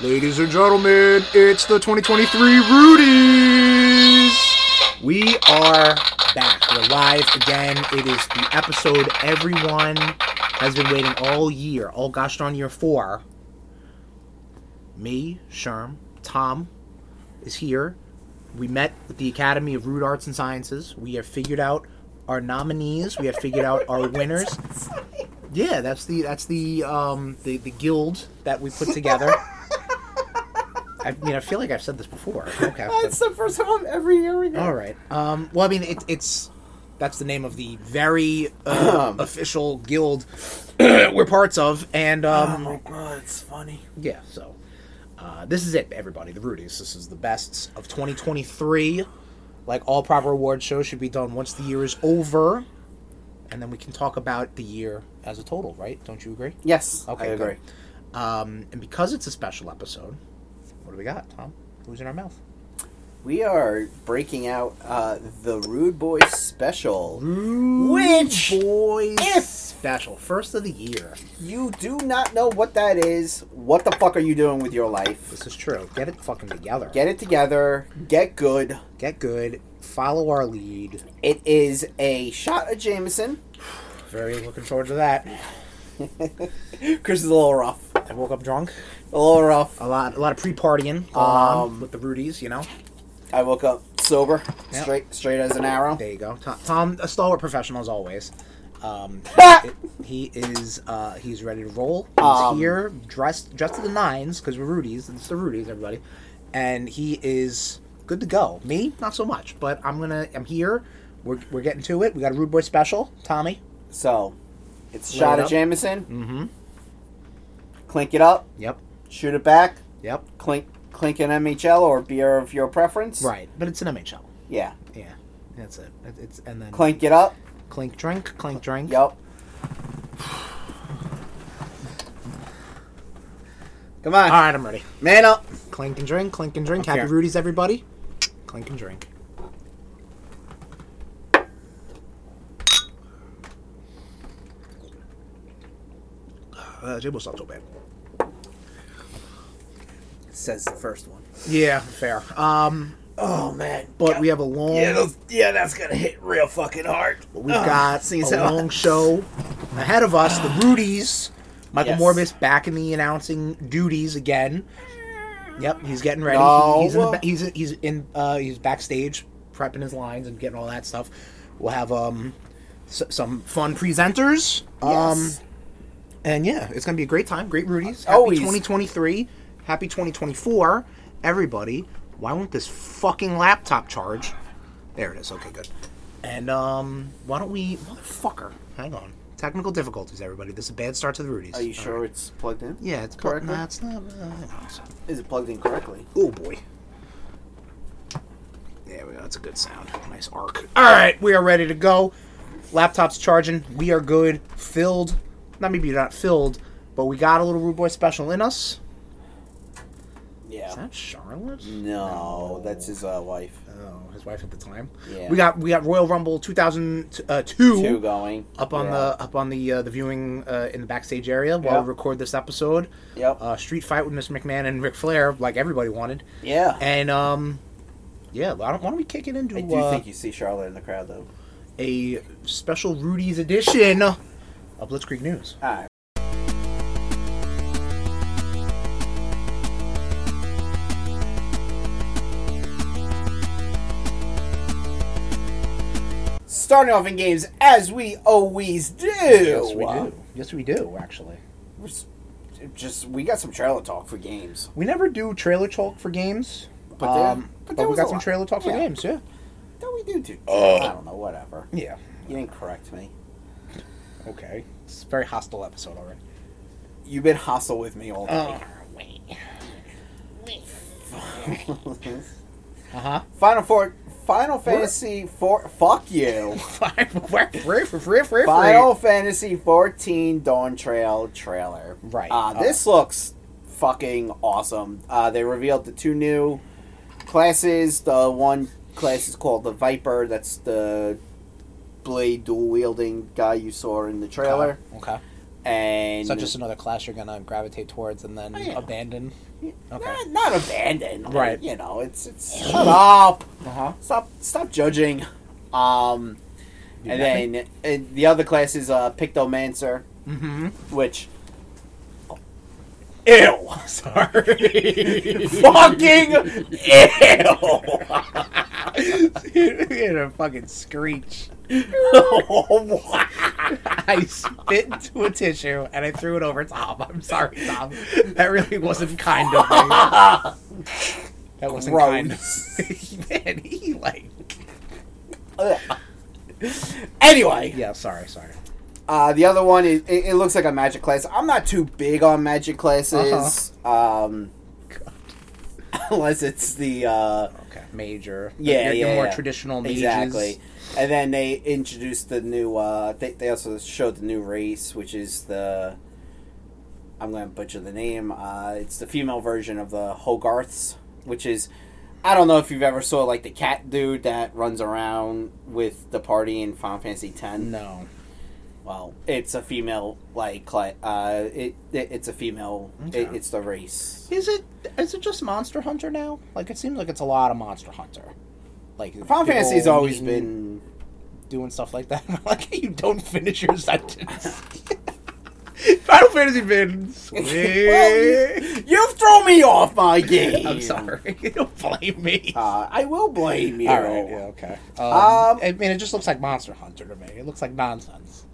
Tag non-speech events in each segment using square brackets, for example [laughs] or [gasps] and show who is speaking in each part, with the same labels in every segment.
Speaker 1: Ladies and gentlemen, it's the 2023 Rudies.
Speaker 2: We are back. We're live again. It is the episode everyone has been waiting all year, all gosh darn year for. Me, Sherm, Tom is here. We met with the Academy of Rude Arts and Sciences. We have figured out our nominees. We have figured out our winners. Yeah, that's the that's the um the, the guild that we put together. I mean, I feel like I've said this before. Okay,
Speaker 3: That's the first time every year we go.
Speaker 2: all right. Um, well, I mean, it, it's that's the name of the very
Speaker 3: [clears throat]
Speaker 2: uh, official guild [clears throat] we're parts of, and
Speaker 3: Oh
Speaker 2: um,
Speaker 3: my god, it's funny.
Speaker 2: yeah. So uh, this is it, everybody. The Rudies. This is the best of 2023. Like all proper award shows, should be done once the year is over, and then we can talk about the year as a total, right? Don't you agree?
Speaker 3: Yes,
Speaker 2: Okay,
Speaker 3: I agree.
Speaker 2: good. Um, and because it's a special episode, what do we got, Tom? Who's in our mouth?
Speaker 3: We are breaking out uh, the Rude Boys special, which
Speaker 2: boys
Speaker 3: if-
Speaker 2: special first of the year.
Speaker 3: you do not know what that is. What the fuck are you doing with your life?
Speaker 2: This is true. Get it fucking together.
Speaker 3: Get it together. Get good.
Speaker 2: Get good. Follow our lead.
Speaker 3: It is a shot of Jameson.
Speaker 2: Very looking forward to that.
Speaker 3: Chris is a little rough.
Speaker 2: I woke up drunk.
Speaker 3: A little rough.
Speaker 2: A lot, a lot of pre-partying going on
Speaker 3: Um,
Speaker 2: with the Rudies. You know.
Speaker 3: I woke up sober,
Speaker 2: Yep.
Speaker 3: straight, straight as an arrow.
Speaker 2: There you go, Tom. Tom a stalwart professional as always. Um, [laughs] he is uh, he's ready to roll. He's
Speaker 3: Um,
Speaker 2: here, dressed dressed to the nines because we're Rudies. It's the Rudies, everybody, and he is good to go. Me, not so much, but I'm gonna I'm here. We're, we're getting to it. We got a Rude Boy special, Tommy.
Speaker 3: So, it's
Speaker 2: Load
Speaker 3: shot
Speaker 2: up.
Speaker 3: of Jameson.
Speaker 2: Mm-hmm.
Speaker 3: Clink it up.
Speaker 2: Yep.
Speaker 3: Shoot it back.
Speaker 2: Yep.
Speaker 3: clink clink an MHL or beer of your preference.
Speaker 2: Right, but it's an MHL.
Speaker 3: Yeah.
Speaker 2: Yeah, that's it. It- It's and then clink,
Speaker 3: Clink it up.
Speaker 2: drink, clink drink.
Speaker 3: Yep. Come on.
Speaker 2: All right, I'm ready.
Speaker 3: Man up.
Speaker 2: Clink and drink, clink and drink.
Speaker 3: Okay.
Speaker 2: Happy Rudy's, everybody. Clink and drink. Uh, table's not so bad.
Speaker 3: Says the first one.
Speaker 2: Yeah, fair. Um,
Speaker 3: Oh man.
Speaker 2: but we have a long.
Speaker 3: yeah, those, yeah, that's gonna hit real fucking hard.
Speaker 2: We've
Speaker 3: Ugh,
Speaker 2: got Ah, a
Speaker 3: seems how-
Speaker 2: long show ahead of us. The Rudies. Michael
Speaker 3: Yes.
Speaker 2: Morbius back in the announcing duties again. Yep, he's getting ready. He-
Speaker 3: No.
Speaker 2: he's in the, ba- he's he's in uh, he's backstage prepping his lines and getting all that stuff. We'll have um s- some fun presenters.
Speaker 3: Yes.
Speaker 2: Um and yeah, it's going to be a great time. Great Rudies. Happy
Speaker 3: Always.
Speaker 2: 2023. Happy 2024 everybody. Why won't this fucking laptop charge? There it is. Okay, good. And um, why don't we, motherfucker? Hang on. Technical difficulties, everybody. This is a bad start to the Rudies.
Speaker 3: Are you sure it's plugged in?
Speaker 2: Yeah, it's correct.
Speaker 3: Correctly?
Speaker 2: Nah, it's not. Uh, I don't think so.
Speaker 3: Is it plugged in correctly?
Speaker 2: oh boy. There we go. That's a good sound. Nice arc. All right, we are ready to go. Laptop's charging. We are good. Filled. Not maybe not filled, but we got a little Rude Boy special in us. Is
Speaker 3: Yeah.
Speaker 2: that Charlotte?
Speaker 3: No, that's his uh, wife.
Speaker 2: Oh, his wife at the time.
Speaker 3: Yeah.
Speaker 2: We got we got Royal Rumble 2002 uh, two
Speaker 3: Two going
Speaker 2: up on
Speaker 3: Yeah.
Speaker 2: the up on the uh, the viewing uh, in the backstage area while
Speaker 3: Yep.
Speaker 2: we record this episode.
Speaker 3: Yep.
Speaker 2: Uh, street fight with Miss McMahon and Ric Flair, like everybody wanted.
Speaker 3: yeah.
Speaker 2: And um, yeah, why don't, why don't we kick it into
Speaker 3: I do
Speaker 2: uh,
Speaker 3: think you see Charlotte in the crowd though.
Speaker 2: a special Rudy's edition of Blitzkrieg News?
Speaker 3: All right. Starting off in games as we always do. Oh,
Speaker 2: Yes, we do. Yes, we do. Actually,
Speaker 3: We're s- just we got some trailer talk for games,
Speaker 2: we never do trailer talk for games,
Speaker 3: But there-
Speaker 2: um,
Speaker 3: but
Speaker 2: but,
Speaker 3: there
Speaker 2: we
Speaker 3: was
Speaker 2: got
Speaker 3: a
Speaker 2: some
Speaker 3: lot.
Speaker 2: trailer talk for
Speaker 3: Yeah.
Speaker 2: games. Yeah,
Speaker 3: Don't we do do. I don't know. Whatever.
Speaker 2: yeah.
Speaker 3: You didn't correct me.
Speaker 2: Okay, it's a very hostile episode already.
Speaker 3: You've been hostile with me all
Speaker 2: Oh,
Speaker 3: day.
Speaker 2: wait. Uh huh.
Speaker 3: [laughs]
Speaker 2: [laughs]
Speaker 3: Final four. Final Fantasy four. Fuck you. Final Fantasy XIV Dawn Trail trailer.
Speaker 2: Right.
Speaker 3: Uh, this looks fucking awesome. Uh, they revealed the two new classes. The one class is called the Viper. That's the blade dual wielding guy you saw in the trailer.
Speaker 2: Okay.
Speaker 3: and Oh,
Speaker 2: So just another class you're gonna gravitate towards and then
Speaker 3: yeah.
Speaker 2: abandon. Okay.
Speaker 3: not, not abandoned,
Speaker 2: Right.
Speaker 3: You know, it's
Speaker 2: [sighs]
Speaker 3: it's shut up,
Speaker 2: Uh huh.
Speaker 3: stop, stop judging. Um, and then uh, the other class is uh, Pictomancer,
Speaker 4: Mm-hmm.
Speaker 2: [laughs]
Speaker 3: which. Ew!
Speaker 4: Sorry.
Speaker 3: Fucking
Speaker 2: [laughs]
Speaker 3: ew!
Speaker 2: in a fucking screech.
Speaker 3: Oh,
Speaker 2: [laughs] I spit into a tissue and I threw it over Tom. I'm sorry, Tom. That really wasn't kind of me.
Speaker 3: [laughs]
Speaker 2: That wasn't kind of [laughs]
Speaker 3: Gross.
Speaker 2: Man, he like
Speaker 3: anyway,
Speaker 2: Yeah, sorry, sorry.
Speaker 3: Uh, the other one is it, it looks like a magic class. I'm not too big on magic classes, um, [laughs] unless it's the uh,
Speaker 2: Okay. Major.
Speaker 3: Yeah,
Speaker 2: Your- your
Speaker 3: yeah,
Speaker 2: more
Speaker 3: yeah.
Speaker 2: traditional mages.
Speaker 3: exactly. And then they introduced the new. Uh, they they also showed the new race, which is the. I'm going to butcher the name. Uh, it's the female version of the Hogarths, which is. I don't know if you've ever saw like the cat dude that runs around with the party in Final Fantasy X.
Speaker 2: No.
Speaker 3: Well, it's a female like cla- uh it, it it's a female
Speaker 2: Okay.
Speaker 3: it, it's the race.
Speaker 2: Is it is it just Monster Hunter now? Like it seems like it's a lot of Monster Hunter. Like
Speaker 3: Final
Speaker 2: people
Speaker 3: Fantasy's always
Speaker 2: meeting-
Speaker 3: been
Speaker 2: doing stuff like that. [laughs] like you don't finish your sentence. [laughs] Final Fantasy fans.
Speaker 3: [laughs] Well, you throw me off my game.
Speaker 2: I'm sorry. [laughs] don't blame me.
Speaker 3: Uh, I will blame you.
Speaker 2: All right. Yeah. Okay. Um,
Speaker 3: Um,
Speaker 2: I mean, it just looks like Monster Hunter to me. It looks like nonsense.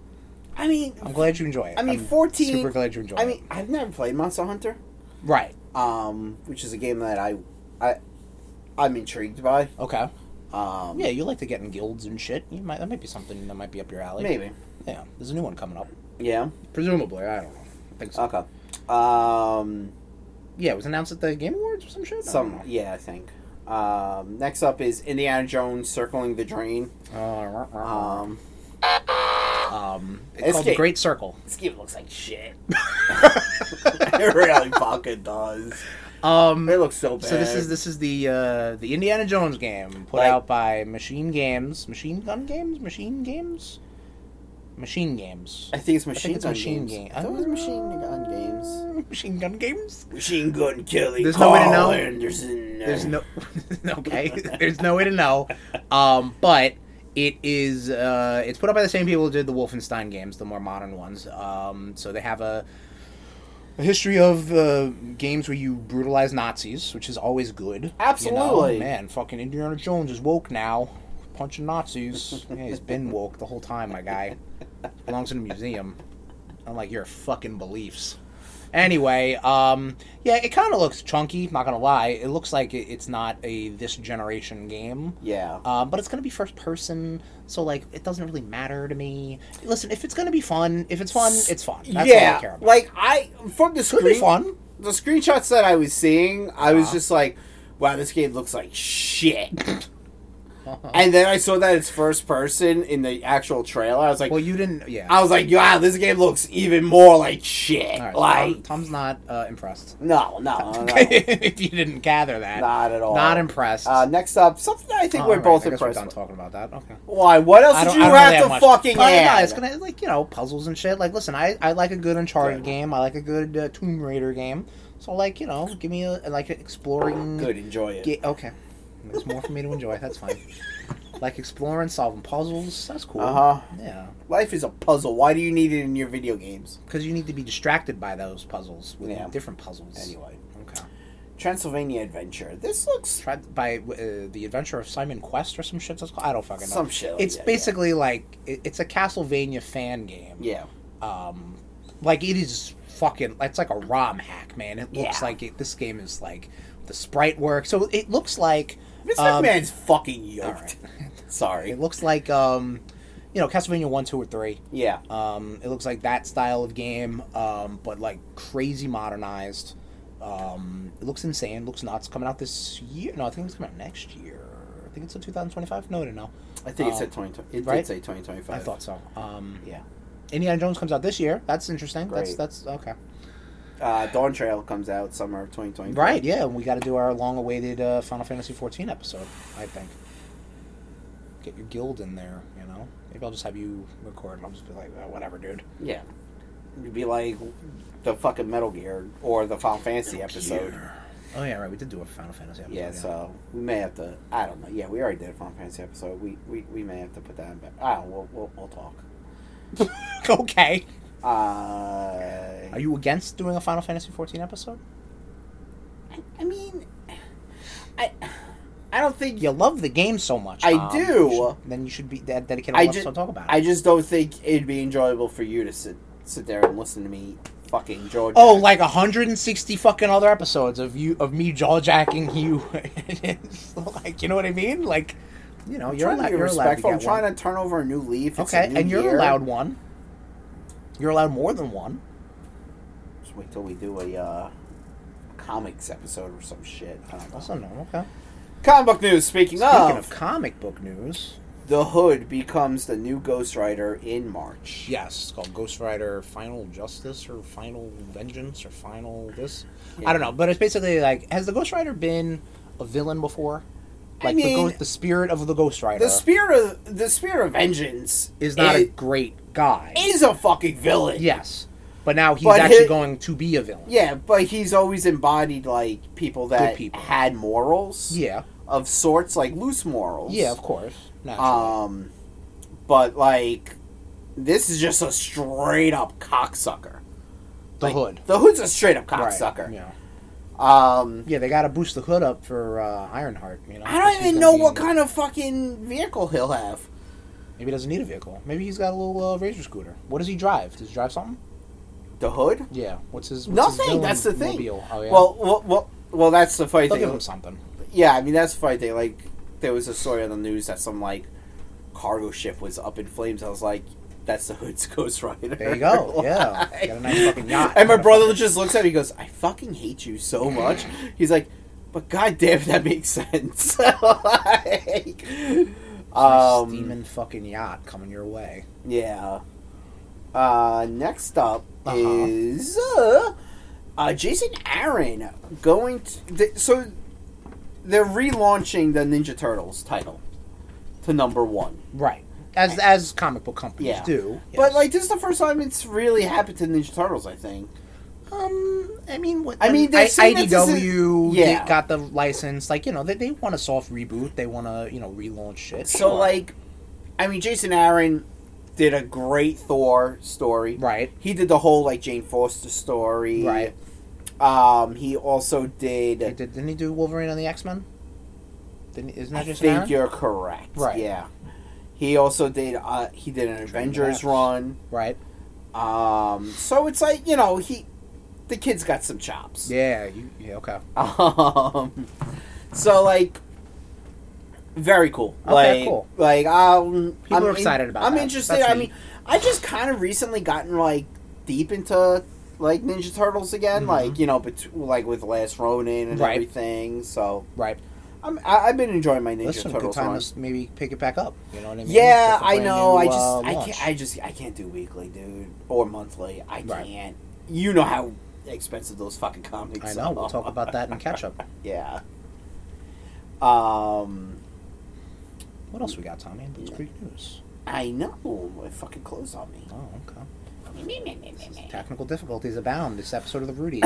Speaker 3: I mean [sighs]
Speaker 2: I'm glad you enjoy it.
Speaker 3: I mean
Speaker 2: I'm
Speaker 3: 14
Speaker 2: Super glad you enjoy
Speaker 3: I
Speaker 2: it.
Speaker 3: mean I've never played Monster Hunter
Speaker 2: right.
Speaker 3: um which is a game that I I I'm intrigued by.
Speaker 2: Okay.
Speaker 3: Um
Speaker 2: Yeah, you like to get in guilds and shit. You might. That might be something that might be up your alley.
Speaker 3: maybe.
Speaker 2: Yeah. There's a new one coming up.
Speaker 3: Yeah.
Speaker 2: Presumably. I don't know. I think so.
Speaker 3: Okay. Um
Speaker 2: yeah, it was announced at the Game Awards or some shit. I don't
Speaker 3: some
Speaker 2: know.
Speaker 3: yeah, I think. Um next up is Indiana Jones circling the drain.
Speaker 2: Uh,
Speaker 3: Um
Speaker 2: um,
Speaker 3: Escape.
Speaker 2: it's called the Great Circle.
Speaker 3: This game looks like shit. [laughs] it really fucking does.
Speaker 2: Um,
Speaker 3: It looks so bad.
Speaker 2: so this is this is the uh, the Indiana Jones game put
Speaker 3: Like-
Speaker 2: out by Machine Games, Machine Gun Games, Machine Games, Machine Games.
Speaker 3: I think it's
Speaker 2: think
Speaker 3: machine
Speaker 2: it's
Speaker 3: gun
Speaker 2: machine
Speaker 3: games.
Speaker 2: game.
Speaker 3: I thought it was machine gun games.
Speaker 2: Machine Gun Games.
Speaker 3: Machine gun killing.
Speaker 4: There's no way to know.
Speaker 3: Anderson.
Speaker 4: There's no.
Speaker 2: [laughs]
Speaker 3: [laughs]
Speaker 2: okay, there's no way to know, um, but it is uh, it's put out by the same people who did the Wolfenstein games, the more modern ones. Um, so they have a a history of uh, games where you brutalize Nazis, which is always good. you know?
Speaker 3: Absolutely.
Speaker 2: man. Fucking Indiana Jones is woke now, punching Nazis. yeah, he's been woke the whole time, my guy. Belongs in a museum. Unlike your fucking beliefs. Anyway, um, yeah, it kind of looks chunky. Not gonna lie, it looks like it- it's not a this generation game.
Speaker 3: Yeah.
Speaker 2: Um, but it's gonna be first person, so like it doesn't really matter to me. Listen, if it's gonna be fun, if it's fun, it's fun. That's all I care
Speaker 3: yeah.
Speaker 2: about.
Speaker 3: Like I from the
Speaker 2: Could be [laughs]
Speaker 3: screen
Speaker 2: fun.
Speaker 3: the screenshots that I was seeing, I was
Speaker 2: Uh-huh. Oh.
Speaker 3: just like, wow, this game looks like
Speaker 2: [laughs]
Speaker 3: shit.
Speaker 2: Uh-huh.
Speaker 3: and then I saw that it's first person in the actual trailer. I was like,
Speaker 2: Well, you didn't. Yeah.
Speaker 3: I was like, wow, this game looks even more like shit.
Speaker 2: All right, so
Speaker 3: like,
Speaker 2: Tom- Tom's not uh, impressed. [laughs]
Speaker 3: no, no, no, no.
Speaker 2: if you didn't gather that,
Speaker 3: not at all.
Speaker 2: not impressed.
Speaker 3: Uh, next up, something I think
Speaker 2: Oh,
Speaker 3: we're
Speaker 2: all right,
Speaker 3: both
Speaker 2: I guess we're
Speaker 3: impressed
Speaker 2: done
Speaker 3: with.
Speaker 2: talking about that. Okay.
Speaker 3: Why? What else
Speaker 2: I
Speaker 3: did
Speaker 2: don't-
Speaker 3: you
Speaker 2: I don't really
Speaker 3: have to
Speaker 2: much-
Speaker 3: fucking
Speaker 2: Oh, no,
Speaker 3: add?
Speaker 2: it's gonna like you know puzzles and shit. Like, listen, I, I like a good Uncharted game. I like a good uh, Tomb Raider game. So like you know, give me a like exploring.
Speaker 3: Good, enjoy it.
Speaker 2: Ga- okay, there's more for me to enjoy. That's
Speaker 3: [laughs]
Speaker 2: fine. Like exploring, solving puzzles. That's cool.
Speaker 3: Uh huh.
Speaker 2: Yeah,
Speaker 3: Life is a puzzle. Why do you need it in your video games?
Speaker 2: because you need to be distracted by those puzzles with
Speaker 3: Yeah.
Speaker 2: different puzzles.
Speaker 3: Anyway,
Speaker 2: Okay.
Speaker 3: Transylvania Adventure. This looks
Speaker 2: Tried by uh, the Adventure of Simon Quest or some shit. That's called. I don't fucking know.
Speaker 3: some shit. like
Speaker 2: it's
Speaker 3: that, yeah.
Speaker 2: basically like it, it's a Castlevania fan game.
Speaker 3: yeah.
Speaker 2: Um, like it is fucking. It's like a ROM hack, man. It looks
Speaker 3: Yeah.
Speaker 2: like it, this game is like the sprite work. So it looks like
Speaker 3: This
Speaker 2: Um,
Speaker 3: man's fucking yoked.
Speaker 2: it
Speaker 3: [laughs] Sorry.
Speaker 2: looks like um, you know, Castlevania one, two, or three.
Speaker 3: Yeah.
Speaker 2: Um, it looks like that style of game, um, but like crazy modernized. Um, it looks insane. Looks nuts. Coming out this year? No, I think it's coming out next year. I think it's in 2025. No, no, no.
Speaker 3: I think it
Speaker 2: um,
Speaker 3: said twenty twenty. It did
Speaker 2: right?
Speaker 3: say twenty twenty
Speaker 2: I
Speaker 3: five.
Speaker 2: thought so. Um,
Speaker 3: Yeah.
Speaker 2: Indiana Jones comes out this year. That's interesting.
Speaker 3: Great.
Speaker 2: That's that's okay.
Speaker 3: Uh, Dawn Trail comes out summer of twenty twenty.
Speaker 2: Right, yeah, and we got to do our long-awaited uh, Final Fantasy XIV episode. I think. Get your guild in there, you know. Maybe I'll just have you record, and I'll just be like, oh, whatever, dude.
Speaker 3: Yeah. It'd be like the fucking Metal Gear or the Final Fantasy episode.
Speaker 2: Oh yeah, right. We did do a Final Fantasy episode.
Speaker 3: Yeah, so we may have to. I don't know. Yeah, we already did a Final Fantasy episode. We we, we may have to put that in back. I don't. We'll we'll, we'll talk.
Speaker 2: [laughs] okay.
Speaker 3: Uh,
Speaker 2: Are you against doing a Final Fantasy 14 episode?
Speaker 3: I, I mean, I I don't think
Speaker 2: You love the game so much.
Speaker 3: I
Speaker 2: Tom.
Speaker 3: do.
Speaker 2: You should- then you should be ded- dedicate a
Speaker 3: I
Speaker 2: whole
Speaker 3: ju-
Speaker 2: episode to talk about it.
Speaker 3: I just don't think it'd be enjoyable for you to sit sit there and listen to me fucking George.
Speaker 2: Oh, like 160 fucking other episodes of you of me jawjacking you. [laughs] It's like, you know what I mean? Like, you know,
Speaker 3: I'm
Speaker 2: you're,
Speaker 3: trying
Speaker 2: allo- you're allowed
Speaker 3: to be
Speaker 2: to
Speaker 3: respectful. I'm
Speaker 2: get
Speaker 3: trying
Speaker 2: one.
Speaker 3: to turn over a new leaf. It's a
Speaker 2: okay,
Speaker 3: new
Speaker 2: and you're
Speaker 3: year.
Speaker 2: allowed one. You're allowed more than one.
Speaker 3: Just wait till we do a uh, comics episode or some shit. I don't know.
Speaker 2: Also, no. Okay.
Speaker 3: Comic book news. Speaking,
Speaker 2: Speaking
Speaker 3: of,
Speaker 2: of comic book news,
Speaker 3: the Hood becomes the new Ghost Rider in March.
Speaker 2: yes, it's called Ghost Rider Final Justice or Final Vengeance or Final this. I don't know, but it's basically like has the Ghost Rider been a villain before?
Speaker 3: I
Speaker 2: Like the,
Speaker 3: mean-
Speaker 2: ghost, the spirit of the Ghost Rider
Speaker 3: The spirit of the spirit of vengeance
Speaker 2: is not a
Speaker 3: is,
Speaker 2: great guy.
Speaker 3: is a fucking villain.
Speaker 2: Yes, but now he's
Speaker 3: But
Speaker 2: actually
Speaker 3: hi-
Speaker 2: going to be a villain.
Speaker 3: Yeah, but he's always embodied like people that
Speaker 2: people.
Speaker 3: had morals.
Speaker 2: yeah,
Speaker 3: of sorts, like loose morals.
Speaker 2: yeah, of course. Naturally.
Speaker 3: Um, but like, this is just a straight up cocksucker.
Speaker 2: the
Speaker 3: Like,
Speaker 2: hood,
Speaker 3: The hood's a straight up
Speaker 2: Right,
Speaker 3: cocksucker.
Speaker 2: Yeah,
Speaker 3: Um,
Speaker 2: yeah, they got to boost the hood up for uh, Ironheart. You know,
Speaker 3: I don't
Speaker 2: 'cause he's
Speaker 3: even
Speaker 2: gonna
Speaker 3: know
Speaker 2: be-
Speaker 3: what kind of fucking vehicle he'll have.
Speaker 2: Maybe he doesn't need a vehicle. Maybe he's got a little uh, razor scooter. What does he drive? Does he drive something?
Speaker 3: The hood?
Speaker 2: Yeah. What's his? What's his
Speaker 3: Nothing.
Speaker 2: villain
Speaker 3: That's the thing.
Speaker 2: mobile? Oh yeah.
Speaker 3: Well, um, well, well, well, that's the funny
Speaker 2: they'll
Speaker 3: thing.
Speaker 2: give him something.
Speaker 3: Yeah, I mean that's the funny thing. Like there was a story on the news that some like cargo ship was up in flames. I was like, that's the hood's [laughs] Ghost Rider.
Speaker 2: There you
Speaker 3: [laughs]
Speaker 2: go. Yeah.
Speaker 3: Like-
Speaker 2: Got a nice fucking yacht.
Speaker 3: And my
Speaker 2: Got a
Speaker 3: brother
Speaker 2: fucking-
Speaker 3: just looks at me. He goes, I fucking hate you so
Speaker 2: [laughs]
Speaker 3: much. He's like, but goddamn, that makes sense. [laughs] like,
Speaker 2: Nice
Speaker 3: um,
Speaker 2: steaming fucking yacht coming your way.
Speaker 3: yeah. Uh, next up
Speaker 2: Uh-huh.
Speaker 3: is uh, uh, Jason Aaron going to. Th- so they're relaunching the Ninja Turtles title to number one.
Speaker 2: Right. As as comic book companies
Speaker 3: Yeah.
Speaker 2: do.
Speaker 3: But
Speaker 2: yes.
Speaker 3: like this is the first time it's really happened to Ninja Turtles, I think.
Speaker 2: Um, I mean, what,
Speaker 3: I mean, they say that this
Speaker 2: IDW
Speaker 3: is-
Speaker 2: did-
Speaker 3: yeah.
Speaker 2: got the license. Like, you know, they, they want a soft reboot. They want to, you know, relaunch shit.
Speaker 3: So
Speaker 2: Sure.
Speaker 3: like, I mean, Jason Aaron did a great Thor story.
Speaker 2: right,
Speaker 3: He did the whole like Jane Foster story.
Speaker 2: right.
Speaker 3: Um, he also did.
Speaker 2: They Did, didn't he do Wolverine on the X Men? Didn't isn't
Speaker 3: I
Speaker 2: that just
Speaker 3: think
Speaker 2: Aaron?
Speaker 3: you're correct.
Speaker 2: Right.
Speaker 3: Yeah. He also did. Uh, he did an Avengers
Speaker 2: Labs.
Speaker 3: run.
Speaker 2: right?
Speaker 3: Um, so it's like you know he, the kid's got some chops.
Speaker 2: Yeah, you, yeah, okay.
Speaker 3: [laughs] Um, so like, very cool.
Speaker 2: Okay,
Speaker 3: like,
Speaker 2: cool.
Speaker 3: like um,
Speaker 2: People
Speaker 3: I'm
Speaker 2: are
Speaker 3: in-
Speaker 2: excited about
Speaker 3: I'm
Speaker 2: that.
Speaker 3: interested.
Speaker 2: That's
Speaker 3: I
Speaker 2: neat.
Speaker 3: mean, I just kind of recently gotten like deep into like Ninja Turtles again.
Speaker 2: Mhm.
Speaker 3: Like you know, bet- like with Last Ronin and
Speaker 2: Right.
Speaker 3: everything. So
Speaker 2: Right.
Speaker 3: I'm I, I've been enjoying my Ninja
Speaker 2: That's some good
Speaker 3: Turtles.
Speaker 2: time
Speaker 3: run.
Speaker 2: to s- maybe pick it back up. You know what I mean?
Speaker 3: Yeah,
Speaker 2: With a
Speaker 3: I
Speaker 2: brand
Speaker 3: know.
Speaker 2: new,
Speaker 3: I just
Speaker 2: uh,
Speaker 3: I
Speaker 2: launch.
Speaker 3: can't. I just I can't do weekly, dude, or monthly. I
Speaker 2: Right.
Speaker 3: can't. You know how expensive those fucking comics.
Speaker 2: I know. We'll
Speaker 3: are.
Speaker 2: talk about that in catch up.
Speaker 3: [laughs] Yeah. Um,
Speaker 2: What else we got, Tommy? That's Creek News.
Speaker 3: I know. It fucking closed on
Speaker 2: [laughs]
Speaker 3: me.
Speaker 2: Oh, okay. Technical difficulties abound. This episode of the Rudy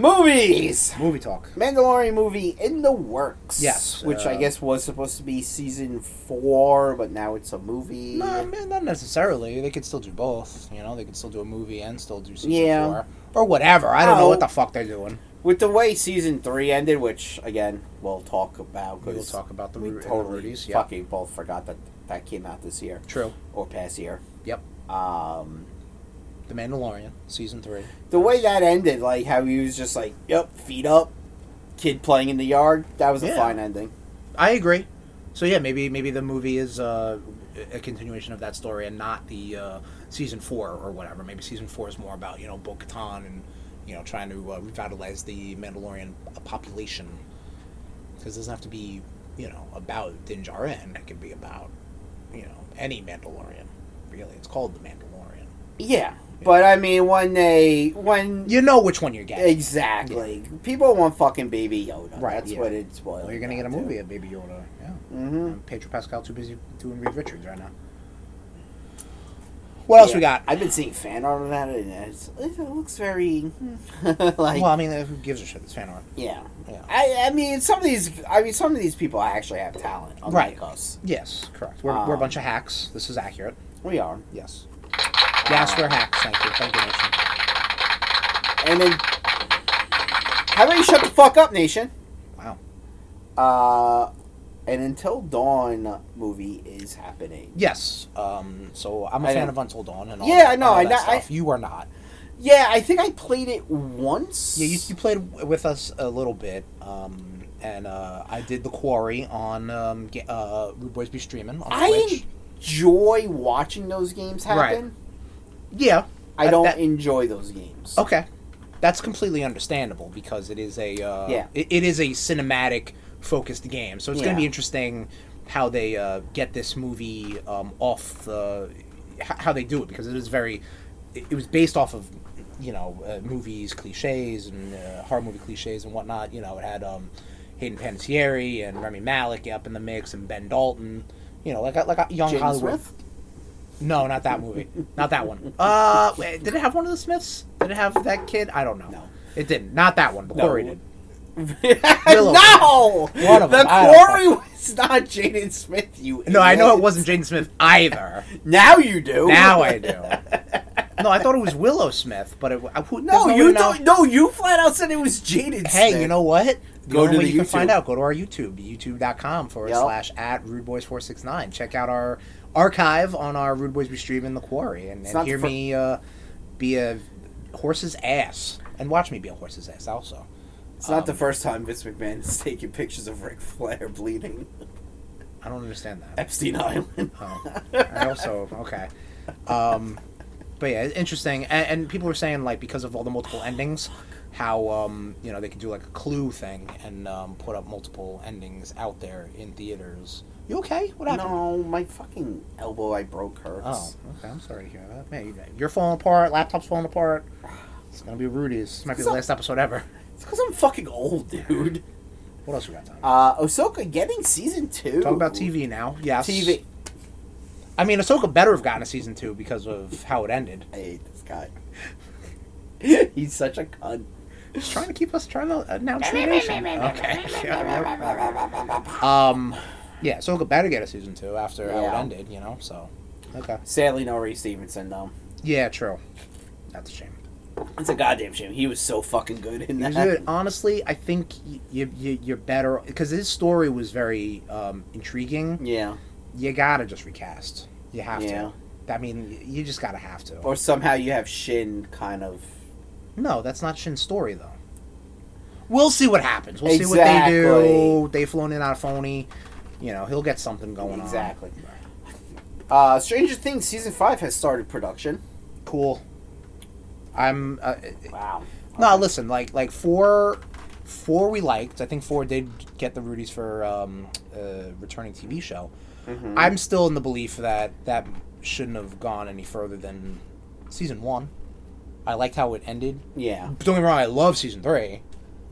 Speaker 3: Movies!
Speaker 2: movie talk.
Speaker 3: Mandalorian movie in the works.
Speaker 2: Yes,
Speaker 3: Which I
Speaker 2: uh,
Speaker 3: guess was supposed to be season four, but now it's a movie.
Speaker 2: No, I mean, not necessarily. They could still do both. You know, they could still do a movie and still do season
Speaker 3: Yeah.
Speaker 2: four or whatever. I don't know
Speaker 3: Oh.
Speaker 2: what the fuck they're doing.
Speaker 3: With the way season three ended, which, again, we'll talk about. 'cause
Speaker 2: We'll talk about the
Speaker 3: we
Speaker 2: root
Speaker 3: totally
Speaker 2: Rudies. Yeah,
Speaker 3: fucking both forgot that that came out this year
Speaker 2: true.
Speaker 3: or past year.
Speaker 2: Yep.
Speaker 3: Um,
Speaker 2: The Mandalorian season three.
Speaker 3: the way that ended, like how he was just like, "Yep, feet up, kid playing in the yard." That was a
Speaker 2: Yeah.
Speaker 3: fine ending.
Speaker 2: I agree. So yeah, maybe maybe the movie is uh, a continuation of that story and not the uh, season four or whatever. Maybe season four is more about you know Bo Katan and you know trying to uh, revitalize the Mandalorian population because it doesn't have to be you know about Din Djarin. It could be about you know any Mandalorian. Really, it's called the Mandalorian.
Speaker 3: Yeah, but I mean, when they when
Speaker 2: You know which one you're getting.
Speaker 3: exactly people want fucking Baby Yoda.
Speaker 2: Right,
Speaker 3: That's
Speaker 2: yeah.
Speaker 3: what it's boiled.
Speaker 2: Well, you're gonna get a movie of Baby Yoda. Yeah,
Speaker 3: Mm-hmm.
Speaker 2: Pedro Pascal too busy doing Reed Richards right now. What else we got?
Speaker 3: I've been seeing fan art of that, and it's, it looks very hmm, [laughs] like
Speaker 2: well, I mean, uh, who gives a shit? It's fan art.
Speaker 3: yeah.
Speaker 2: Yeah.
Speaker 3: I, I mean, some of these. I mean, some of these people actually have talent. Unlike us,
Speaker 2: Yes, correct. We're, we're a bunch of hacks. This is accurate.
Speaker 3: we are.
Speaker 2: Um, Yes. Yes, we're hacks. Thank you. Thank you, Nation.
Speaker 3: And then, how about you shut the fuck up, Nation?
Speaker 2: Wow.
Speaker 3: Uh, an Until Dawn movie is happening.
Speaker 2: Yes. Um, so I'm a
Speaker 3: I
Speaker 2: fan
Speaker 3: know.
Speaker 2: of Until Dawn and all
Speaker 3: Yeah,
Speaker 2: that-
Speaker 3: I know,
Speaker 2: all
Speaker 3: I
Speaker 2: that
Speaker 3: know, I-
Speaker 2: stuff. you are not.
Speaker 3: Yeah, I think I played it once.
Speaker 2: Yeah, you, you played w- with us a little bit, um, and uh, I did the quarry on um, ga- uh, Rude Boys Be Streaming on
Speaker 3: I
Speaker 2: Twitch.
Speaker 3: enjoy watching those games happen.
Speaker 2: Yeah.
Speaker 3: I
Speaker 2: That-
Speaker 3: don't
Speaker 2: that- Oh,
Speaker 3: enjoy those games.
Speaker 2: Okay. That's completely understandable because it is a uh,
Speaker 3: Yeah.
Speaker 2: it, it is a cinematic focused game, so it's going
Speaker 3: Yeah.
Speaker 2: to be interesting how they uh, get this movie um, off the h- how they do it because it is very it, it was based off of you know uh, movies cliches and uh, horror movie cliches and whatnot. You know, it had um, Hayden Panettiere and Remy Malik up in the mix and Ben Dalton. You know, like a, like a young
Speaker 3: Jaden
Speaker 2: Hollywood.
Speaker 3: Smith? [laughs]
Speaker 2: No, not that movie. not that one. Uh, wait, did it have one of the Smiths? Did it have that kid? I don't know.
Speaker 3: No.
Speaker 2: It didn't. Not that one. The
Speaker 3: No.
Speaker 2: quarry did. [laughs] Willow.
Speaker 3: no,
Speaker 2: One of
Speaker 3: the
Speaker 2: them. I don't
Speaker 3: quarry [laughs] was not Jaden Smith. You
Speaker 2: No, I know it
Speaker 3: idiot.
Speaker 2: wasn't Jaden Smith either.
Speaker 3: Now you do.
Speaker 2: [laughs] now I
Speaker 3: [laughs]
Speaker 2: do. No, I thought it was Willow Smith, but it, I, who, there's
Speaker 3: No,
Speaker 2: way to
Speaker 3: you
Speaker 2: know.
Speaker 3: don't. No, you flat out said it was Jaden.
Speaker 2: Hey, you know what? The
Speaker 3: Go
Speaker 2: only
Speaker 3: to
Speaker 2: way
Speaker 3: the
Speaker 2: you can
Speaker 3: YouTube.
Speaker 2: find out. Go to our YouTube, youtube.com forward
Speaker 3: Yep.
Speaker 2: slash at rudeboys469. Check out our archive on our Rude Boys Be Streaming the Quarry and,
Speaker 3: It's
Speaker 2: and
Speaker 3: not the
Speaker 2: hear
Speaker 3: fir-
Speaker 2: me uh, be a horse's ass and watch me be a horse's ass also.
Speaker 3: It's
Speaker 2: um,
Speaker 3: not the first time Vince McMahon is taking pictures of Ric Flair bleeding [laughs]
Speaker 2: I don't understand that.
Speaker 3: Epstein Island.
Speaker 2: Oh, I also okay. Um, but yeah, it's interesting. And, and people were saying like because of all the multiple endings, how um, you know they could do like a clue thing and um, put up multiple endings out there in theaters. You okay? What happened?
Speaker 3: No, my fucking elbow I broke hurts.
Speaker 2: Oh, okay. I'm sorry to hear that. Man, you- you're falling apart. Laptop's falling apart. It's gonna be Rudy's. This might be the last episode ever.
Speaker 3: It's because I'm fucking old,
Speaker 2: [laughs]
Speaker 3: dude.
Speaker 2: What else we got? Time?
Speaker 3: Uh, Ahsoka getting season two.
Speaker 2: Talk about TV now. Yes.
Speaker 3: TV.
Speaker 2: I mean, Ahsoka better have gotten a season two because of how it ended.
Speaker 3: I hate
Speaker 2: [laughs]
Speaker 3: this guy. He's such a cunt.
Speaker 2: Just trying to keep us trying to announce your nation. Okay. um, yeah, so it better get a season two after how it
Speaker 3: Yeah.
Speaker 2: ended, you know. So, okay.
Speaker 3: Sadly, no Ray Stevenson though.
Speaker 2: Yeah, true. That's a shame.
Speaker 3: It's a goddamn shame. He was so fucking good in that.
Speaker 2: Dude, honestly, I think y- you, you you're better because his story was very um, intriguing.
Speaker 3: Yeah.
Speaker 2: You gotta just recast. You have
Speaker 3: Yeah.
Speaker 2: to. I mean, y- you just gotta have to.
Speaker 3: Or somehow you have Shin kind of.
Speaker 2: No, that's not Shin's story though. We'll see what happens. We'll see what they do.
Speaker 3: Exactly.
Speaker 2: They flown in on a phony. You know, he'll get something going on.
Speaker 3: Exactly. Uh, Stranger Things season five has started production.
Speaker 2: Cool. I'm uh,
Speaker 3: Wow.
Speaker 2: no. Listen, like like four, four we liked. I think four did get the Rudies for um, uh, returning TV show.
Speaker 3: Mhm.
Speaker 2: I'm still in the belief that that shouldn't have gone any further than season one. I liked how it ended.
Speaker 3: Yeah.
Speaker 2: Don't get me wrong. I love season three.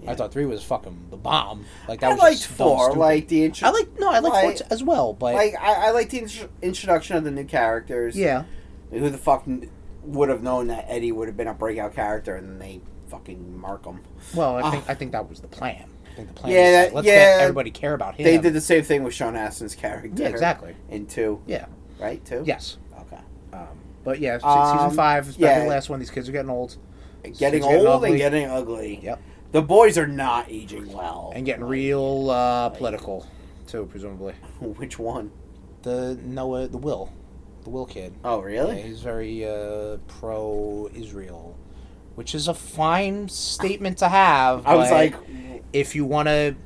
Speaker 2: I
Speaker 3: Yeah.
Speaker 2: thought three was fucking the bomb. Like that
Speaker 3: I
Speaker 2: was
Speaker 3: liked
Speaker 2: just dumb
Speaker 3: four.
Speaker 2: stupid.
Speaker 3: Like the intro.
Speaker 2: I like no, I like, four
Speaker 3: like-
Speaker 2: t- as well, but
Speaker 3: Like I, I like the intro- introduction of the new characters.
Speaker 2: yeah,
Speaker 3: Who the fuck kn- would have known that Eddie would have been a breakout character, and then they fucking mark him.
Speaker 2: well, I
Speaker 3: Ah.
Speaker 2: think I think that was the plan. I think the plan.
Speaker 3: Yeah,
Speaker 2: was
Speaker 3: that-
Speaker 2: like, let's
Speaker 3: yeah.
Speaker 2: get everybody care about him.
Speaker 3: They did the same thing with Sean Astin's character.
Speaker 2: yeah, exactly.
Speaker 3: In two,
Speaker 2: Yeah,
Speaker 3: right? Two.
Speaker 2: yes,
Speaker 3: Okay.
Speaker 2: um, but yeah, se-
Speaker 3: Um,
Speaker 2: season five, especially
Speaker 3: yeah.
Speaker 2: the last one. These kids are getting old
Speaker 3: Getting
Speaker 2: Kids getting
Speaker 3: old
Speaker 2: ugly.
Speaker 3: and getting ugly.
Speaker 2: Yep.
Speaker 3: The boys are not aging well.
Speaker 2: and getting real uh, political too, presumably.
Speaker 3: [laughs] Which one?
Speaker 2: The Noah, the Will, the Will kid.
Speaker 3: Oh,
Speaker 2: Yeah,
Speaker 3: really?
Speaker 2: he's very uh, pro-Israel, which is a fine statement to have.
Speaker 3: I was
Speaker 2: but-
Speaker 3: like,
Speaker 2: if you want to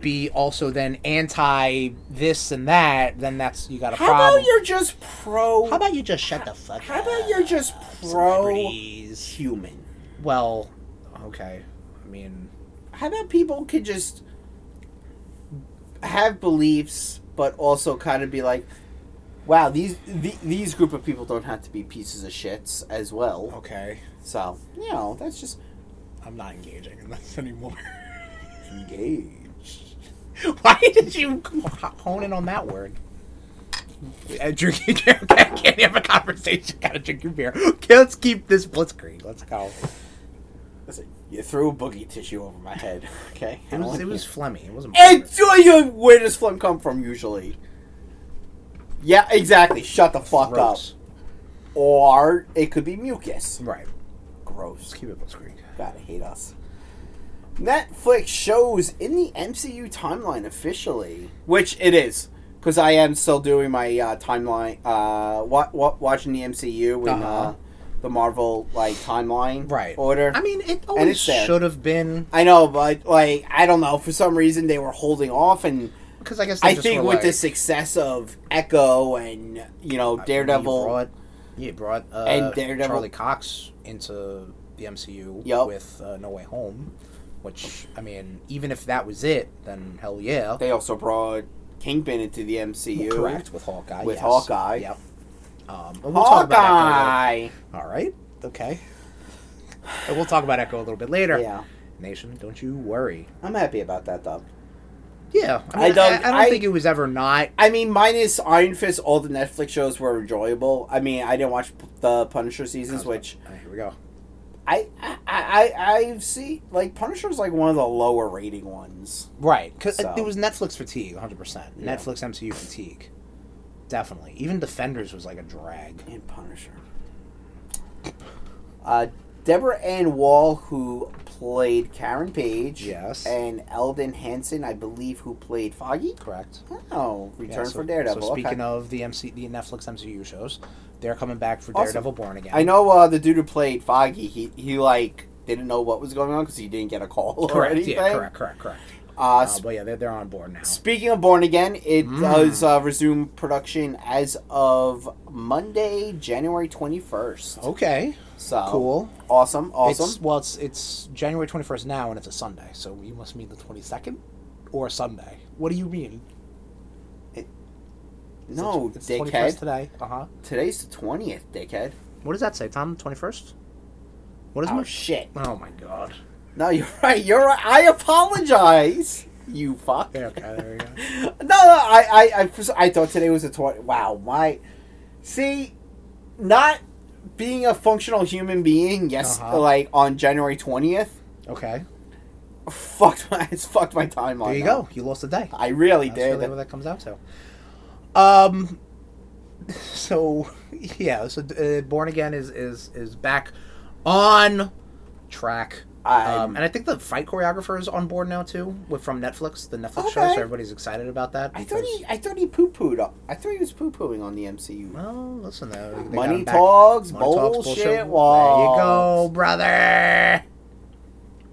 Speaker 2: be also then anti this and that, then that's you got a
Speaker 3: how
Speaker 2: problem.
Speaker 3: about you're just pro?
Speaker 2: how about you just shut the fuck
Speaker 3: how
Speaker 2: up?
Speaker 3: about you're just pro
Speaker 2: celebrities?
Speaker 3: human?
Speaker 2: Well, okay. I mean,
Speaker 3: How about people could just have beliefs, but also kind of be like, wow, these the, these group of people don't have to be pieces of shits as well.
Speaker 2: okay.
Speaker 3: So you know, that's just
Speaker 2: I'm not engaging
Speaker 5: [laughs]
Speaker 2: in this anymore.
Speaker 3: engaged.
Speaker 2: Why did you hone in on that word?
Speaker 5: Uh, drink your beer. [laughs] I can't have a conversation. Gotta drink your beer. Okay, let's keep this blitzkrieg. Let's go.
Speaker 3: Listen, you threw boogie tissue over my head. [laughs] Okay.
Speaker 2: It was, it was
Speaker 3: [laughs]
Speaker 2: phlegmy. It wasn't.
Speaker 3: Enjoy your. Where does phlegm come from usually? Yeah, exactly. Shut the fuck
Speaker 2: gross.
Speaker 3: up. Or it could be mucus.
Speaker 2: Right.
Speaker 3: Gross.
Speaker 2: Keep it blitzkrieg.
Speaker 3: Gotta hate us. Netflix shows in the MCU timeline officially, which it is, because I am still doing my uh, timeline, uh, wa- wa- watching the MCU in uh
Speaker 2: Uh-huh.
Speaker 3: the Marvel like timeline
Speaker 2: Right.
Speaker 3: order.
Speaker 2: I mean, it always
Speaker 3: it's there.
Speaker 2: should have been
Speaker 3: I know, but like I don't know. For some reason, they were holding off, and
Speaker 2: because I guess they
Speaker 3: I
Speaker 2: just
Speaker 3: think
Speaker 2: were
Speaker 3: with
Speaker 2: like,
Speaker 3: the success of Echo and you know Daredevil,
Speaker 2: He brought, yeah, brought uh,
Speaker 3: And Daredevil.
Speaker 2: Charlie Cox into the MCU
Speaker 3: Yup.
Speaker 2: with uh, No Way Home, which I mean, even if that was it, then hell yeah,
Speaker 3: they also brought Kingpin into the MCU.
Speaker 2: correct with Hawkeye.
Speaker 3: With
Speaker 2: yes.
Speaker 3: Hawkeye.
Speaker 2: yep. Um, and we'll talk about
Speaker 3: Hawkeye.
Speaker 2: Echo. All right, okay. And we'll talk about Echo a little bit later.
Speaker 3: Yeah,
Speaker 2: Nation, don't you worry.
Speaker 3: I'm happy about that though.
Speaker 2: Yeah,
Speaker 3: I
Speaker 2: I, mean, I,
Speaker 3: don't-
Speaker 2: I, don't
Speaker 3: I-
Speaker 2: think it was ever not.
Speaker 3: I mean, minus Iron Fist, all the Netflix shows were enjoyable. I mean, I didn't watch p- the Punisher seasons, which
Speaker 2: All right, here we go.
Speaker 3: I I I, I see like Punisher's like one of the lower rating ones.
Speaker 2: Right, because
Speaker 3: So.
Speaker 2: it was Netflix fatigue, one hundred percent.
Speaker 3: Yeah.
Speaker 2: Netflix MCU fatigue, definitely. Even Defenders was like a drag.
Speaker 3: And Punisher. Uh, Deborah Ann Wall, who played Karen Page,
Speaker 2: Yes.
Speaker 3: and Eldon Hansen, I believe, who played Foggy.
Speaker 2: Correct.
Speaker 3: Oh, Return
Speaker 2: so,
Speaker 3: for Daredevil.
Speaker 2: So speaking
Speaker 3: okay.
Speaker 2: of the MC, the Netflix MCU shows, they're coming back for
Speaker 3: Awesome.
Speaker 2: Daredevil Born Again.
Speaker 3: I know uh, the dude who played Foggy. He he like didn't know what was going on because he didn't get a call or
Speaker 2: Correct.
Speaker 3: anything.
Speaker 2: Yeah. Correct. Correct. Correct.
Speaker 3: Uh,
Speaker 2: Uh, but yeah, they're, they're on board now.
Speaker 3: Speaking of Born Again, it
Speaker 2: Mm.
Speaker 3: does uh, resume production as of Monday, January 21st.
Speaker 2: Okay.
Speaker 3: So
Speaker 2: Oh, Cool.
Speaker 3: Awesome, Oh. awesome.
Speaker 2: It's, well, it's it's January twenty first now, and it's a Sunday, so you must mean the twenty second, or Sunday. What do you mean? Is it-
Speaker 3: no,
Speaker 2: it's
Speaker 3: dickhead.
Speaker 2: 21st today. Uh huh.
Speaker 3: Today's the 20th, dickhead.
Speaker 2: What does that say, Tom? Twenty first. What is
Speaker 3: Oh,
Speaker 2: my?
Speaker 3: shit.
Speaker 2: oh my god.
Speaker 3: No, you're [laughs] right. You're right. I apologize. You fuck.
Speaker 2: Yeah, okay, there we go.
Speaker 3: [laughs] No, no, I, I, I, for some- I thought today was the 20. Wow, my. See, not being a functional human being, yes,
Speaker 2: Uh-huh.
Speaker 3: like on January 20th,
Speaker 2: [laughs] Okay.
Speaker 3: fucked my, it's fucked my timeline.
Speaker 2: There you go.
Speaker 3: up.
Speaker 2: You lost a day.
Speaker 3: I really
Speaker 2: That's
Speaker 3: did.
Speaker 2: really what that comes out to. Um. [laughs] So yeah, so uh, Born Again is is is back on track.
Speaker 3: I'm-
Speaker 2: Um, and I think the fight choreographer is on board now too, with from Netflix, the Netflix show.
Speaker 3: Okay.
Speaker 2: So everybody's excited about that.
Speaker 3: I thought
Speaker 2: because-
Speaker 3: he, I thought he poo pooed. I thought he was poo pooing on the MCU.
Speaker 2: Well, listen though. they got him
Speaker 3: Money
Speaker 2: back.
Speaker 3: talks,
Speaker 2: Money talks,
Speaker 3: bullshit,
Speaker 2: bullshit.
Speaker 3: walks.
Speaker 2: There you go, brother.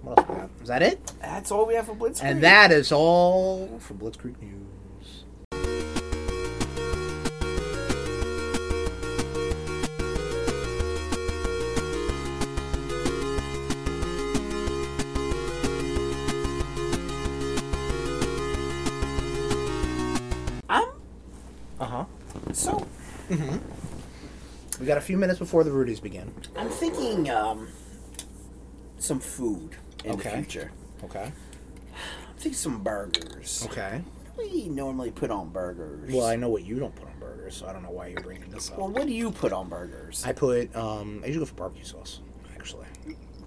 Speaker 2: What else we got? Is that it?
Speaker 3: That's all we have for Blitzkrieg.
Speaker 2: And that is all for Blitzkrieg News.
Speaker 3: I'm
Speaker 2: Uh huh.
Speaker 3: so
Speaker 2: We got a few minutes before the Rudies begin.
Speaker 3: I'm thinking um some food in the
Speaker 2: Okay.
Speaker 3: future.
Speaker 2: Okay.
Speaker 3: I'm thinking some burgers.
Speaker 2: Okay.
Speaker 3: What do you normally put on burgers?
Speaker 2: Well, I know what you don't put on burgers, so I don't know why you're bringing this
Speaker 3: Well,
Speaker 2: up.
Speaker 3: what do you put on burgers?
Speaker 2: I put, um, I usually go for barbecue sauce, actually.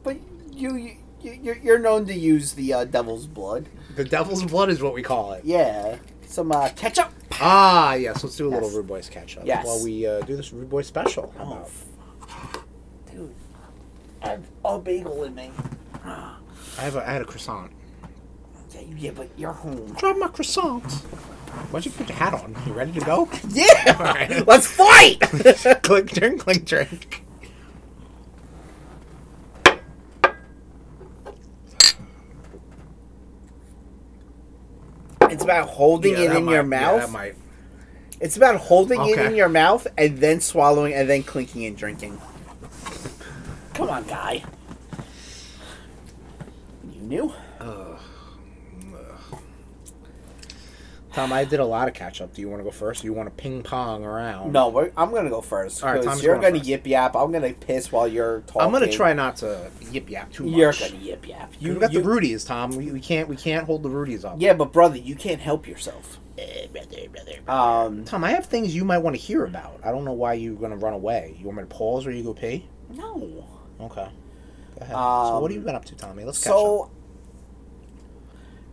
Speaker 3: but you, you you're, you're known to use the uh, devil's blood.
Speaker 2: The devil's blood is what we call it.
Speaker 3: Yeah, some uh, ketchup.
Speaker 2: Ah, yes. Let's do a little
Speaker 3: Yes.
Speaker 2: Rude Boys catch up
Speaker 3: Yes.
Speaker 2: while we uh, do this Rude Boy special. How
Speaker 3: Oh,
Speaker 2: about-
Speaker 3: f- dude, I have a bagel in me.
Speaker 2: I have a, I had a croissant.
Speaker 3: Yeah, you- yeah, but you're home. [laughs]
Speaker 2: Grab my croissant. Why'd you put your hat on? You ready to go? [laughs]
Speaker 3: Yeah,
Speaker 2: right.
Speaker 3: let's fight.
Speaker 2: click drink, click drink.
Speaker 3: It's about holding it in your mouth. It's about holding it
Speaker 2: Okay.
Speaker 3: in your mouth and then swallowing and then clinking and drinking. Come on, guy. You knew.
Speaker 2: Tom, I did a lot of catch up. Do you want to go first? Or you want to ping pong around?
Speaker 3: Um, No, we're, I'm gonna go first
Speaker 2: All right,
Speaker 3: because
Speaker 2: Tommy's
Speaker 3: you're
Speaker 2: going
Speaker 3: gonna
Speaker 2: first.
Speaker 3: yip yap. I'm gonna piss while you're talking.
Speaker 2: I'm gonna try not to yip yap too much.
Speaker 3: You're gonna yip yap.
Speaker 2: You
Speaker 3: You
Speaker 2: got
Speaker 3: you-
Speaker 2: the Rudies, Tom. We, we can't we can't hold the Rudies up. Eh,
Speaker 3: Yeah, but brother, you can't help yourself. Um,
Speaker 2: Tom, I have things you might want to hear about. I don't know why you're going to run away. You want me to pause or you go pee?
Speaker 3: no.
Speaker 2: Okay. Go ahead. so
Speaker 3: Um,
Speaker 2: what have you been up to, Tommy? Let's catch up.
Speaker 3: So,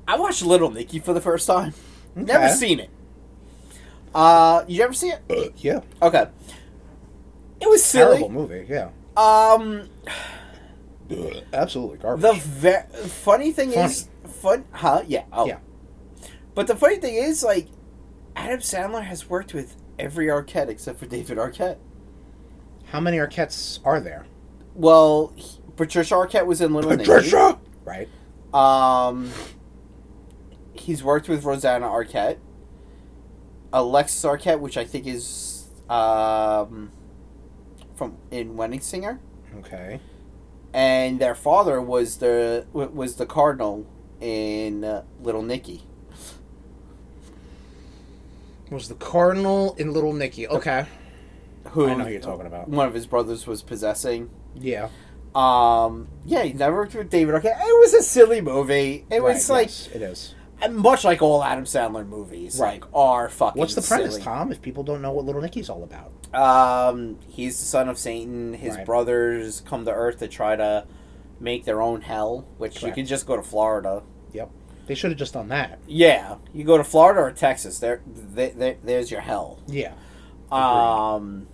Speaker 3: I watched Little Nicky for the first time. Never
Speaker 2: Okay.
Speaker 3: seen it. Uh, you ever see it?
Speaker 2: Yeah,
Speaker 3: Okay. It was
Speaker 2: terrible
Speaker 3: silly.
Speaker 2: movie. Yeah,
Speaker 3: Um,
Speaker 2: absolutely garbage.
Speaker 3: the ve- funny thing is, fun, huh? Yeah. Oh.
Speaker 2: Yeah.
Speaker 3: But the funny thing is, like, Adam Sandler has worked with every Arquette except for David Arquette.
Speaker 2: How many Arquettes are there?
Speaker 3: Well, he- Patricia Arquette was in Little Nicky.
Speaker 2: Right.
Speaker 3: Um, he's worked with Rosanna Arquette, Alexis Arquette, which I think is um, from in Wedding Singer,
Speaker 2: Okay.
Speaker 3: and their father was the wa- was the cardinal in uh, Little Nicky.
Speaker 2: Was the Cardinal in Little Nicky? Okay.
Speaker 3: Who
Speaker 2: I know who you're talking about.
Speaker 3: One of his brothers was possessing.
Speaker 2: Yeah.
Speaker 3: Um, yeah, he never worked with David Arquette. It was a silly movie. It was
Speaker 2: right,
Speaker 3: like uh,
Speaker 2: yes, it is.
Speaker 3: much like all Adam Sandler movies,
Speaker 2: Right.
Speaker 3: like are fucking.
Speaker 2: What's the premise,
Speaker 3: silly.
Speaker 2: Tom? If people don't know what Little Nicky's all about,
Speaker 3: Um, he's the son of Satan. His
Speaker 2: Right.
Speaker 3: brothers come to Earth to try to make their own hell, which you
Speaker 2: Correct.
Speaker 3: can just go to Florida.
Speaker 2: they should have just done that.
Speaker 3: Yeah, you go to Florida or Texas. There, there, there there's your hell.
Speaker 2: Yeah.
Speaker 3: Um,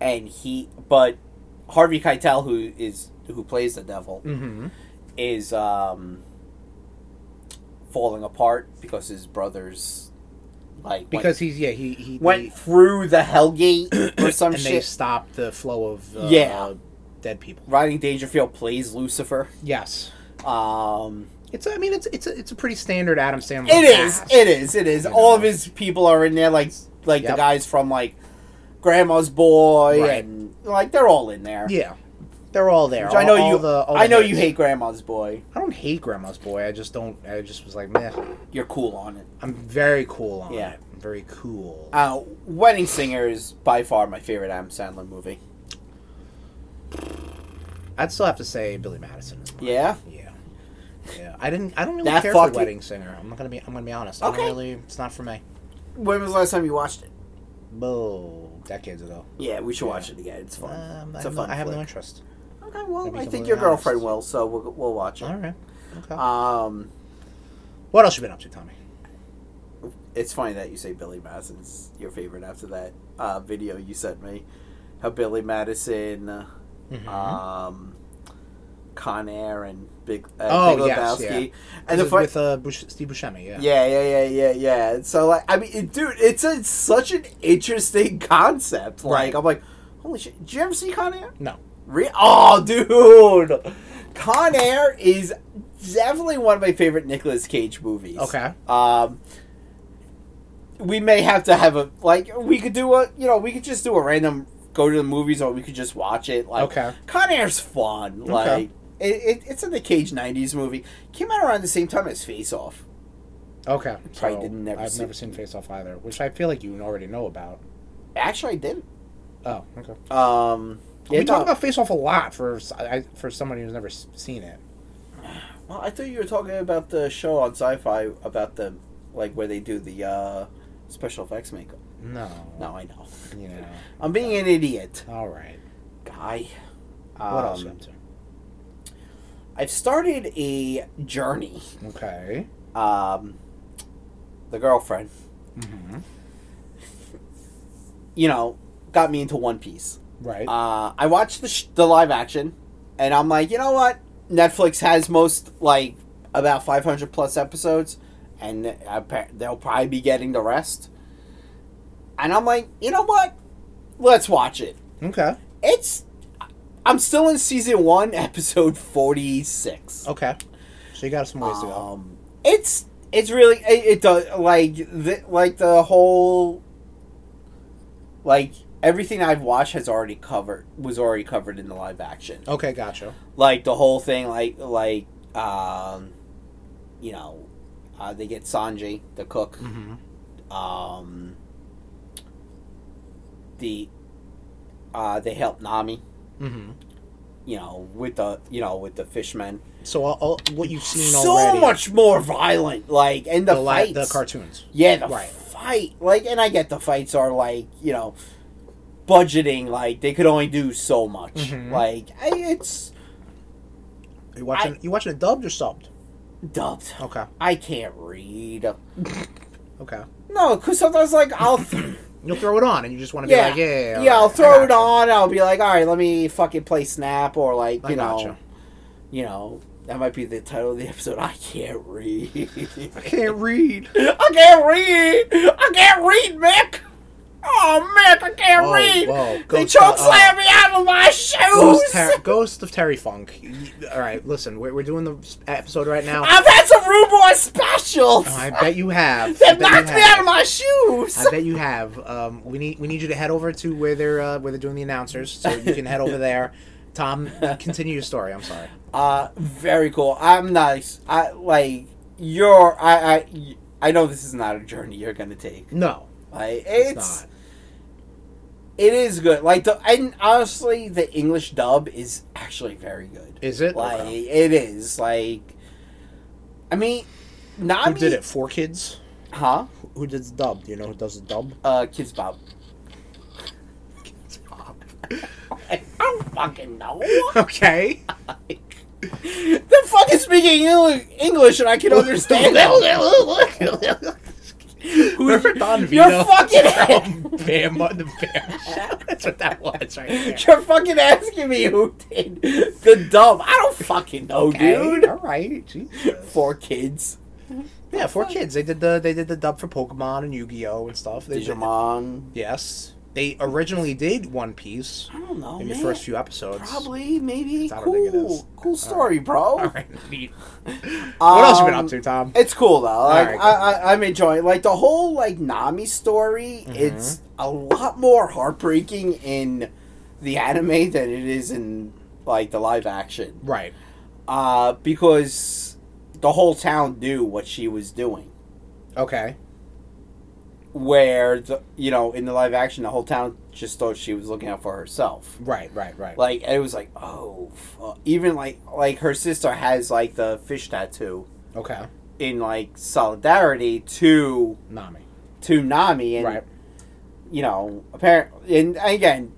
Speaker 3: and he, but Harvey Keitel, who is who plays the devil,
Speaker 2: Mm-hmm.
Speaker 3: is um falling apart because his brothers, like, went-
Speaker 2: Because he's yeah he he
Speaker 3: went,
Speaker 2: they-
Speaker 3: through the hell gate
Speaker 2: [clears throat]
Speaker 3: or some
Speaker 2: and
Speaker 3: shit.
Speaker 2: they stopped the flow of uh,
Speaker 3: Yeah.
Speaker 2: dead people.
Speaker 3: Rodney Dangerfield plays Lucifer.
Speaker 2: Yes.
Speaker 3: Um,
Speaker 2: It's I mean it's it's a, it's a pretty standard Adam Sandler.
Speaker 3: it is,
Speaker 2: cast.
Speaker 3: it is, it is.
Speaker 2: Oh, You
Speaker 3: All of
Speaker 2: know.
Speaker 3: his people are in there, like like the
Speaker 2: Yep.
Speaker 3: guys from like Grandma's Boy,
Speaker 2: Right.
Speaker 3: and like they're all in there.
Speaker 2: Yeah. They're all there.
Speaker 3: Which I know
Speaker 2: All- all
Speaker 3: you.
Speaker 2: the- all
Speaker 3: I
Speaker 2: the
Speaker 3: know
Speaker 2: hits.
Speaker 3: you hate Grandma's Boy.
Speaker 2: I don't hate Grandma's Boy. I just don't. I just was like, meh.
Speaker 3: You're cool on it.
Speaker 2: I'm very cool on
Speaker 3: Yeah.
Speaker 2: it. I'm very cool.
Speaker 3: Uh, Wedding Singer is by far my favorite Adam Sandler movie.
Speaker 2: I'd still have to say Billy Madison. Is mine.
Speaker 3: Yeah,
Speaker 2: Yeah. Yeah. I didn't. I don't really
Speaker 3: That
Speaker 2: care for
Speaker 3: fucking-
Speaker 2: Wedding Singer. I'm not gonna be. I'm gonna be honest. I
Speaker 3: Okay.
Speaker 2: don't really. It's not for me.
Speaker 3: when was the last time you watched it?
Speaker 2: Boo. Decades ago.
Speaker 3: Yeah, we should
Speaker 2: Yeah.
Speaker 3: watch it again. It's fun.
Speaker 2: Um, I,
Speaker 3: it's a
Speaker 2: have no,
Speaker 3: fun.
Speaker 2: I have no
Speaker 3: flick.
Speaker 2: interest.
Speaker 3: Okay,
Speaker 2: to
Speaker 3: well,
Speaker 2: be
Speaker 3: I think
Speaker 2: completely
Speaker 3: your girlfriend
Speaker 2: honest.
Speaker 3: will, so we'll we'll watch
Speaker 2: All
Speaker 3: it.
Speaker 2: right. Okay.
Speaker 3: Um.
Speaker 2: what else you been up to, Tommy?
Speaker 3: Uh, It's funny that you say Billy Madison's your favorite after that uh, video you sent me. How Billy Madison, uh,
Speaker 2: Mhm.
Speaker 3: um, Con Air, and Big, uh,
Speaker 2: Oh,
Speaker 3: Big
Speaker 2: yes,
Speaker 3: Lebowski.
Speaker 2: This
Speaker 3: And the
Speaker 2: is
Speaker 3: fun-
Speaker 2: with uh, Bush, Steve Buscemi. Yeah.
Speaker 3: yeah, yeah, yeah, yeah, yeah. So like, I mean, it, dude, it's a, it's such an interesting [laughs] concept. Like,
Speaker 2: Right.
Speaker 3: I'm like, holy shit! Did you ever see Con Air?
Speaker 2: No.
Speaker 3: Re- oh, dude, Con Air is definitely one of my favorite Nicolas Cage movies.
Speaker 2: Okay.
Speaker 3: Um, we may have to have a like we could do a you know we could just do a random go to the movies or we could just watch it. Like
Speaker 2: Okay.
Speaker 3: Con Air's fun.
Speaker 2: Okay.
Speaker 3: Like it, it, it's in the Cage '90s movie. Came out around the same time as Face Off.
Speaker 2: Okay.
Speaker 3: Probably
Speaker 2: So,
Speaker 3: didn't never
Speaker 2: I've
Speaker 3: see-
Speaker 2: never seen Face Off either, which I feel like you already know about.
Speaker 3: Actually, I didn't.
Speaker 2: Oh. Okay.
Speaker 3: Um, yeah,
Speaker 2: we talk
Speaker 3: no.
Speaker 2: about Face Off a lot for s- I- for somebody who's never s- seen it.
Speaker 3: well, I thought you were talking about the show on Sci-Fi about the like where they do the uh, special effects makeup.
Speaker 2: No.
Speaker 3: No, I know.
Speaker 2: You know.
Speaker 3: I'm being an idiot,
Speaker 2: All right.
Speaker 3: guy.
Speaker 2: What
Speaker 3: Um,
Speaker 2: else you up to?
Speaker 3: I've started a journey.
Speaker 2: Okay.
Speaker 3: um, the girlfriend, mm-hmm.
Speaker 2: hmm
Speaker 3: you know, got me into One Piece.
Speaker 2: Right.
Speaker 3: Uh, I watched the, sh- the live action, and I'm like, you know what? Netflix has most, like, about 500 plus episodes, and appa- they'll probably be getting the rest. And I'm like, you know what? Let's watch it.
Speaker 2: okay.
Speaker 3: It's. I'm still in season one, [laughs] episode 46.
Speaker 2: Okay. So you got some ways to go.
Speaker 3: Um, it's it's really it, it does like the, like the whole like everything I've watched has already covered was already covered in the live action.
Speaker 2: Okay, gotcha.
Speaker 3: Like the whole thing, like like um, you know, uh, they get Sanji the cook,
Speaker 2: Mm-hmm.
Speaker 3: um, the uh, they help Nami.
Speaker 2: Mm-hmm.
Speaker 3: you know, with the you know with the fishmen.
Speaker 2: So all, all, what you've seen
Speaker 3: so
Speaker 2: already,
Speaker 3: much more violent, like and the,
Speaker 2: the, li-
Speaker 3: fights,
Speaker 2: the cartoons.
Speaker 3: yeah, the
Speaker 2: Right.
Speaker 3: fight, like, and I get the fights are like you know, budgeting, like they could only do so much,
Speaker 2: Mhm.
Speaker 3: like I, it's
Speaker 2: You watching? you watching it dubbed or subbed?
Speaker 3: dubbed.
Speaker 2: Okay.
Speaker 3: I can't read.
Speaker 2: Okay.
Speaker 3: No, because sometimes like
Speaker 2: [coughs]
Speaker 3: I'll.
Speaker 2: You'll throw it on, and you just want to
Speaker 3: yeah,
Speaker 2: be like, yeah, yeah, yeah,
Speaker 3: yeah, I'll
Speaker 2: alright, I
Speaker 3: throw it
Speaker 2: gotcha.
Speaker 3: on. I'll be like, all right, let me fucking play Snap or like
Speaker 2: I
Speaker 3: you know,
Speaker 2: gotcha.
Speaker 3: you know. That might be the title of the episode. I can't read.
Speaker 2: I can't read.
Speaker 3: I can't read. I can't read, Mick. Oh, Mick, I can't
Speaker 2: Whoa,
Speaker 3: read.
Speaker 2: whoa,
Speaker 3: They
Speaker 2: Ghost
Speaker 3: choke
Speaker 2: of-
Speaker 3: slam me out of my
Speaker 2: Ghost,
Speaker 3: shoes.
Speaker 2: Ter- Ghost of Terry Funk. All right, listen, we're, we're doing the s- episode right now.
Speaker 3: I've had some rude boy specials.
Speaker 2: Oh, I bet you have. I
Speaker 3: that
Speaker 2: bet you
Speaker 3: knocked me
Speaker 2: have.
Speaker 3: out of my shoes.
Speaker 2: I bet you have. Um, we need we need you to head over to where they're uh, where they're doing the announcers, so you can head over there. Tom, continue your story. I'm sorry.
Speaker 3: Uh, very cool. I'm nice. I like you're. I I I know this is not a journey you're gonna take.
Speaker 2: No,
Speaker 3: Like
Speaker 2: it's,
Speaker 3: it's, it is good. Like the and honestly, the English dub is actually very good.
Speaker 2: not. Is it?
Speaker 3: Like
Speaker 2: Okay.
Speaker 3: it is. Like I mean,
Speaker 2: Who
Speaker 3: Nami
Speaker 2: did it? Four kids.
Speaker 3: Huh?
Speaker 2: Who did the dub? Do you know who does the dub?
Speaker 3: Uh, Kids Bob. [laughs] I don't
Speaker 2: [laughs]
Speaker 3: fucking know.
Speaker 2: [laughs] Okay.
Speaker 3: They're fucking speaking Eng- English and I
Speaker 2: [laughs]
Speaker 3: can understand them. [laughs] Who's
Speaker 2: Remember Don Vito? [laughs]
Speaker 3: You're fucking.
Speaker 2: From [laughs] Bama, the Bear Show? That's what that was right there.
Speaker 3: [laughs] You're fucking asking me who did the dub. I don't fucking know,
Speaker 2: All right.
Speaker 3: dude. [laughs] Four kids.
Speaker 2: Yeah, four kids. They did the they did the dub for Pokemon and Yu Gi Oh and stuff. They did-
Speaker 3: Digimon.
Speaker 2: yes, they originally did One Piece
Speaker 3: I don't know.
Speaker 2: in the
Speaker 3: Oh, man.
Speaker 2: first few episodes.
Speaker 3: Probably, maybe.
Speaker 2: I don't think it is.
Speaker 3: Cool. Cool story,
Speaker 2: [laughs]
Speaker 3: bro.
Speaker 2: All right. What else you been
Speaker 3: Um,
Speaker 2: up to, Tom?
Speaker 3: It's cool though. Like,
Speaker 2: Alright,
Speaker 3: I, I, I'm enjoying like the whole like Nami story.
Speaker 2: Mhm.
Speaker 3: It's a lot more heartbreaking in the anime than it is in like the live action.
Speaker 2: Right.
Speaker 3: Uh, because the whole town knew what she was doing.
Speaker 2: Okay.
Speaker 3: Where the, you know in the live action, the whole town just thought she was looking out for herself.
Speaker 2: Right. Right. Right.
Speaker 3: Like it was like oh, fu- even like like her sister has like the fish tattoo
Speaker 2: Okay.
Speaker 3: in like solidarity to
Speaker 2: Nami.
Speaker 3: to Nami and
Speaker 2: Right.
Speaker 3: you know, apparently, and again,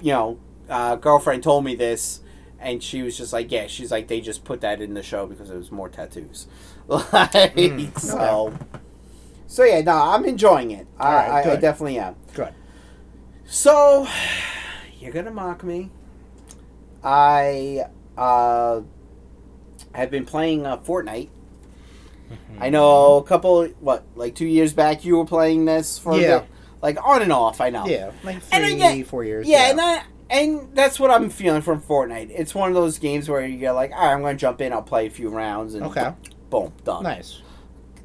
Speaker 3: you know, uh, girlfriend told me this, and she was just like, yeah, she's like, they just put that in the show because it was more tattoos. [laughs] Like,
Speaker 2: Mm,
Speaker 3: so, so yeah, no, I'm enjoying it. I,
Speaker 2: Alright,
Speaker 3: I, I
Speaker 2: good.
Speaker 3: definitely am.
Speaker 2: Good.
Speaker 3: So, [sighs] you're gonna mock me. I uh, have been playing uh, Fortnite.
Speaker 2: Mm-hmm.
Speaker 3: I know a couple, what, like two years back, you were playing this for a
Speaker 2: Yeah.
Speaker 3: bit? like on and off. I know.
Speaker 2: Yeah. Like three,
Speaker 3: And again-
Speaker 2: four years.
Speaker 3: Yeah, and I and that's what I'm feeling from Fortnite. It's one of those games where you go like, all right, I'm going to jump in. I'll play a few rounds and
Speaker 2: okay.
Speaker 3: boom, done.
Speaker 2: Nice.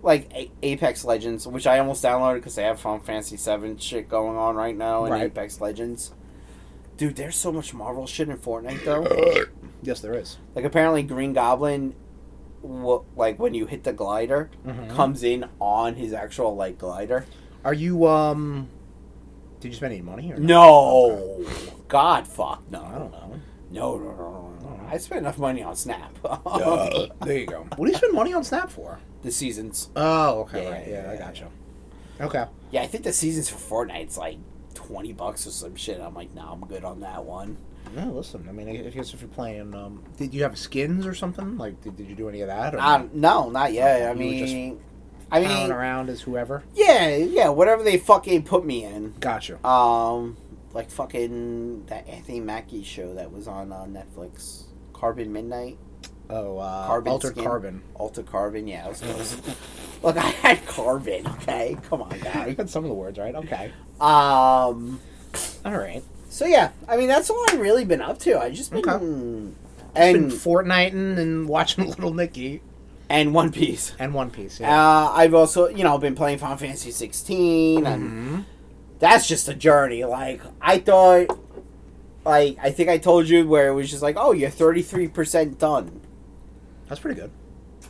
Speaker 3: Like A- Apex Legends, which I almost downloaded because they have Final Fantasy Seven shit going on right now in
Speaker 2: Right.
Speaker 3: Apex Legends. Dude, there's so much Marvel shit in Fortnite though.
Speaker 2: yes, there is.
Speaker 3: like apparently Green Goblin, wh- like when you hit the glider,
Speaker 2: Mhm.
Speaker 3: comes in on his actual like glider.
Speaker 2: Are you um? Did you spend any money or
Speaker 3: No, God, fuck no.
Speaker 2: I don't
Speaker 3: [laughs]
Speaker 2: know.
Speaker 3: No, no, no, no, no, no. I spent enough money on Snap.
Speaker 2: there you go. What do you spend money on Snap for?
Speaker 3: [laughs] the seasons.
Speaker 2: Oh, okay,
Speaker 3: Yeah,
Speaker 2: right. Yeah,
Speaker 3: yeah,
Speaker 2: I
Speaker 3: yeah.
Speaker 2: gotcha. Okay.
Speaker 3: Yeah, I think the seasons for Fortnite's like twenty bucks or some shit. I'm like, nah, I'm good on that one.
Speaker 2: No, listen. I mean, I guess if you're playing, um, did you have skins or something? Like, did, did you do any of that? Or
Speaker 3: Um, no, not yet. I
Speaker 2: You were just
Speaker 3: mean, I
Speaker 2: pound
Speaker 3: mean,
Speaker 2: around as whoever.
Speaker 3: yeah, yeah, whatever they fucking put me in.
Speaker 2: Gotcha.
Speaker 3: Um, like fucking that Anthony Mackie show that was on uh, Netflix, Carbon Midnight,
Speaker 2: Oh, uh,
Speaker 3: Carbon
Speaker 2: altered
Speaker 3: skin.
Speaker 2: carbon. [laughs]
Speaker 3: Alta Carbon. Yeah, I was close. Look, I had Carbon. Okay, come on,
Speaker 2: You [laughs]
Speaker 3: guy.
Speaker 2: got some of the words right. Okay.
Speaker 3: Um.
Speaker 2: All right.
Speaker 3: So yeah, I mean that's all I've really been up to. I just been
Speaker 2: Okay.
Speaker 3: and
Speaker 2: And Fortniteing and watching [laughs] Little Nicky
Speaker 3: and One Piece.
Speaker 2: and One Piece. Yeah.
Speaker 3: Uh, I've also you know been playing Final Fantasy 16, and
Speaker 2: Mhm.
Speaker 3: that's just a journey. Like I thought, like I think I told you where it was just like, oh, you're 33 percent done.
Speaker 2: That's pretty good.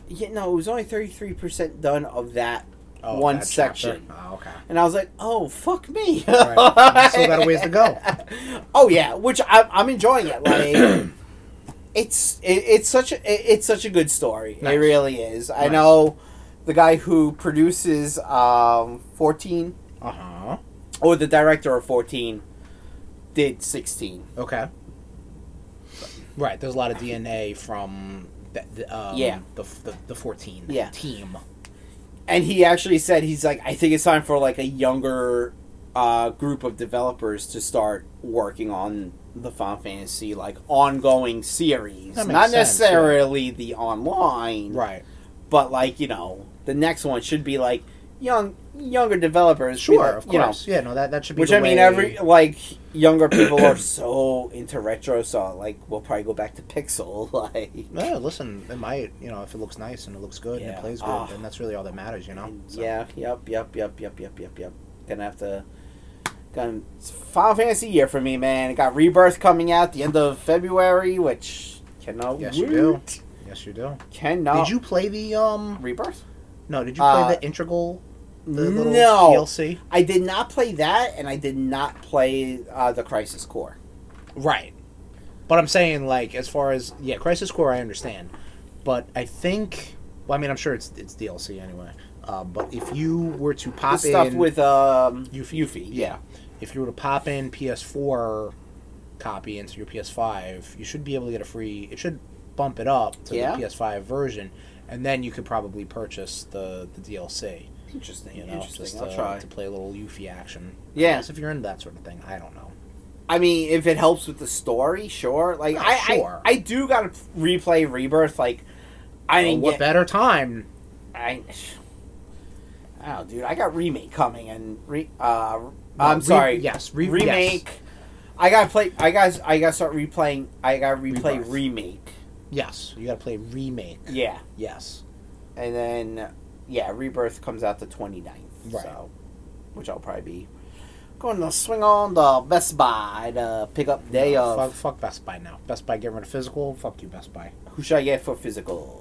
Speaker 3: Yeah, no, it was only 33 percent done of that,
Speaker 2: Oh,
Speaker 3: One
Speaker 2: that chapter.
Speaker 3: section.
Speaker 2: Oh, okay.
Speaker 3: and I was like, oh, fuck me. [laughs]
Speaker 2: Right. You still got a ways to go. [coughs]
Speaker 3: oh yeah, which I'm, I'm enjoying it. Like it's it, it's such a, it- it's such a good story. It
Speaker 2: Nice.
Speaker 3: really is. I
Speaker 2: Nice.
Speaker 3: know the guy who produces um, fourteen
Speaker 2: Uh huh.
Speaker 3: or the director of fourteen did sixteen.
Speaker 2: Okay. Right. There's a lot of DNA from the, the, um,
Speaker 3: Yeah.
Speaker 2: the, the the 14
Speaker 3: Yeah.
Speaker 2: team.
Speaker 3: and he actually said he's like i think it's time for like a younger uh, group of developers to start working on the final fantasy like ongoing series
Speaker 2: That makes
Speaker 3: not
Speaker 2: sense,
Speaker 3: necessarily the online
Speaker 2: Right.
Speaker 3: but like you know the next one should be like young younger developers be
Speaker 2: Sure.
Speaker 3: like,
Speaker 2: Of
Speaker 3: you know,
Speaker 2: course. yeah. No. That that should be.
Speaker 3: which
Speaker 2: the
Speaker 3: i mean
Speaker 2: way- [clears throat]
Speaker 3: every like younger people are so into retro so like we'll probably go back to pixel [laughs] like
Speaker 2: Yeah, listen, it might, you know, if it looks nice and it looks good and
Speaker 3: Yeah.
Speaker 2: it plays good,
Speaker 3: Ah.
Speaker 2: then that's really all that matters, you know? So-
Speaker 3: Yeah, yep, yep, yep, yep, yep, yep, yep. Gonna have to. Gonna, it's Final Fantasy year for me, man. It got Rebirth coming out the end of February, which cannot
Speaker 2: Yes, you
Speaker 3: wait.
Speaker 2: do. Yes, you do.
Speaker 3: Cannot.
Speaker 2: Did you play the, um,
Speaker 3: Rebirth?
Speaker 2: no, did you play
Speaker 3: Uh,
Speaker 2: the Integral, the little
Speaker 3: no.
Speaker 2: DLC?
Speaker 3: I did not play that, and I did not play uh, the Crisis Core.
Speaker 2: Right. But I'm saying, like, as far as, yeah, Crisis Core, I understand. But I think, well, I mean, I'm sure it's it's DLC anyway. Uh, but if you were to
Speaker 3: The
Speaker 2: pop in.
Speaker 3: stuff with um,
Speaker 2: Yuffie. yeah. If you were to pop in PS4 copy into your PS5, you should be able to get a free. It should bump it up to
Speaker 3: Yeah.
Speaker 2: the PS5 version, and then you could probably purchase the the DLC.
Speaker 3: Interesting.
Speaker 2: You know,
Speaker 3: interesting.
Speaker 2: just
Speaker 3: I'll
Speaker 2: uh,
Speaker 3: try.
Speaker 2: to play a little Yuffie action.
Speaker 3: Yeah.
Speaker 2: I guess if you're into that sort of thing, I don't know.
Speaker 3: I mean, if it helps with the story, sure. Like,
Speaker 2: Oh,
Speaker 3: I,
Speaker 2: sure.
Speaker 3: I, I do gotta replay Rebirth. Like, I
Speaker 2: Well,
Speaker 3: didn't
Speaker 2: what
Speaker 3: get
Speaker 2: better time?
Speaker 3: I, oh, dude, I got remake coming and re. Uh,
Speaker 2: No,
Speaker 3: I'm
Speaker 2: re-
Speaker 3: sorry.
Speaker 2: yes, re-
Speaker 3: remake.
Speaker 2: yes.
Speaker 3: I got to play. I guys. I got to start replaying. I got to replay
Speaker 2: Rebirth.
Speaker 3: remake.
Speaker 2: Yes, you got to play remake.
Speaker 3: Yeah,
Speaker 2: Yes,
Speaker 3: and then yeah, rebirth comes out the 29th.
Speaker 2: Right.
Speaker 3: So, which I'll probably be going to swing on the Best Buy to pick up day
Speaker 2: No, fuck,
Speaker 3: of.
Speaker 2: fuck Best Buy now. Best Buy get rid of physical. Fuck you, Best Buy.
Speaker 3: Who should I get
Speaker 2: [sighs]
Speaker 3: for physical?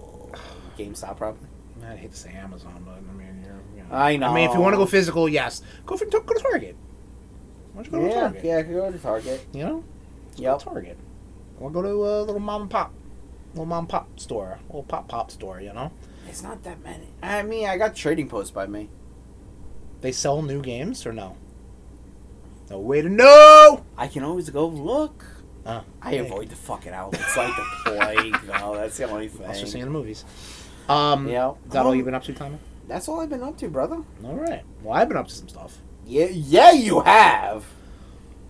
Speaker 3: GameStop probably.
Speaker 2: I'd hate to say Amazon, but I mean, you're, you know.
Speaker 3: I know.
Speaker 2: I mean, if you want to go physical, yes. Go for go to Target. Why don't you go to
Speaker 3: Yeah,
Speaker 2: Target?
Speaker 3: yeah, I could go to Target.
Speaker 2: You know,
Speaker 3: Yep.
Speaker 2: Target. Or go to a little mom and pop, little mom and pop store, little pop pop store. You know,
Speaker 3: It's not that many. I mean, I got Trading Post by me.
Speaker 2: they sell new games or no? No way to know.
Speaker 3: I can always go look.
Speaker 2: Oh,
Speaker 3: I
Speaker 2: yeah.
Speaker 3: avoid the fucking outlets like the plague, [laughs] though. That's the only thing.
Speaker 2: Also seeing the movies. Um,
Speaker 3: Yeah.
Speaker 2: Is that all
Speaker 3: Um,
Speaker 2: you've been up to, Tommy?
Speaker 3: That's all I've been up to, brother.
Speaker 2: All right. Well, I've been up to some stuff.
Speaker 3: Yeah, yeah, you have.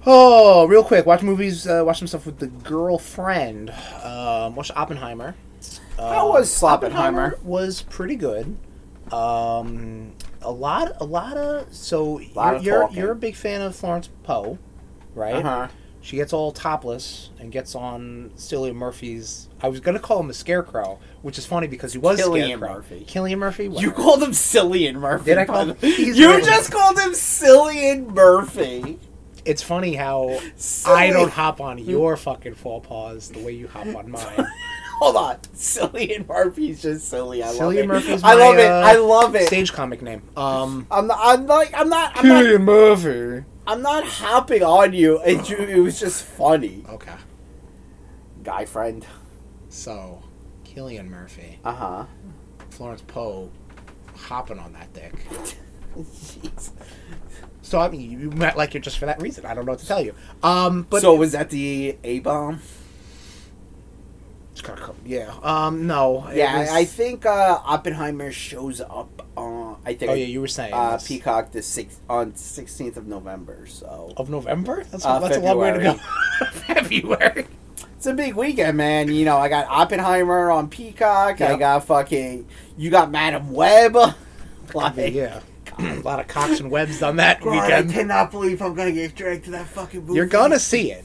Speaker 2: Oh, real quick, watch movies. Uh, watch some stuff with the girlfriend. Um, watch Oppenheimer. Um,
Speaker 3: How was Sloppenheimer?
Speaker 2: Was pretty good. Um, a lot, a lot of so
Speaker 3: Lot
Speaker 2: you're
Speaker 3: of
Speaker 2: you're,
Speaker 3: talking.
Speaker 2: you're a big fan of Florence Poe, right?
Speaker 3: Uh huh.
Speaker 2: She gets all topless and gets on Cillian Murphy's. I was gonna call him a scarecrow, which is funny because he was
Speaker 3: Cillian
Speaker 2: scarecrow.
Speaker 3: Murphy.
Speaker 2: Cillian Murphy.
Speaker 3: You
Speaker 2: whatever.
Speaker 3: called him Cillian Murphy.
Speaker 2: Did I call him- He's
Speaker 3: You
Speaker 2: really-
Speaker 3: just called him Cillian Murphy.
Speaker 2: It's funny how I
Speaker 3: Cillian-
Speaker 2: don't hop on your fucking faux pas the way you hop on mine.
Speaker 3: [laughs] Hold on, Cillian Murphy's just silly. I love
Speaker 2: Cillian
Speaker 3: it.
Speaker 2: Murphy's
Speaker 3: I
Speaker 2: my,
Speaker 3: love it.
Speaker 2: uh,
Speaker 3: I love it.
Speaker 2: Stage comic name. Um,
Speaker 3: I'm not. I'm like. I'm not. I'm not.
Speaker 2: Murphy.
Speaker 3: I'm not hopping on you. It, ju- it was just funny,
Speaker 2: Okay,
Speaker 3: guy friend.
Speaker 2: so Killian Murphy,
Speaker 3: Uh huh.
Speaker 2: Florence Poe, hopping on that dick.
Speaker 3: [laughs] Jeez.
Speaker 2: So I mean, you might like it just for that reason. I don't know what to tell you. Um, but
Speaker 3: so was that the A bomb?
Speaker 2: It's kinda cool. yeah. Um, no. it
Speaker 3: Yeah,
Speaker 2: was-
Speaker 3: I I think uh, Oppenheimer shows up. on I think
Speaker 2: Oh yeah, you were saying
Speaker 3: uh,
Speaker 2: this.
Speaker 3: Peacock the sixth on sixteenth of November. So
Speaker 2: of November. That's,
Speaker 3: Uh,
Speaker 2: that's a long way to go.
Speaker 3: February.
Speaker 2: [laughs] February.
Speaker 3: it's a big weekend, man. You know, I got Oppenheimer on Peacock. I
Speaker 2: Yep.
Speaker 3: got fucking you got Madam Web. [laughs] like,
Speaker 2: yeah, [clears throat] a lot of cocks and webs on that
Speaker 3: God, I
Speaker 2: weekend.
Speaker 3: cannot believe I'm gonna get dragged to that fucking movie.
Speaker 2: You're gonna see it.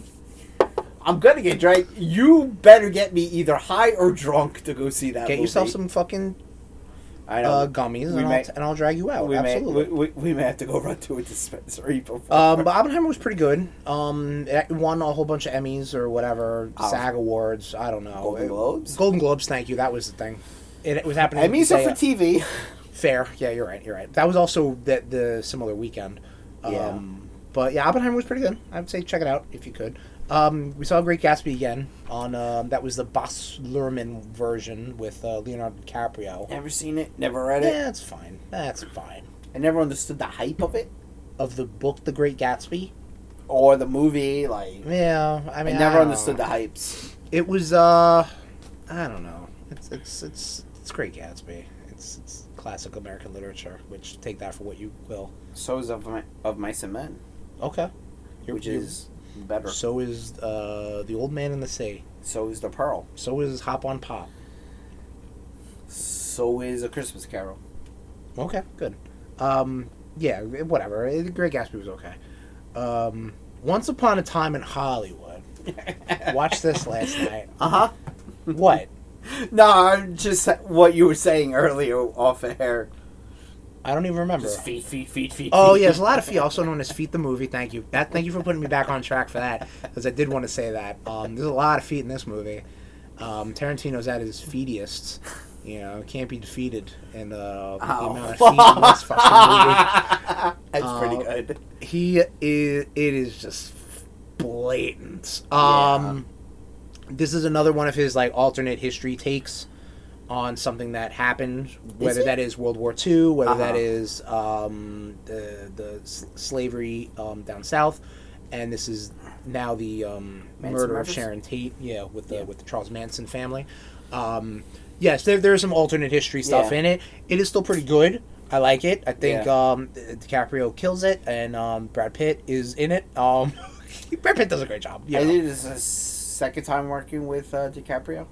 Speaker 3: I'm gonna get dragged. You better get me either high or drunk to go see that.
Speaker 2: Get
Speaker 3: movie.
Speaker 2: yourself some fucking
Speaker 3: I know.
Speaker 2: uh, gummies,
Speaker 3: We
Speaker 2: and,
Speaker 3: may-
Speaker 2: I'll, and I'll drag you out.
Speaker 3: we may,
Speaker 2: Absolutely.
Speaker 3: we, we, we may have to go run to a dispensary before.
Speaker 2: Um, but Oppenheimer was pretty good. Um, it won a whole bunch of Emmys or whatever,
Speaker 3: Oh.
Speaker 2: SAG awards. I don't know.
Speaker 3: Golden
Speaker 2: It-
Speaker 3: Globes?
Speaker 2: Golden Globes. Thank you. That was the thing. It, it was happening.
Speaker 3: Emmys are
Speaker 2: day-
Speaker 3: for TV.
Speaker 2: fair. Yeah, you're right. You're right. That was also the the similar weekend. Um,
Speaker 3: Yeah.
Speaker 2: But yeah, Oppenheimer was pretty good. I would say check it out if you could. Um, we saw Great Gatsby again on um, that was the Bas Luhrmann version with uh, Leonardo DiCaprio.
Speaker 3: Never seen it. Never read it.
Speaker 2: Yeah, that's fine. That's fine.
Speaker 3: I never understood the hype of it
Speaker 2: Of the book, The Great Gatsby.
Speaker 3: or the movie. Like
Speaker 2: Yeah, I
Speaker 3: I,
Speaker 2: mean,
Speaker 3: never
Speaker 2: don't
Speaker 3: understood
Speaker 2: know.
Speaker 3: the hypes.
Speaker 2: It was, uh, I don't know. It's it's it's it's Great Gatsby. It's it's classic American literature, which take that for what you will.
Speaker 3: So is of my of mice and men,
Speaker 2: Okay. You're-
Speaker 3: which
Speaker 2: you're-
Speaker 3: is better. So,
Speaker 2: So is uh, the Old Man in the Sea.
Speaker 3: is the pearl.
Speaker 2: So is Hop on Pop.
Speaker 3: So is a Christmas Carol.
Speaker 2: Okay, good. Um, yeah, whatever. Eh, Great Gatsby was okay. Um, Once Upon a Time in Hollywood. Watched this last night.
Speaker 3: Uh huh.
Speaker 2: What?
Speaker 3: [laughs] No, I'm just what you were saying earlier off air.
Speaker 2: I don't even remember.
Speaker 3: Just feet, feet, feet, feet.
Speaker 2: Oh
Speaker 3: feet.
Speaker 2: yeah, there's
Speaker 3: [laughs]
Speaker 2: a lot of feet, also known as feet the movie. Thank you. That thank you for putting me back on track for that, because I did want to say that. Um, there's a lot of feet in this movie. Um, Tarantino's at his feetiest. You know, can't be defeated in uh, the
Speaker 3: Oh.
Speaker 2: amount of feet in this fucking movie.
Speaker 3: [laughs] That's pretty
Speaker 2: Uh,
Speaker 3: good.
Speaker 2: he is it is just blatant um this is another one of his like alternate history takes on something that happened whether
Speaker 3: it?
Speaker 2: that is world war ii whether that
Speaker 3: Uh-huh.
Speaker 2: is um the the s- slavery um down south and this is now the um
Speaker 3: Manson
Speaker 2: murder
Speaker 3: murders?
Speaker 2: of sharon tate yeah with the
Speaker 3: Yeah.
Speaker 2: with the charles manson family um yes there, there's some alternate history stuff
Speaker 3: Yeah.
Speaker 2: in it it is still pretty good i like it i think
Speaker 3: Yeah.
Speaker 2: um, DiCaprio kills it, and um, Brad Pitt is in it. Um, [laughs] Brad Pitt does a great job.
Speaker 3: I
Speaker 2: Yeah,
Speaker 3: think this is his second time working with uh, DiCaprio.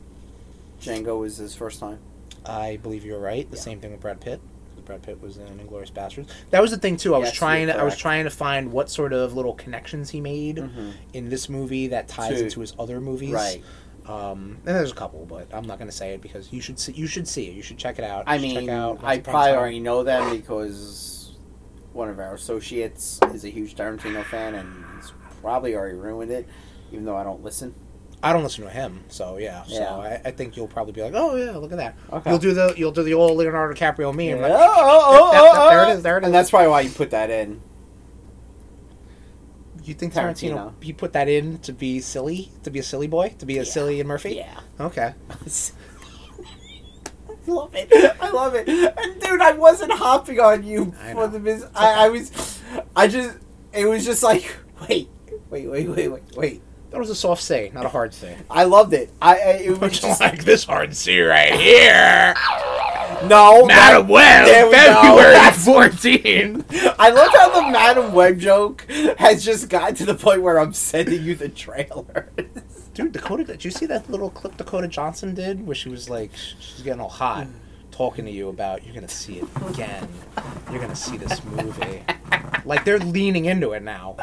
Speaker 3: Django was his first time.
Speaker 2: I believe you're right. The
Speaker 3: Yeah.
Speaker 2: same thing with Brad Pitt. 'cause Brad Pitt was in Inglorious Bastards. That was the thing too. I was
Speaker 3: Yes, you're
Speaker 2: trying. To, I was
Speaker 3: correct.
Speaker 2: trying to find what sort of little connections he made
Speaker 3: Mhm.
Speaker 2: in this movie that ties
Speaker 3: To-
Speaker 2: into his other movies.
Speaker 3: Right.
Speaker 2: Um, and there's a couple, but I'm not going to say it because you should see. You should see it. You should check it out.
Speaker 3: I
Speaker 2: You should
Speaker 3: mean,
Speaker 2: check out Once
Speaker 3: I
Speaker 2: Upon a
Speaker 3: probably
Speaker 2: Time.
Speaker 3: already know them because one of our associates is a huge Tarantino fan and he's probably already ruined it, even though I don't listen.
Speaker 2: I don't listen to him, so yeah. So
Speaker 3: Yeah.
Speaker 2: I, I think you'll probably be like, oh yeah, look at that.
Speaker 3: Okay.
Speaker 2: You'll do the you'll do the old Leonardo DiCaprio meme.
Speaker 3: oh,
Speaker 2: like,
Speaker 3: oh, oh,
Speaker 2: That- that-
Speaker 3: oh,
Speaker 2: there it
Speaker 3: oh.
Speaker 2: is, there it is.
Speaker 3: And that's probably why you put that in.
Speaker 2: You think Tarantino,
Speaker 3: Tarantino.
Speaker 2: he put that in to be silly, to be a silly boy, to be a
Speaker 3: Yeah.
Speaker 2: silly and Murphy?
Speaker 3: [laughs] Yeah.
Speaker 2: Okay.
Speaker 3: I love it. I love it. And dude, I wasn't hopping on you
Speaker 2: I know.
Speaker 3: for the biz. I, I was. I just. It was just like, [laughs] wait, wait, wait, wait, wait, wait.
Speaker 2: That was a soft say, not a hard say.
Speaker 3: I loved it. I. I it was
Speaker 2: Much [laughs]
Speaker 3: just,
Speaker 2: like this hard C right here,
Speaker 3: no,
Speaker 2: Madam Web,
Speaker 3: There we go.
Speaker 2: [laughs] February 14.
Speaker 3: I love how the Madam Web joke has just gotten to the point where I'm sending you the trailer. [laughs]
Speaker 2: Dude, Dakota, did you see that little clip Dakota Johnson did where she was like, sh- she's getting all hot talking to you about, you're going to see it again. You're going to see this [laughs] movie. Like, they're leaning into it now.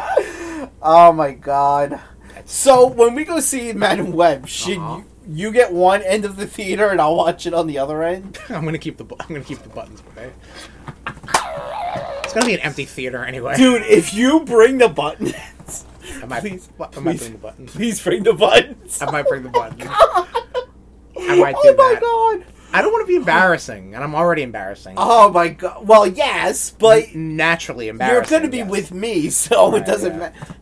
Speaker 3: oh my god. So when we go see Madam Web, should
Speaker 2: Uh-huh.
Speaker 3: you, you get one end of the theater and I'll watch it on the
Speaker 2: [laughs]
Speaker 3: other end?
Speaker 2: I'm gonna keep the bu- I'm gonna keep the buttons away. It's gonna be an empty theater anyway.
Speaker 3: Dude, if you bring the buttons,
Speaker 2: I might,
Speaker 3: please,
Speaker 2: I might
Speaker 3: please.
Speaker 2: bring the button.
Speaker 3: please bring the buttons.
Speaker 2: I might bring the
Speaker 3: [laughs]
Speaker 2: button. I might do
Speaker 3: oh my
Speaker 2: that.
Speaker 3: god.
Speaker 2: I don't want to be embarrassing, and I'm already embarrassing.
Speaker 3: Oh my god. Well, yes, but
Speaker 2: naturally
Speaker 3: you're
Speaker 2: embarrassing.
Speaker 3: going to be
Speaker 2: yes.
Speaker 3: with me, [laughs] so
Speaker 2: Right,
Speaker 3: it doesn't
Speaker 2: yeah.
Speaker 3: matter.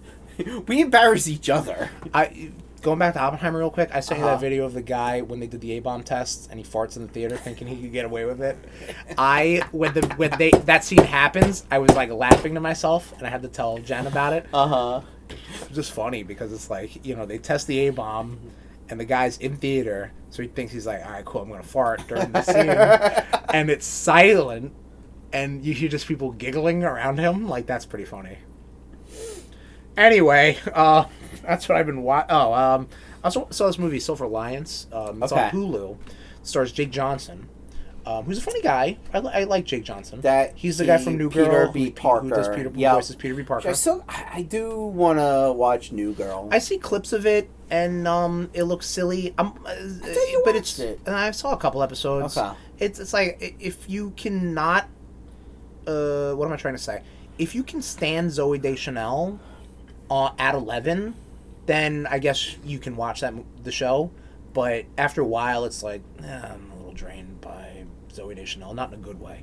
Speaker 3: We embarrass each other.
Speaker 2: I going back to Oppenheimer real quick. I sent you
Speaker 3: Uh-huh.
Speaker 2: that video of the guy when they did the A bomb test, and he farts in the theater, thinking he could get away with
Speaker 3: [laughs]
Speaker 2: it. I when the when they that scene happens, I was like laughing to myself, and I had to tell Jen about it.
Speaker 3: Uh huh.
Speaker 2: just funny because it's like you know they test the A bomb, and the guy's in theater, so he thinks he's like, all right, cool, I'm gonna fart during the
Speaker 3: [laughs]
Speaker 2: scene, and it's silent, and you hear just people giggling around him. Like that's pretty funny. Anyway, uh, that's what I've been watching. Oh, um, I also saw this movie Silver Lions. Um, it's on
Speaker 3: Okay.
Speaker 2: Hulu. It stars Jake Johnson. Um, who's a funny guy? I, li- I like Jake Johnson.
Speaker 3: That
Speaker 2: he's the guy
Speaker 3: he-
Speaker 2: from New
Speaker 3: Peter
Speaker 2: Girl
Speaker 3: B.
Speaker 2: who- who, does
Speaker 3: Parker.
Speaker 2: Peter, who
Speaker 3: Yeah.
Speaker 2: voices Peter B. Parker.
Speaker 3: I still, I I do want to watch New Girl.
Speaker 2: I see clips of it, and um, it looks silly. Um, uh,
Speaker 3: thought you
Speaker 2: but it's
Speaker 3: watched it.
Speaker 2: and I saw a couple episodes.
Speaker 3: Okay.
Speaker 2: It's it's like i- if you cannot, uh, what am I trying to say? If you can stand Zoe Deschanel, uh, at eleven, then I guess you can watch that mo- the show. But after a while, it's like eh, I'm a little drained by Zoe Deschanel, not in a good way.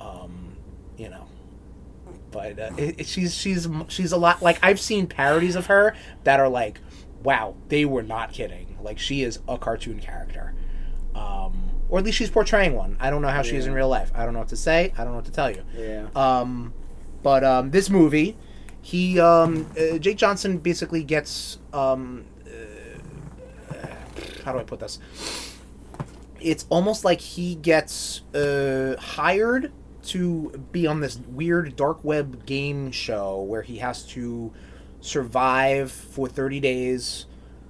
Speaker 2: Um, you know, but uh, it, it- she's she's she's a lot like I've seen parodies of her that are like wow, they were not kidding. Like she is a cartoon character, um, or at least she's portraying one. I don't know how she is
Speaker 3: Yeah.
Speaker 2: in real life. I don't know what to say. I don't know what to tell you.
Speaker 3: Yeah.
Speaker 2: Um, but um, this movie, he um, uh, Jake Johnson basically gets um, uh, how do I put this? It's almost like he gets uh, hired to be on this weird dark web game show where he has to survive for 30 days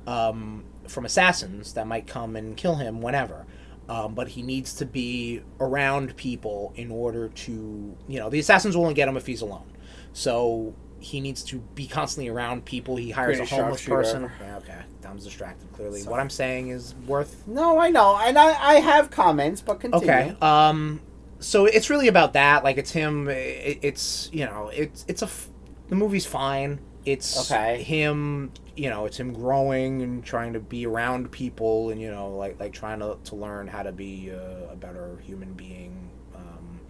Speaker 2: um, from assassins that might come and kill him whenever. Um, but he needs to be around people in order to, you know, the assassins will only get him if he's alone. So he needs to be constantly around people. He hires
Speaker 3: Greatest
Speaker 2: a homeless
Speaker 3: sharpshooter
Speaker 2: person.
Speaker 3: ever.
Speaker 2: Yeah, okay. Tom's distracted, clearly.
Speaker 3: Sorry.
Speaker 2: What I'm saying is worth
Speaker 3: No, I know, and I, I have comments, but continue.
Speaker 2: Okay. Um. So it's really about that. Like it's him. It, it's you know it's it's a f- the movie's fine. It's
Speaker 3: Okay.
Speaker 2: him. You know it's him growing and trying to be around people and you know like like trying to to learn how to be uh, a better human being. Um,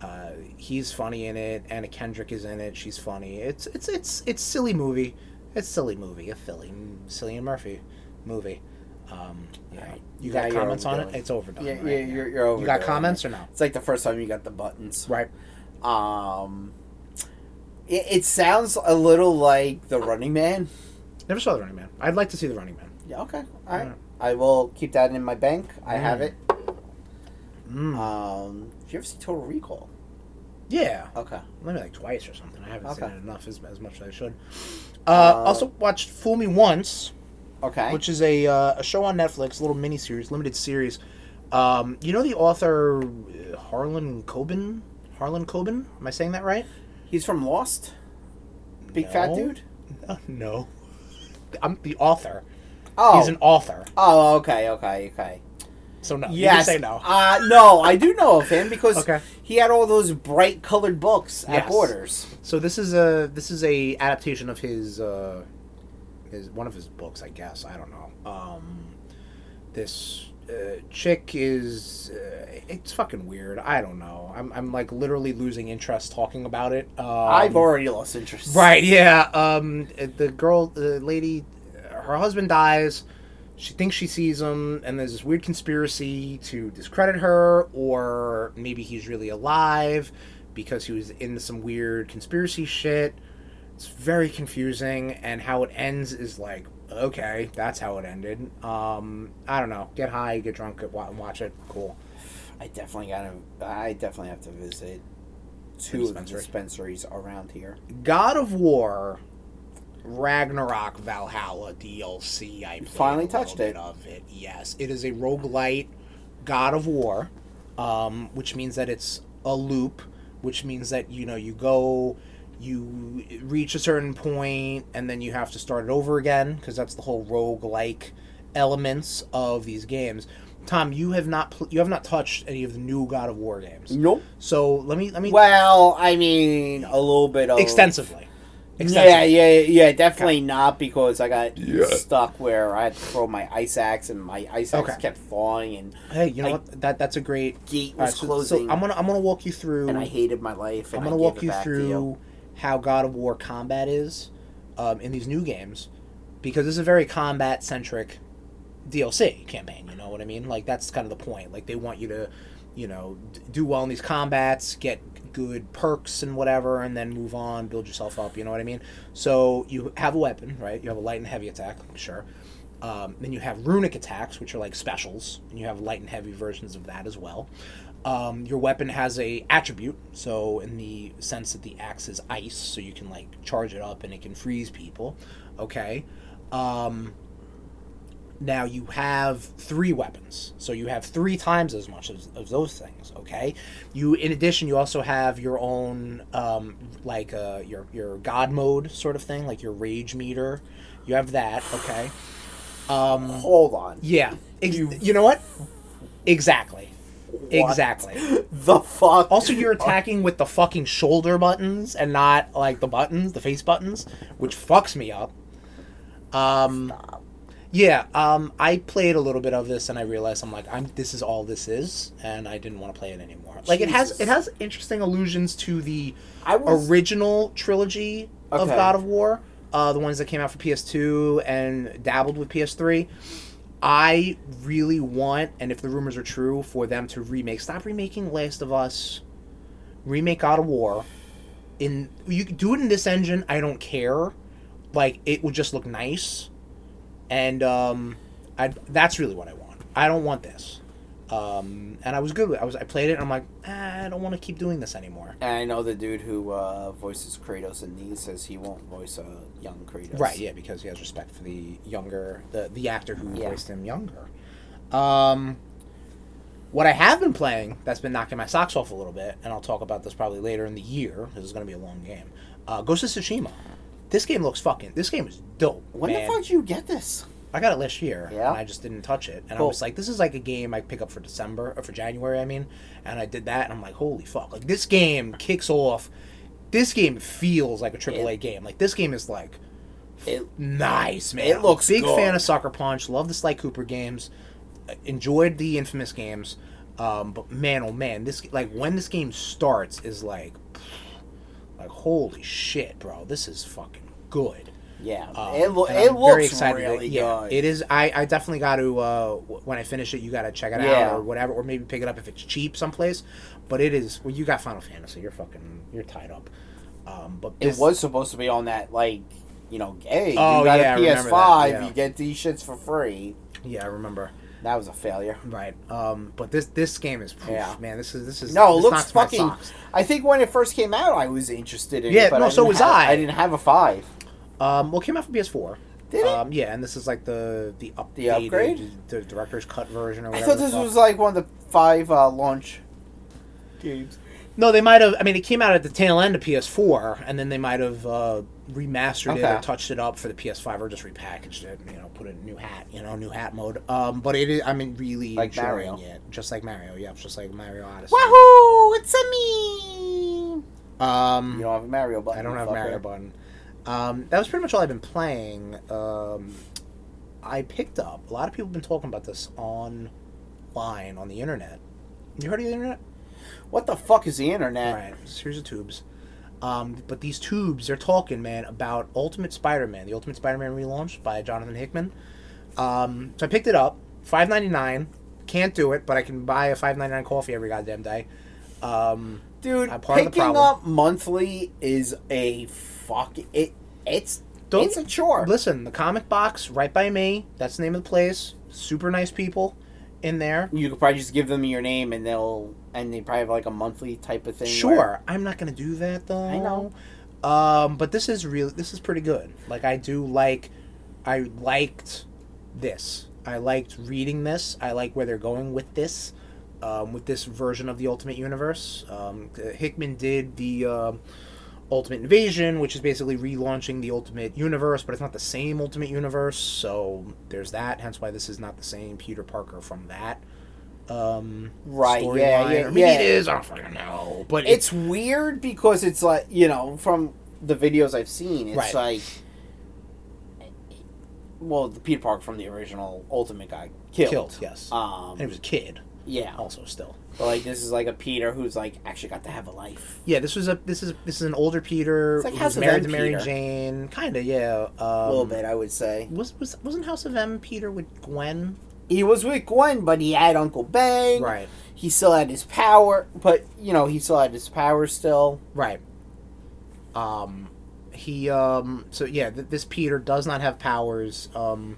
Speaker 2: uh, he's funny in it. Anna Kendrick is in it. She's funny. It's it's it's it's silly movie. It's silly movie. A silly silly and Murphy movie. Um, yeah.
Speaker 3: Right.
Speaker 2: You
Speaker 3: Now
Speaker 2: got
Speaker 3: you're
Speaker 2: comments on it?
Speaker 3: overdoing it.
Speaker 2: It's overdone.
Speaker 3: Yeah,
Speaker 2: right?
Speaker 3: yeah, you're, you're over.
Speaker 2: You got comments or no?
Speaker 3: It's like the first time you got the buttons.
Speaker 2: Right.
Speaker 3: Um, it, it sounds a little like the Running Man.
Speaker 2: Never saw the Running Man. I'd like to see the Running Man.
Speaker 3: Yeah. Okay. All right.
Speaker 2: Yeah.
Speaker 3: I will keep that in my bank. I have
Speaker 2: Mm.
Speaker 3: it.
Speaker 2: Mm.
Speaker 3: Um, did you ever see Total Recall?
Speaker 2: yeah,
Speaker 3: Okay.
Speaker 2: maybe like twice or something. I haven't
Speaker 3: Okay.
Speaker 2: seen it enough as, as much as I should. Uh,
Speaker 3: Uh,
Speaker 2: also watched Fool Me Once,
Speaker 3: Okay.
Speaker 2: which is a uh, a show on Netflix, little mini series, limited series. Um, you know the author uh, Harlan Coben. Harlan Coben. Am I saying that right?
Speaker 3: He's from Lost. Big fat
Speaker 2: No.
Speaker 3: dude.
Speaker 2: Uh, no. I'm the author.
Speaker 3: Oh.
Speaker 2: He's an author.
Speaker 3: oh. Okay. Okay. Okay.
Speaker 2: So no. You can
Speaker 3: Yes.
Speaker 2: say no.
Speaker 3: Uh, no, I do know of him because
Speaker 2: Okay.
Speaker 3: he had all those bright colored books at
Speaker 2: Yes.
Speaker 3: Borders.
Speaker 2: So this is a this is a adaptation of his uh, his one of his books, I guess. I don't know. Um, this uh, chick is uh, it's fucking weird. I don't know. I'm I'm like literally losing interest talking about it. Um,
Speaker 3: I've already lost interest.
Speaker 2: right. Yeah. Um, the girl, the lady, her husband dies. She thinks she sees him, and there's this weird conspiracy to discredit her, or maybe he's really alive because he was into some weird conspiracy shit. It's very confusing, and how it ends is like, okay, that's how it ended. Um, I don't know. Get high, get drunk, get, wa- watch it. Cool.
Speaker 3: I definitely gotta. I definitely have to visit two of the
Speaker 2: dispensary.
Speaker 3: dispensaries around here.
Speaker 2: God of War, Ragnarok, Valhalla DLC. I played
Speaker 3: Finally
Speaker 2: a little
Speaker 3: touched
Speaker 2: bit
Speaker 3: it.
Speaker 2: Of it, yes. It is a roguelite God of War, um, which means that it's a loop, which means that you know you go, you reach a certain point, and then you have to start it over again because that's the whole roguelike elements of these games. Tom, you have not pl- you have not touched any of the new God of War games.
Speaker 3: Nope.
Speaker 2: So let me let me
Speaker 3: Well, I mean, a little bit of
Speaker 2: extensively.
Speaker 3: Yeah, yeah, yeah. Definitely not because I got stuck where I had to throw my ice axe and my ice axe
Speaker 2: Okay.
Speaker 3: kept falling and
Speaker 2: Hey, you know
Speaker 3: I-
Speaker 2: what? That that's a great.
Speaker 3: gate
Speaker 2: All
Speaker 3: was
Speaker 2: right, so, so
Speaker 3: closing.
Speaker 2: I'm gonna I'm gonna walk you through.
Speaker 3: and I hated my life. And
Speaker 2: I'm
Speaker 3: I
Speaker 2: gonna
Speaker 3: gave
Speaker 2: walk
Speaker 3: it
Speaker 2: you
Speaker 3: back to
Speaker 2: through how God of War combat is um, in these new games, because this is a very combat centric DLC campaign. You know what I mean? Like that's kind of the point. Like they want you to, you know, d- do well in these combats, get good perks and whatever, and then move on, build yourself up. You know what I mean? So you have a weapon, right? You have a light and heavy attack, sure. Um, then you have runic attacks, which are like specials, and you have light and heavy versions of that as well. Um, your weapon has a attribute, so in the sense that the axe is ice, so you can like charge it up and it can freeze people. Okay. Um, now you have three weapons, so you have three times as much as, of those things. Okay, you in addition you also have your own um, like uh, your your god mode sort of thing, like your rage meter. You have that. Okay.
Speaker 3: you. Hold on.
Speaker 2: Yeah. Ex- you, know what? Exactly. Exactly.
Speaker 3: The fuck.
Speaker 2: Also, you're attacking with the fucking shoulder buttons and not like the buttons, the face buttons, which fucks me up. Um, yeah. Um, I played a little bit of this and I realized I'm like, I'm this is all this is, and I didn't want to play it anymore. Like it has
Speaker 3: Jesus.
Speaker 2: it has interesting allusions to the
Speaker 3: I was
Speaker 2: original trilogy of
Speaker 3: Okay.
Speaker 2: God of War, uh, the ones that came out for PS2 and dabbled with PS3. I really want, and if the rumors are true, for them to remake. Stop remaking Last of Us. Remake God of War. In you could do it in this engine. I don't care. Like it would just look nice, and um, I that's really what I want. I don't want this. Um, and I was good. With, I was I played it. and I'm like, ah, I don't want to keep doing this anymore.
Speaker 3: And I know the dude who uh, voices Kratos in these says he won't voice a young Kratos.
Speaker 2: Right, yeah, because he has respect for the younger, the the actor who
Speaker 3: Yeah.
Speaker 2: voiced him younger. Um, what I have been playing that's been knocking my socks off a little bit, and I'll talk about this probably later in the year. This is going to be a long game. Uh, Ghost of Tsushima. This game looks fucking. This game is dope.
Speaker 3: When
Speaker 2: man.
Speaker 3: the fuck did you get this?
Speaker 2: I got it last year.
Speaker 3: Yeah?
Speaker 2: And I just didn't touch it. And I
Speaker 3: Cool.
Speaker 2: was like, this is like a game I pick up for December or for January, I mean. And I did that and I'm like, holy fuck. Like this game kicks off. This game feels like a AAA game. Like this game is like
Speaker 3: It,
Speaker 2: nice, man.
Speaker 3: It looks
Speaker 2: big
Speaker 3: good.
Speaker 2: fan of Soccer Punch. Love the Sly Cooper games. uh, Enjoyed the Infamous games. Um, but man, oh man, this like when this game starts is like, like holy shit, bro. This is fucking good.
Speaker 3: yeah,
Speaker 2: Um,
Speaker 3: it, lo-
Speaker 2: and
Speaker 3: it
Speaker 2: I'm
Speaker 3: looks
Speaker 2: very excited that-
Speaker 3: really
Speaker 2: yeah,
Speaker 3: good.
Speaker 2: It is. I, I definitely got to uh, w- when I finish it, you got to check it
Speaker 3: Yeah.
Speaker 2: out or whatever, or maybe pick it up if it's cheap someplace. But it is. Well, you got Final Fantasy. You're fucking. You're tied up. Um, but
Speaker 3: It
Speaker 2: this-
Speaker 3: was supposed to be on that, like, you know, hey,
Speaker 2: Oh,
Speaker 3: you got
Speaker 2: yeah, I
Speaker 3: a
Speaker 2: remember that,
Speaker 3: PS5,
Speaker 2: yeah.
Speaker 3: you get these shits for free.
Speaker 2: Yeah, I remember.
Speaker 3: That was a failure.
Speaker 2: Right. Um, but this this game is.
Speaker 3: Yeah.
Speaker 2: Man, this is this is.
Speaker 3: [laughs] No, it
Speaker 2: this
Speaker 3: looks
Speaker 2: knocks my
Speaker 3: fucking-
Speaker 2: socks.
Speaker 3: I think when it first came out, I was interested in
Speaker 2: Yeah,
Speaker 3: it. but
Speaker 2: no,
Speaker 3: I
Speaker 2: so
Speaker 3: didn't
Speaker 2: was
Speaker 3: have-
Speaker 2: I.
Speaker 3: I didn't have a five.
Speaker 2: Um, well, it came out for PS4.
Speaker 3: Did it?
Speaker 2: Um, yeah, and this is like the the updated
Speaker 3: The upgrade?
Speaker 2: the director's cut version or
Speaker 3: I
Speaker 2: whatever.
Speaker 3: thought
Speaker 2: the
Speaker 3: this
Speaker 2: fuck.
Speaker 3: was like one of the five uh, launch games.
Speaker 2: No, they might have. I mean, it came out at the tail end of PS4, and then they might have uh, remastered it
Speaker 3: Okay.
Speaker 2: or touched it up for the PS5 or just repackaged it. You know, put it in new hat. You know, new hat mode. Um, but it is. I mean, really
Speaker 3: Like
Speaker 2: enjoying
Speaker 3: Mario.
Speaker 2: it, just like Mario. Yeah, just like Mario Odyssey.
Speaker 3: Wahoo! It's a me.
Speaker 2: Um,
Speaker 3: You don't have a Mario button.
Speaker 2: I don't have
Speaker 3: fucker.
Speaker 2: Mario button. Um, that was pretty much all I've been playing. Um, I picked up a lot of people have been talking about this online on the internet. You heard of the internet?
Speaker 3: What the fuck is the internet?
Speaker 2: All right, series of tubes. Um, but these tubes, they're talking, man, about Ultimate Spider-Man, the Ultimate Spider-Man relaunch by Jonathan Hickman. Um, so I picked it up, five ninety nine. Can't do it, but I can buy a five ninety nine coffee every goddamn day. Um,
Speaker 3: Dude,
Speaker 2: I'm part of the
Speaker 3: picking
Speaker 2: problem.
Speaker 3: up monthly is a fuck. It it's
Speaker 2: Don't-
Speaker 3: it's a chore.
Speaker 2: listen, the comic box right by me. That's the name of the place. Super nice people in there.
Speaker 3: You could probably just give them your name and they'll and they probably have like a monthly type of thing.
Speaker 2: Sure,
Speaker 3: where-
Speaker 2: I'm not gonna do that though.
Speaker 3: I know.
Speaker 2: Um, but this is real. This is pretty good. Like I do like, I liked this. I liked reading this. I like where they're going with this, um, with this version of the Ultimate Universe. Um, Hickman did the um Ultimate Invasion, which is basically relaunching the Ultimate Universe, but it's not the same Ultimate Universe. So there's that. Hence why this is not the same Peter Parker from that. Um,
Speaker 3: Right, yeah,
Speaker 2: storyline.
Speaker 3: yeah,
Speaker 2: Or maybe
Speaker 3: yeah.
Speaker 2: it is. I don't fucking know. But it's.
Speaker 3: it's weird because it's like you know from the videos I've seen, it's
Speaker 2: Right.
Speaker 3: like well, the Peter Parker from the original Ultimate guy killed.
Speaker 2: Killed, Uh, yes.
Speaker 3: Um,
Speaker 2: And he was a kid,
Speaker 3: yeah,
Speaker 2: also still.
Speaker 3: but like this is like a Peter who's like actually got to have a life.
Speaker 2: Yeah, this was a this is this is an older Peter.
Speaker 3: It's like
Speaker 2: who
Speaker 3: House
Speaker 2: was
Speaker 3: of
Speaker 2: married to
Speaker 3: M
Speaker 2: Mary
Speaker 3: Peter.
Speaker 2: Jane, kind of. Yeah, um,
Speaker 3: a little bit, I would say.
Speaker 2: Was was wasn't House of M Peter with Gwen?
Speaker 3: He was with Gwen, but he had Uncle Bang.
Speaker 2: Right,
Speaker 3: He still had his power, but you know he still had his power still.
Speaker 2: right. Um, he um. So yeah, th- this Peter does not have powers. Um,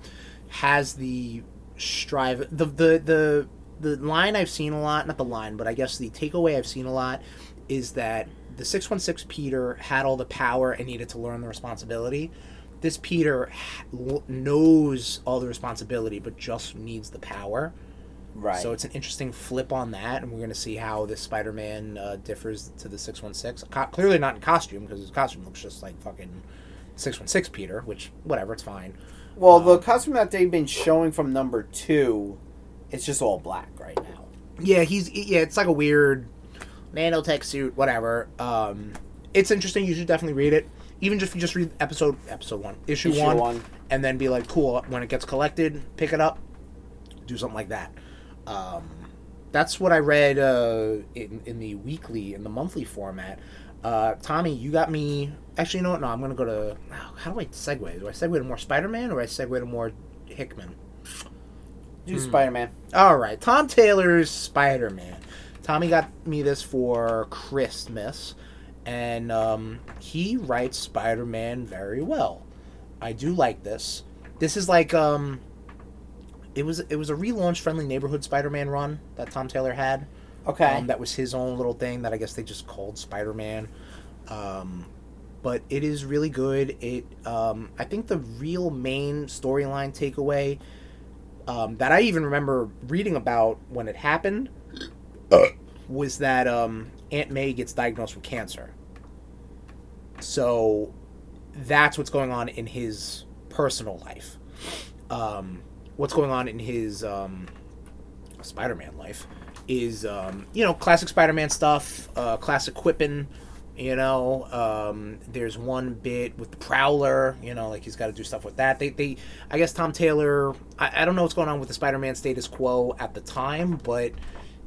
Speaker 2: has the strive the the the the line I've seen a lot. Not the line, but I guess the takeaway I've seen a lot is that the six one six Peter had all the power and needed to learn the responsibility. this Peter ha- l- knows all the responsibility, but just needs the power.
Speaker 3: Right.
Speaker 2: So it's an interesting flip on that, and we're going to see how this Spider-Man uh, differs to the Six One Six. Clearly not in costume because his costume looks just like fucking Six One Six Peter, which whatever, it's fine.
Speaker 3: well, the costume that they've been showing from number two, it's just all black right now.
Speaker 2: Yeah, he's yeah, it's like a weird nanotech suit, whatever. Um, it's interesting. You should definitely read it, even if you just read episode episode one, issue,
Speaker 3: Issue
Speaker 2: one,
Speaker 3: one.
Speaker 2: and then be like, cool. When it gets collected, pick it up, do something like that. Um, that's what I read uh, in in the weekly in the monthly format. Uh, Tommy, you got me. Actually, you know what? No, I'm gonna go to. How do I segue? Do I segue to more Spider-Man or do I segue to more Hickman?
Speaker 3: Do
Speaker 2: Hmm.
Speaker 3: Spider Man.
Speaker 2: All right, Tom Taylor's Spider Man. Tommy got me this for Christmas, and um, he writes Spider Man very well. I do like this. This is like um, it was it was a relaunch friendly neighborhood Spider Man run that Tom Taylor had.
Speaker 3: Okay.
Speaker 2: Um, that was his own little thing that I guess they just called Spider Man. Um, but it is really good. It um, I think the real main storyline takeaway um, that I even remember reading about when it happened was that um, Aunt May gets diagnosed with cancer. So that's what's going on in his personal life. Um, what's going on in his um, Spider-Man life is um, you know classic Spider-Man stuff, uh, classic quipping. You know, um, there's one bit with the Prowler. You know, like he's got to do stuff with that. They, they, I guess Tom Taylor. I, I don't know what's going on with the Spider-Man status quo at the time, but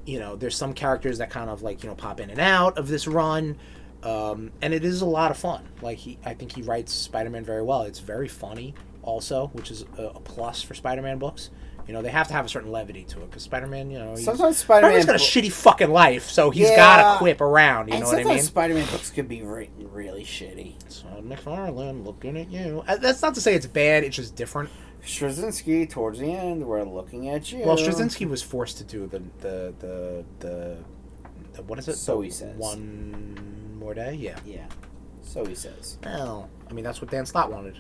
Speaker 2: you know, there's some characters that kind of like you know pop in and out of this run. Um, and it is a lot of fun. Like he, I think he writes Spider-Man very well. It's very funny, also, which is a, a plus for Spider-Man books. You know, they have to have a certain levity to it because Spider-Man, you know, he's-
Speaker 3: Sometimes Spider Man.
Speaker 2: Spider-Man's got a shitty fucking life, so he's
Speaker 3: Yeah.
Speaker 2: got to quip around. You
Speaker 3: and
Speaker 2: know what I
Speaker 3: sometimes
Speaker 2: mean?
Speaker 3: Spider Man books could be written really shitty.
Speaker 2: so McFarlane looking at you. Uh, That's not to say it's bad. It's just different.
Speaker 3: Straczynski, towards the end, we're looking at you.
Speaker 2: Well, Straczynski was forced to do the the the the, the what is it?
Speaker 3: So
Speaker 2: The
Speaker 3: he says.
Speaker 2: One more day. Yeah.
Speaker 3: Yeah. So he says.
Speaker 2: Well, I mean that's what Dan Slott wanted.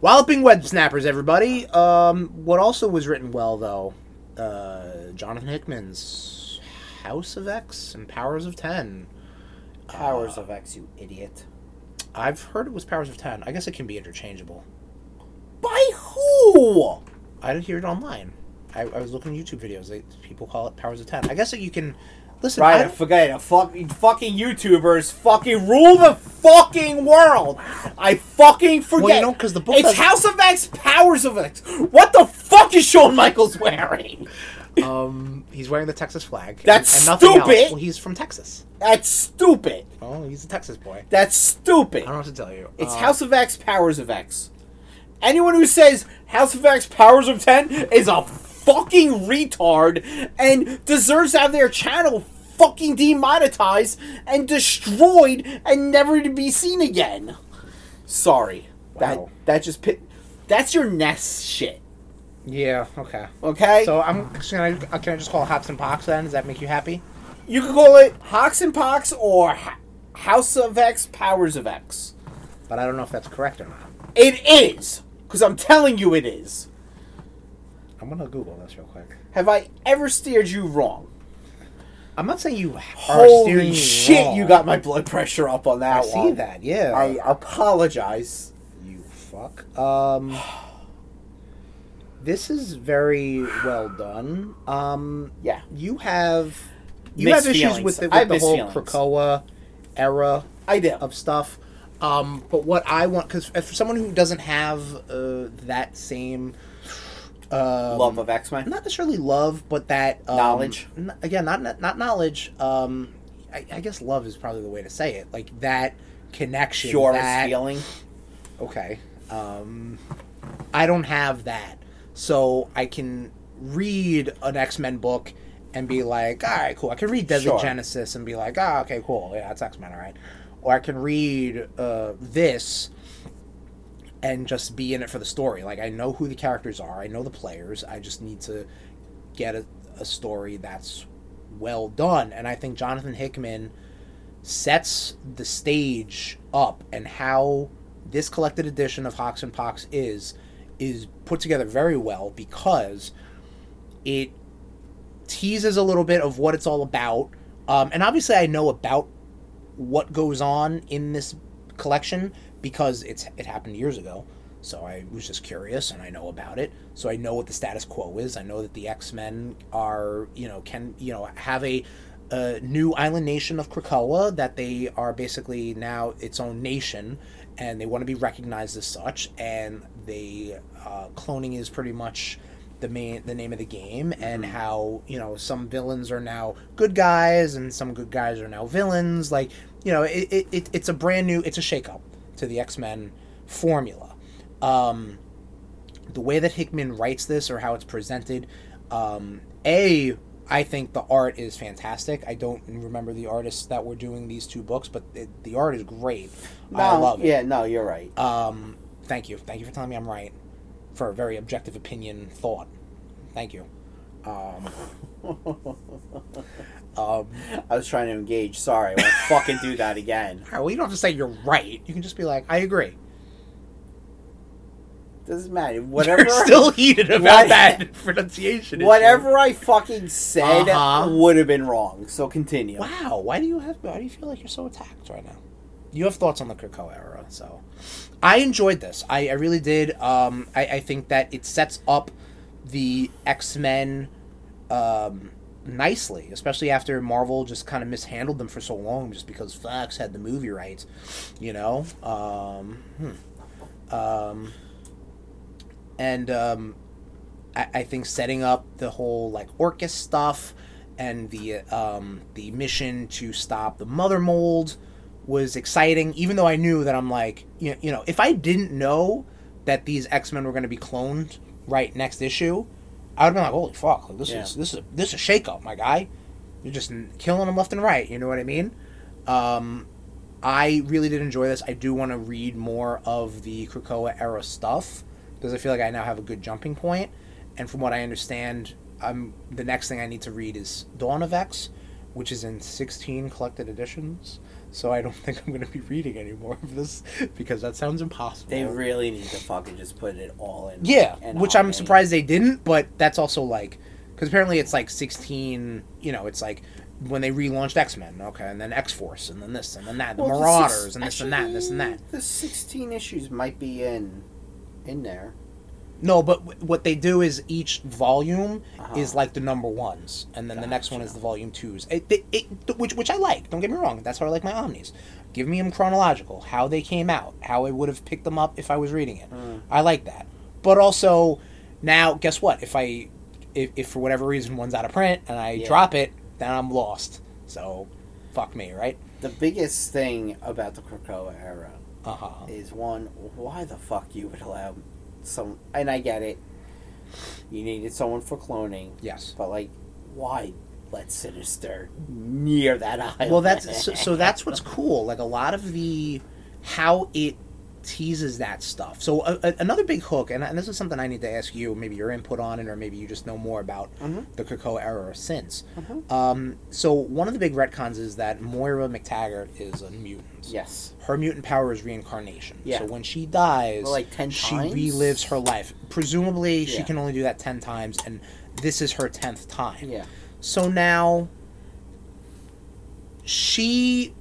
Speaker 2: Walloping web snappers, everybody. Um, what also was written well though, uh, Jonathan Hickman's House of X and Powers of Ten. Uh,
Speaker 3: Powers of X, you idiot.
Speaker 2: I've heard it was Powers of Ten. I guess it can be interchangeable.
Speaker 3: By who?
Speaker 2: I did hear it online. I, I was looking at YouTube videos. They, people call it Powers of Ten. I guess that you can listen. I
Speaker 3: Right, I
Speaker 2: don't-
Speaker 3: forget it. Fucking, fucking YouTubers fucking rule the fucking world. I fucking forget.
Speaker 2: well, you know, because the book.
Speaker 3: it's
Speaker 2: does-
Speaker 3: House of X, Powers of X. What the fuck is Shawn Michaels wearing?
Speaker 2: um, he's wearing the Texas flag.
Speaker 3: That's
Speaker 2: Nothing else.
Speaker 3: stupid!
Speaker 2: Well, he's from Texas.
Speaker 3: That's stupid.
Speaker 2: Oh, he's a Texas boy.
Speaker 3: That's stupid.
Speaker 2: I don't know what to tell you.
Speaker 3: It's
Speaker 2: Uh,
Speaker 3: House of X, Powers of X. Anyone who says House of X, Powers of 10 is a fucking retard and deserves to have their channel fucking demonetized and destroyed and never to be seen again. Sorry.
Speaker 2: Wow.
Speaker 3: That that just pit that's your nest shit.
Speaker 2: Yeah. Okay.
Speaker 3: Okay?
Speaker 2: So I'm. Can I, can I just call it Hops and Pox then? Does that make you happy?
Speaker 3: you could call it Hox and Pox or H- House of X, Powers of X.
Speaker 2: But I don't know if that's correct or not.
Speaker 3: It is. Because I'm telling you it is.
Speaker 2: I'm gonna Google this real quick.
Speaker 3: Have I ever steered you wrong?
Speaker 2: I'm not saying you are steering
Speaker 3: Holy
Speaker 2: me
Speaker 3: shit,
Speaker 2: wrong.
Speaker 3: you got my blood pressure up on that
Speaker 2: I
Speaker 3: one.
Speaker 2: see that. Yeah.
Speaker 3: I apologize.
Speaker 2: You fuck. Um, this is very well done. Um,
Speaker 3: Yeah.
Speaker 2: you have you
Speaker 3: Mixed
Speaker 2: have issues
Speaker 3: feelings.
Speaker 2: with the,
Speaker 3: I have
Speaker 2: with the
Speaker 3: mixed
Speaker 2: whole
Speaker 3: feelings.
Speaker 2: Krakoa era
Speaker 3: I do.
Speaker 2: of stuff. Um, but what I want, because for someone who doesn't have uh, that same um,
Speaker 3: Love of X Men.
Speaker 2: not necessarily love, but that um,
Speaker 3: Knowledge.
Speaker 2: N- yeah, not not, not knowledge. Um, I, I guess love is probably the way to say it. Like that connection,
Speaker 3: Pure
Speaker 2: that
Speaker 3: feeling.
Speaker 2: okay um i don't have that so i can read an x-men book and be like all right cool i can read desert
Speaker 3: Sure.
Speaker 2: genesis and be like ah okay cool yeah that's x-men all right or i can read uh this and just be in it for the story like i know who the characters are i know the players i just need to get a, a story that's well done and i think jonathan hickman sets the stage up and how this collected edition of Hawks and Pox is is put together very well because it teases a little bit of what it's all about. Um, and obviously, I know about what goes on in this collection because it's it happened years ago. So I was just curious, and I know about it. So I know what the status quo is. I know that the X Men are, you know, can you know have a, a new island nation of Krakoa that they are basically now its own nation, and they want to be recognized as such. And they uh, cloning is pretty much the main the name of the game and how you know some villains are now good guys and some good guys are now villains like you know, it, it, it, it's a brand new, it's a shakeup to the X Men formula. Um, the way that Hickman writes this or how it's presented, um, a I think the art is fantastic. I don't remember the artists that were doing these two books, but it, the art is great.
Speaker 3: No,
Speaker 2: I love it.
Speaker 3: yeah, no, you're right.
Speaker 2: Um, thank you. Thank you for telling me I'm right for a very objective opinion thought. Thank you.
Speaker 3: [laughs]
Speaker 2: Um, um,
Speaker 3: I was trying to engage. Sorry,
Speaker 2: [laughs]
Speaker 3: I won't fucking do that again.
Speaker 2: all right, well, you don't have to say you're right. You can just be like, I agree.
Speaker 3: Doesn't matter.
Speaker 2: Whatever.
Speaker 3: Whatever.
Speaker 2: [laughs] You're still heated about
Speaker 3: What-
Speaker 2: that [laughs] pronunciation. issue.
Speaker 3: whatever I fucking said
Speaker 2: Uh-huh.
Speaker 3: would have been wrong. So continue.
Speaker 2: Wow. Why do you have? Why do you feel like you're so attacked right now? You have thoughts on the Krakoa era, so I enjoyed this. I, I really did. Um, I, I think that it sets up the X Men um, nicely, especially after Marvel just kind of mishandled them for so long, just because Fox had the movie rights. You know. Um, hmm. um, and um, I, I think setting up the whole like Orcus stuff and the um, the mission to stop the mother mold was exciting. Even though I knew that I'm like you you know if I didn't know that these X Men were going to be cloned right next issue, I would have been like holy fuck like, this
Speaker 3: Yeah.
Speaker 2: is this is a, this is a shake up my guy. You're just n- killing them left and right. You know what I mean? Um, I really did enjoy this. I do want to read more of the Krakoa era stuff because I feel like I now have a good jumping point. And from what I understand, I'm the next thing I need to read is Dawn of X, which is in 16 collected editions. So I don't [laughs] think I'm going to be reading any more of this because that sounds impossible.
Speaker 3: They really need to fucking just put it all in.
Speaker 2: Yeah,
Speaker 3: and
Speaker 2: which
Speaker 3: all
Speaker 2: I'm
Speaker 3: in.
Speaker 2: surprised they didn't, but that's also like because apparently it's like 16. You know, it's like when they relaunched X Men, okay, and then X Force, and then this, and then that, the
Speaker 3: Well, the
Speaker 2: Marauders,
Speaker 3: six-
Speaker 2: and this and that, and this and that.
Speaker 3: actually, The sixteen issues might be in, in there.
Speaker 2: No, but w- what they do is each volume
Speaker 3: Uh-huh.
Speaker 2: is like the number ones, and then the next one is
Speaker 3: Gotcha.
Speaker 2: the volume twos. It, it, it, which which I like. Don't get me wrong. That's how I like my omnis. Give me them chronological, how they came out, how I would have picked them up if I was reading it.
Speaker 3: Hmm.
Speaker 2: I like that. But also, now guess what? If I, if, if for whatever reason one's out of print and I
Speaker 3: Yeah.
Speaker 2: drop it, then I'm lost. So, fuck me, right?
Speaker 3: The biggest thing about the Krakoa era
Speaker 2: Uh huh.
Speaker 3: is one, why the fuck you would allow some? And I get it. You needed someone for cloning,
Speaker 2: Yes.
Speaker 3: but like, why let Sinister near that island?
Speaker 2: well that's
Speaker 3: [laughs]
Speaker 2: so, so that's what's cool like a lot of the how it teases that stuff so a, a, another big hook and, and this is something i need to ask you maybe your input on it or maybe you just know more about
Speaker 3: Mhm.
Speaker 2: the Krakoa era or since
Speaker 3: Mhm.
Speaker 2: um, so one of the big retcons is that moira mctaggart is a mutant
Speaker 3: yes.
Speaker 2: her mutant power is reincarnation
Speaker 3: Yeah.
Speaker 2: so when she dies
Speaker 3: Well, like 10
Speaker 2: she
Speaker 3: times?
Speaker 2: relives her life presumably she
Speaker 3: Yeah.
Speaker 2: can only do that 10 times and this is her 10th time
Speaker 3: Yeah.
Speaker 2: so now she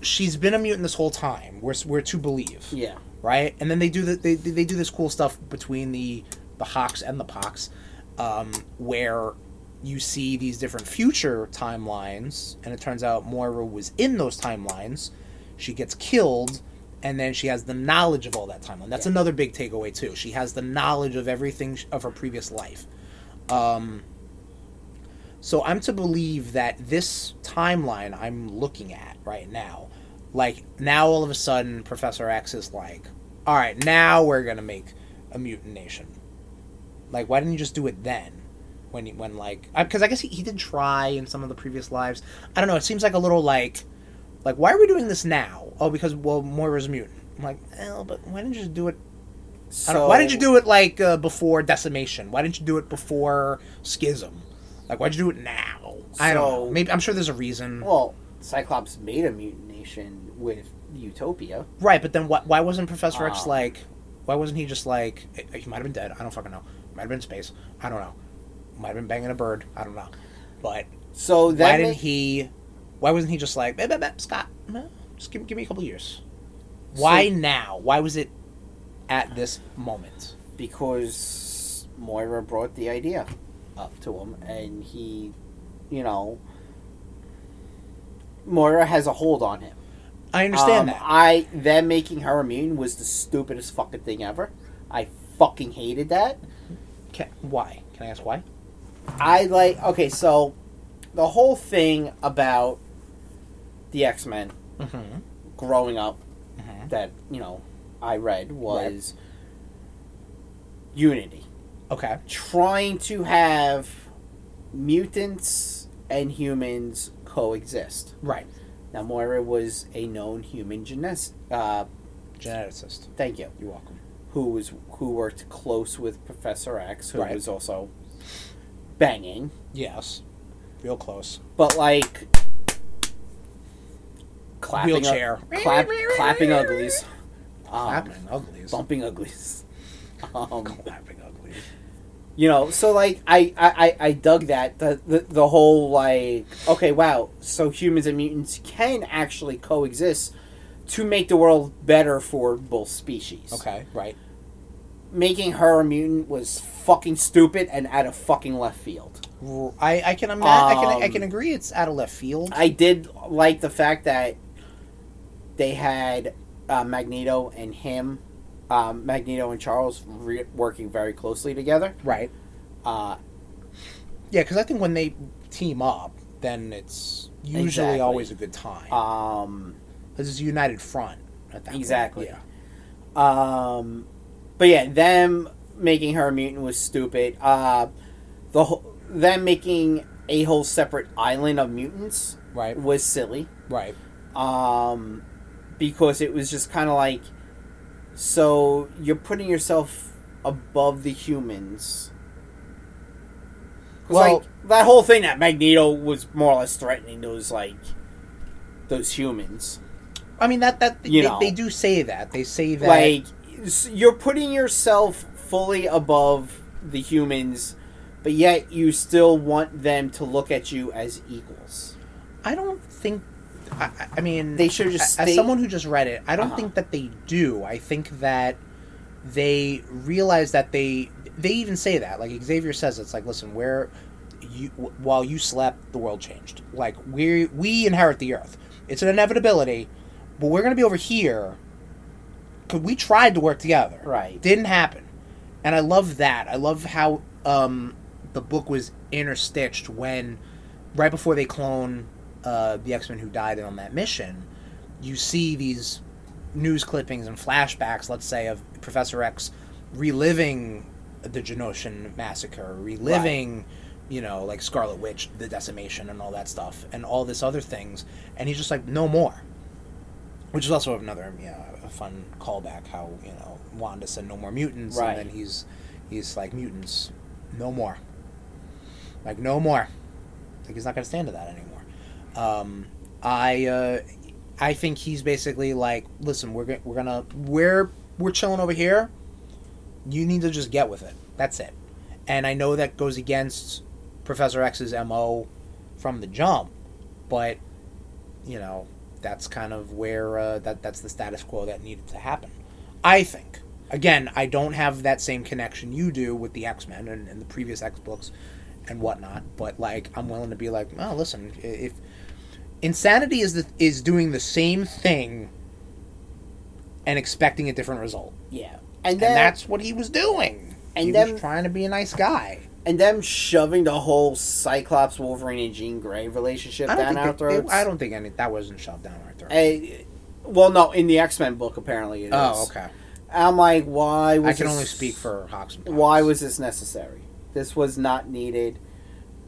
Speaker 2: she's been a mutant this whole time. We're we're to believe,
Speaker 3: Yeah.
Speaker 2: right? And then they do the, they they do this cool stuff between the the Hawks and the Pox, um, where you see these different future timelines, and it turns out Moira was in those timelines. She gets killed, and then she has the knowledge of all that timeline. That's another big takeaway too. She has the knowledge of everything sh- of her previous life. Um, so I'm to believe that this timeline I'm looking at right now, like now all of a sudden Professor X is like, all right, now we're gonna make a mutant nation. Like, why didn't you just do it then? When, you- when like, because I guess he, he did try in some of the previous lives. I don't know. It seems like a little like, like why are we doing this now? Oh, because well, Moira's a mutant. I'm like, well, but why didn't you just do it I don't-
Speaker 3: So
Speaker 2: why did you do it like uh, before decimation? Why didn't you do it before schism? Like why'd you do it now? I don't know.
Speaker 3: So-
Speaker 2: Maybe I'm sure there's a reason.
Speaker 3: Well, Cyclops made a mutination with Utopia.
Speaker 2: right, but then why, why wasn't Professor X
Speaker 3: Um.
Speaker 2: like? Why wasn't he just like? eh, He might have been dead. I don't fucking know. Might have been in space. I don't know. Might have been banging a bird. I don't know. But
Speaker 3: So that
Speaker 2: why didn't
Speaker 3: ma-
Speaker 2: he? Why wasn't he just like, "Eh, eh, eh, Scott? eh, Just give, give me a couple years. Why now? Why was it at this moment?
Speaker 3: because Moira brought the idea up to him, and he, you know, Moira has a hold on him.
Speaker 2: I understand
Speaker 3: Um,
Speaker 2: that.
Speaker 3: I them making her immune was the stupidest fucking thing ever. I fucking hated that.
Speaker 2: Can, why? Can I ask why?
Speaker 3: I like okay, so the whole thing about the X Men Mm-hmm.
Speaker 2: Mhm.
Speaker 3: growing up
Speaker 2: Mhm.
Speaker 3: that you know I read was Unity
Speaker 2: Okay.
Speaker 3: trying to have mutants and humans coexist.
Speaker 2: Right.
Speaker 3: Now Moira was a known human genes- uh,
Speaker 2: Geneticist.
Speaker 3: thank you,
Speaker 2: You're welcome.
Speaker 3: who was who worked close with Professor X, who
Speaker 2: Right.
Speaker 3: was also banging.
Speaker 2: Yes. Real close.
Speaker 3: but like clapping
Speaker 2: Wheelchair.
Speaker 3: clap, clapping uglies, um,
Speaker 2: Clapping uglies.
Speaker 3: bumping uglies. [laughs] Um,
Speaker 2: Clapping uglies.
Speaker 3: you know, so like I I, I, I dug that the, the the whole like okay wow so humans and mutants can actually coexist to make the world better for both species.
Speaker 2: Okay. Right.
Speaker 3: making her a mutant was fucking stupid and out of fucking left field.
Speaker 2: I, I can imagine. I, can, I
Speaker 3: Um,
Speaker 2: can agree. It's out of left field.
Speaker 3: I did like the fact that they had uh, Magneto and him, um, Magneto and Charles re- working very closely together.
Speaker 2: right.
Speaker 3: Uh,
Speaker 2: Yeah, because I think when they team up, then it's usually
Speaker 3: Exactly.
Speaker 2: always a good time.
Speaker 3: um,
Speaker 2: This is a united front. At that point.
Speaker 3: Exactly.
Speaker 2: Yeah.
Speaker 3: um, but yeah, them making her a mutant was stupid. Uh, the whole, them making a whole separate island of mutants
Speaker 2: Right.
Speaker 3: was silly.
Speaker 2: Right.
Speaker 3: um, because it was just kind of like, so you're putting yourself above the humans. 'Cause,
Speaker 2: Well-
Speaker 3: like that whole thing that Magneto was more or less threatening those like those humans.
Speaker 2: I mean that that
Speaker 3: You
Speaker 2: they,
Speaker 3: know.
Speaker 2: they do say that they say that
Speaker 3: Like s- you're putting yourself fully above the humans, but yet you still want them to look at you as equals.
Speaker 2: I don't think. I, I- I mean,
Speaker 3: They should just
Speaker 2: a- as
Speaker 3: stay-
Speaker 2: someone who just read it, I don't
Speaker 3: Uh-huh.
Speaker 2: think that they do. I think that they realize that they they even say that. Like Xavier says, it's like, listen, where you while you slept, the world changed. Like we we inherit the earth. It's an inevitability, but we're gonna be over here. Cause we tried to work together,
Speaker 3: Right.
Speaker 2: Didn't happen, and I love that. I love how um, the book was interstitched when right before they clone uh, the X Men who died on that mission, you see these news clippings and flashbacks, let's say, of Professor X reliving the Genosian massacre, reliving, you know, like Scarlet Witch, the decimation, and all that stuff, and all this other things, and he's just like, no more. Which is also another you know, a fun callback. How you know Wanda said no more mutants, and
Speaker 3: Right.
Speaker 2: then he's he's like mutants, no more. Like no more. Like he's not going to stand to that anymore. Um, I uh, I think he's basically like, listen, we're go- we're gonna we're we're chilling over here. You need to just get with it. That's it. And I know that goes against Professor X's mo from the jump, but you know that's kind of where uh, that that's the status quo that needed to happen. I think. Again, I don't have that same connection you do with the X Men and, and the previous X books and whatnot, but like I'm willing to be like, oh, listen, i- if insanity is the, is doing the same thing and expecting a different result,
Speaker 3: Yeah,
Speaker 2: and that's what he was doing.
Speaker 3: and
Speaker 2: he
Speaker 3: then-
Speaker 2: was trying to be a nice guy.
Speaker 3: and them shoving the whole Cyclops, Wolverine, and Jean Grey relationship
Speaker 2: I don't,
Speaker 3: down our
Speaker 2: think that-
Speaker 3: throats.
Speaker 2: I don't think any that wasn't shoved down our throat.
Speaker 3: I- well, no, in the X Men book, apparently it is.
Speaker 2: oh, okay.
Speaker 3: I'm like, why? Was
Speaker 2: I can
Speaker 3: this-
Speaker 2: only speak for Hawks. and Pops.
Speaker 3: Why was this necessary? This was not needed.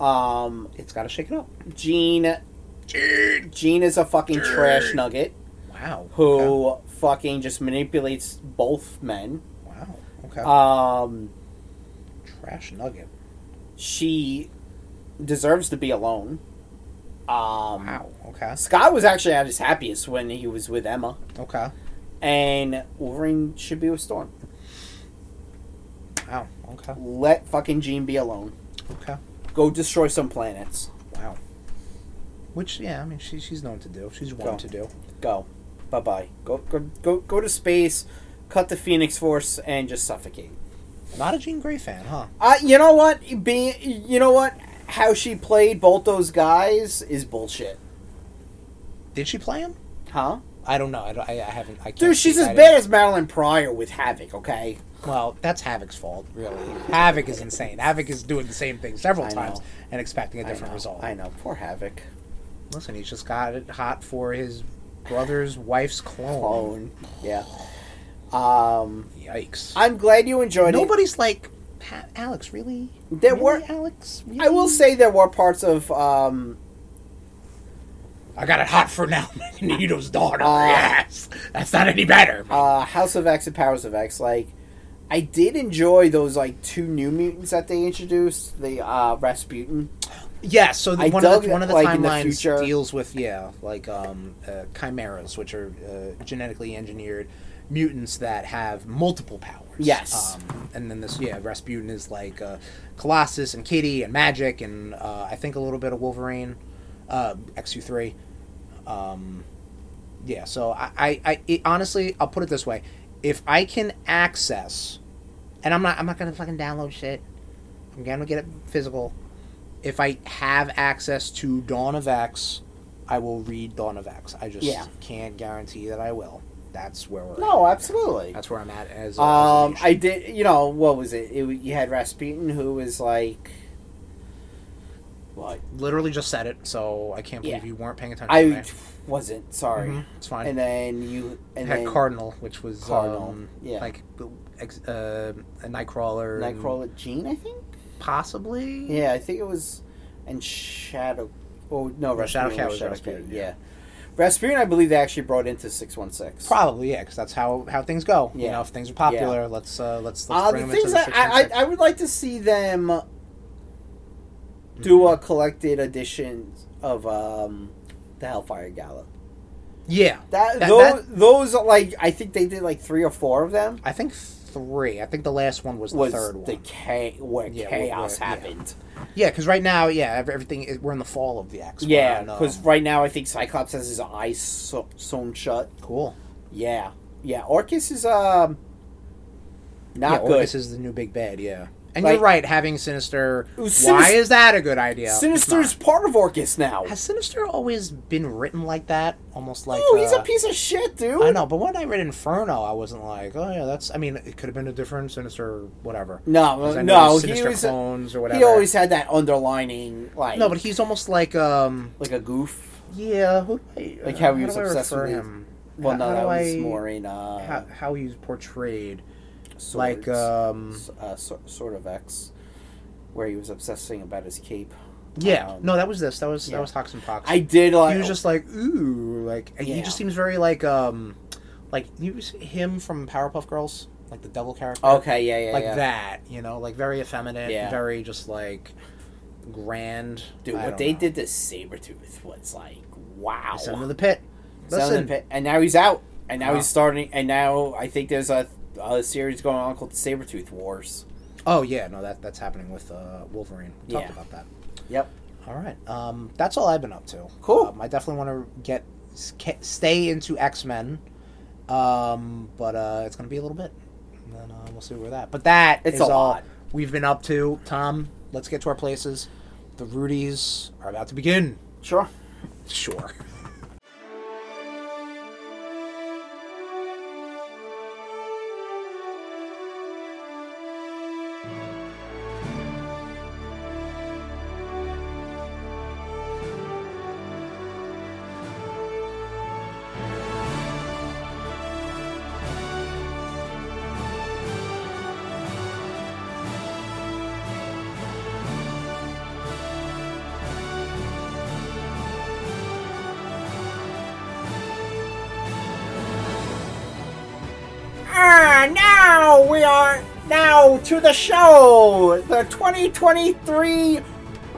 Speaker 3: Um,
Speaker 2: it's got to shake it up?
Speaker 3: Jean, Jean, is a fucking trash nugget
Speaker 2: Wow. okay.
Speaker 3: who fucking just manipulates both men.
Speaker 2: Wow. Okay.
Speaker 3: Um,
Speaker 2: Trash nugget.
Speaker 3: she deserves to be alone. Um,
Speaker 2: Wow. Okay.
Speaker 3: Scott was actually at his happiest when he was with Emma,
Speaker 2: Okay.
Speaker 3: and Wolverine should be with Storm.
Speaker 2: Wow. Okay.
Speaker 3: Let fucking Jean be alone.
Speaker 2: Okay.
Speaker 3: Go destroy some planets.
Speaker 2: Wow. Which yeah, I mean she she's known to do. She's
Speaker 3: Go.
Speaker 2: one to do.
Speaker 3: Go, bye bye. Go go go go to space. Cut the Phoenix Force and just suffocate.
Speaker 2: Not a Jean Grey fan, huh?
Speaker 3: Uh, you know what? Being you know what? How she played both those guys is bullshit,
Speaker 2: Did she play him?
Speaker 3: huh?
Speaker 2: I don't know. I, don't, I, I haven't. I can't
Speaker 3: Dude, she's
Speaker 2: speak.
Speaker 3: as
Speaker 2: I
Speaker 3: bad
Speaker 2: didn't-
Speaker 3: as Marilyn Pryor with Havoc. Okay,
Speaker 2: Well, that's Havoc's fault, really. Havoc is insane. Havoc is doing the same thing several
Speaker 3: I
Speaker 2: times
Speaker 3: know.
Speaker 2: and expecting a different
Speaker 3: I know,
Speaker 2: result.
Speaker 3: I know. Poor Havoc.
Speaker 2: Listen, he's just got it hot for his brother's wife's clone.
Speaker 3: Clone. Yeah. Um,
Speaker 2: Yikes.
Speaker 3: I'm glad you enjoyed it.
Speaker 2: Nobody's like, "Ha- Alex, really?
Speaker 3: There
Speaker 2: Really,
Speaker 3: were-
Speaker 2: Alex. Really?
Speaker 3: I will say there were parts of um,
Speaker 2: I got it hot for now, [laughs] Magneto's daughter.
Speaker 3: Uh,
Speaker 2: yes, that's not any better.
Speaker 3: uh, House of X and Powers of X. Like, I did enjoy those like two new mutants that they introduced. The uh, Rasputin.
Speaker 2: Yeah, so
Speaker 3: I
Speaker 2: the, one, of
Speaker 3: dug
Speaker 2: the, one of the
Speaker 3: that, like, in the
Speaker 2: timelines
Speaker 3: future-
Speaker 2: deals with yeah, like um, uh, chimeras, which are uh, genetically engineered mutants that have multiple powers.
Speaker 3: Yes.
Speaker 2: um, and then this yeah, Rasputin is like uh, Colossus and Kitty and Magic and uh, I think a little bit of Wolverine, uh, XU three. Um, yeah, so I, I, I it, honestly, I'll put it this way: if I can access, and I'm not, I'm not gonna fucking download shit. I'm gonna get it physical. If I have access to Dawn of X, I will read Dawn of X. I just
Speaker 3: Yeah.
Speaker 2: can't guarantee that I will. That's where we're.
Speaker 3: No, absolutely.
Speaker 2: That's where I'm at as. a- as a
Speaker 3: Um,
Speaker 2: nation.
Speaker 3: I did. You know what was it? it wa- you had Rasputin, who was like, what?
Speaker 2: literally just said it, so I can't believe
Speaker 3: Yeah.
Speaker 2: you weren't paying attention.
Speaker 3: I
Speaker 2: today.
Speaker 3: wasn't sorry.
Speaker 2: Mhm, it's fine.
Speaker 3: And then you and
Speaker 2: had
Speaker 3: then
Speaker 2: Cardinal, which was
Speaker 3: Cardinal,
Speaker 2: um,
Speaker 3: yeah.
Speaker 2: like ex- uh, a Nightcrawler. and
Speaker 3: Nightcrawler Jean, I think.
Speaker 2: possibly.
Speaker 3: Yeah, I think it was, and Shadow. Oh no,
Speaker 2: No,
Speaker 3: Rasputin.
Speaker 2: Shadowcat
Speaker 3: was
Speaker 2: was Rasputin,
Speaker 3: Yeah.
Speaker 2: yeah.
Speaker 3: Rasputin, I believe they actually brought into six one six.
Speaker 2: Probably, yeah, because that's how how things go. You
Speaker 3: Yeah.
Speaker 2: know, if things are popular, let's uh, let's let's
Speaker 3: Uh,
Speaker 2: bring
Speaker 3: the
Speaker 2: them into
Speaker 3: things
Speaker 2: the
Speaker 3: that I, I I would like to see them
Speaker 2: Mm-hmm.
Speaker 3: do uh, a collected edition of um, the Hellfire Gala.
Speaker 2: yeah,
Speaker 3: That,
Speaker 2: That-
Speaker 3: those, those are like I think they did like three or four of them.
Speaker 2: I think three. I think the last one was the
Speaker 3: Was
Speaker 2: third one.
Speaker 3: the cha- where
Speaker 2: Yeah, where-
Speaker 3: chaos
Speaker 2: where- yeah.
Speaker 3: happened?
Speaker 2: Yeah, because right now, yeah, ev- everything is, we're in the fall of the X. We're
Speaker 3: Yeah,
Speaker 2: on, um,
Speaker 3: because right now I think Cyclops has his eyes so- sewn shut.
Speaker 2: cool.
Speaker 3: Yeah, yeah. Orcus is um not
Speaker 2: yeah,
Speaker 3: good.
Speaker 2: This is the new big bad. Yeah, and
Speaker 3: Like-
Speaker 2: you're right. Having Sinister,
Speaker 3: Ooh,
Speaker 2: why
Speaker 3: Sinis-
Speaker 2: is that a good idea? It's
Speaker 3: Sinister's
Speaker 2: not.
Speaker 3: part of Orcus now.
Speaker 2: has Sinister always been written like that, almost like.
Speaker 3: oh, he's
Speaker 2: uh,
Speaker 3: a piece of shit, dude.
Speaker 2: I know, but when I read Inferno, I wasn't like, oh yeah, that's. I mean, it could have been a different Sinister, whatever. 'Cause
Speaker 3: No,
Speaker 2: I know
Speaker 3: Uh, no,
Speaker 2: there's
Speaker 3: he
Speaker 2: Sinister
Speaker 3: was.
Speaker 2: clones or whatever.
Speaker 3: He always had that underlining, like
Speaker 2: No, but he's almost like um.
Speaker 3: like a goof.
Speaker 2: Yeah, who, I,
Speaker 3: Like how he
Speaker 2: do
Speaker 3: was
Speaker 2: I
Speaker 3: obsessed
Speaker 2: refer
Speaker 3: with his-
Speaker 2: him.
Speaker 3: Well,
Speaker 2: How-
Speaker 3: no,
Speaker 2: how
Speaker 3: that
Speaker 2: do
Speaker 3: was
Speaker 2: I-
Speaker 3: more in uh,
Speaker 2: How, how he's portrayed,
Speaker 3: swords.
Speaker 2: like um.
Speaker 3: S- uh, so, sort of X, where he was obsessing about his cape.
Speaker 2: Yeah,
Speaker 3: Um,
Speaker 2: no, that was this. That was
Speaker 3: yeah.
Speaker 2: that was Hawks and Pox.
Speaker 3: I did like.
Speaker 2: he was just like ooh, like and he
Speaker 3: Yeah.
Speaker 2: just seems very like um, like he was him from Powerpuff Girls, like the devil character,
Speaker 3: okay, Oh, yeah, yeah,
Speaker 2: like
Speaker 3: yeah.
Speaker 2: that, you know, like very effeminate,
Speaker 3: Yeah.
Speaker 2: very just like grand.
Speaker 3: Dude,
Speaker 2: I
Speaker 3: what
Speaker 2: don't
Speaker 3: they
Speaker 2: know.
Speaker 3: did to Sabretooth was like, wow.
Speaker 2: Send him to the pit.
Speaker 3: Send him to
Speaker 2: Listen,
Speaker 3: the pit. And now he's out. And now
Speaker 2: Wow.
Speaker 3: he's starting. And now I think there's a, a series going on called Sabretooth Wars.
Speaker 2: oh yeah, no, that that's happening with uh, Wolverine. We talked
Speaker 3: Yeah.
Speaker 2: about that.
Speaker 3: Yep.
Speaker 2: All right. Um, that's all I've been up to.
Speaker 3: Cool.
Speaker 2: Um, I definitely want to get s- ca- stay into X Men, um, but uh, it's gonna be a little bit. And then uh, we'll see where that. But that
Speaker 3: It's
Speaker 2: is
Speaker 3: a
Speaker 2: all
Speaker 3: lot.
Speaker 2: we've been up to. Tom, let's get to our places. The Rudies are about to begin.
Speaker 3: Sure.
Speaker 2: Sure.
Speaker 3: Ah, now we are now to the show, the 2023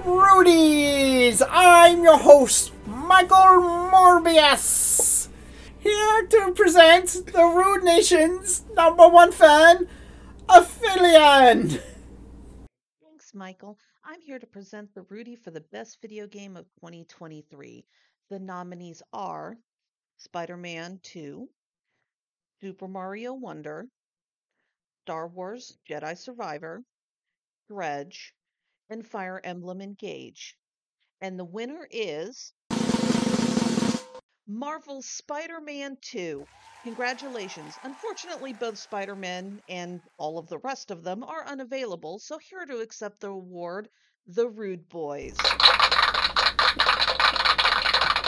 Speaker 3: Rudies. I'm your host, Michael Morbius, here to present the Rude Nation's number one fan, Aphelion.
Speaker 6: Thanks, Michael. I'm here to present the Rudy for the best video game of 2023. The nominees are Spider Man 2, Super Mario Wonder, Star Wars Jedi Survivor, Dredge, and Fire Emblem Engage. And the winner is Marvel's Spider Man 2. Congratulations. Unfortunately, both Spider Man and all of the rest of them are unavailable, so here to accept the award, the Rude Boys.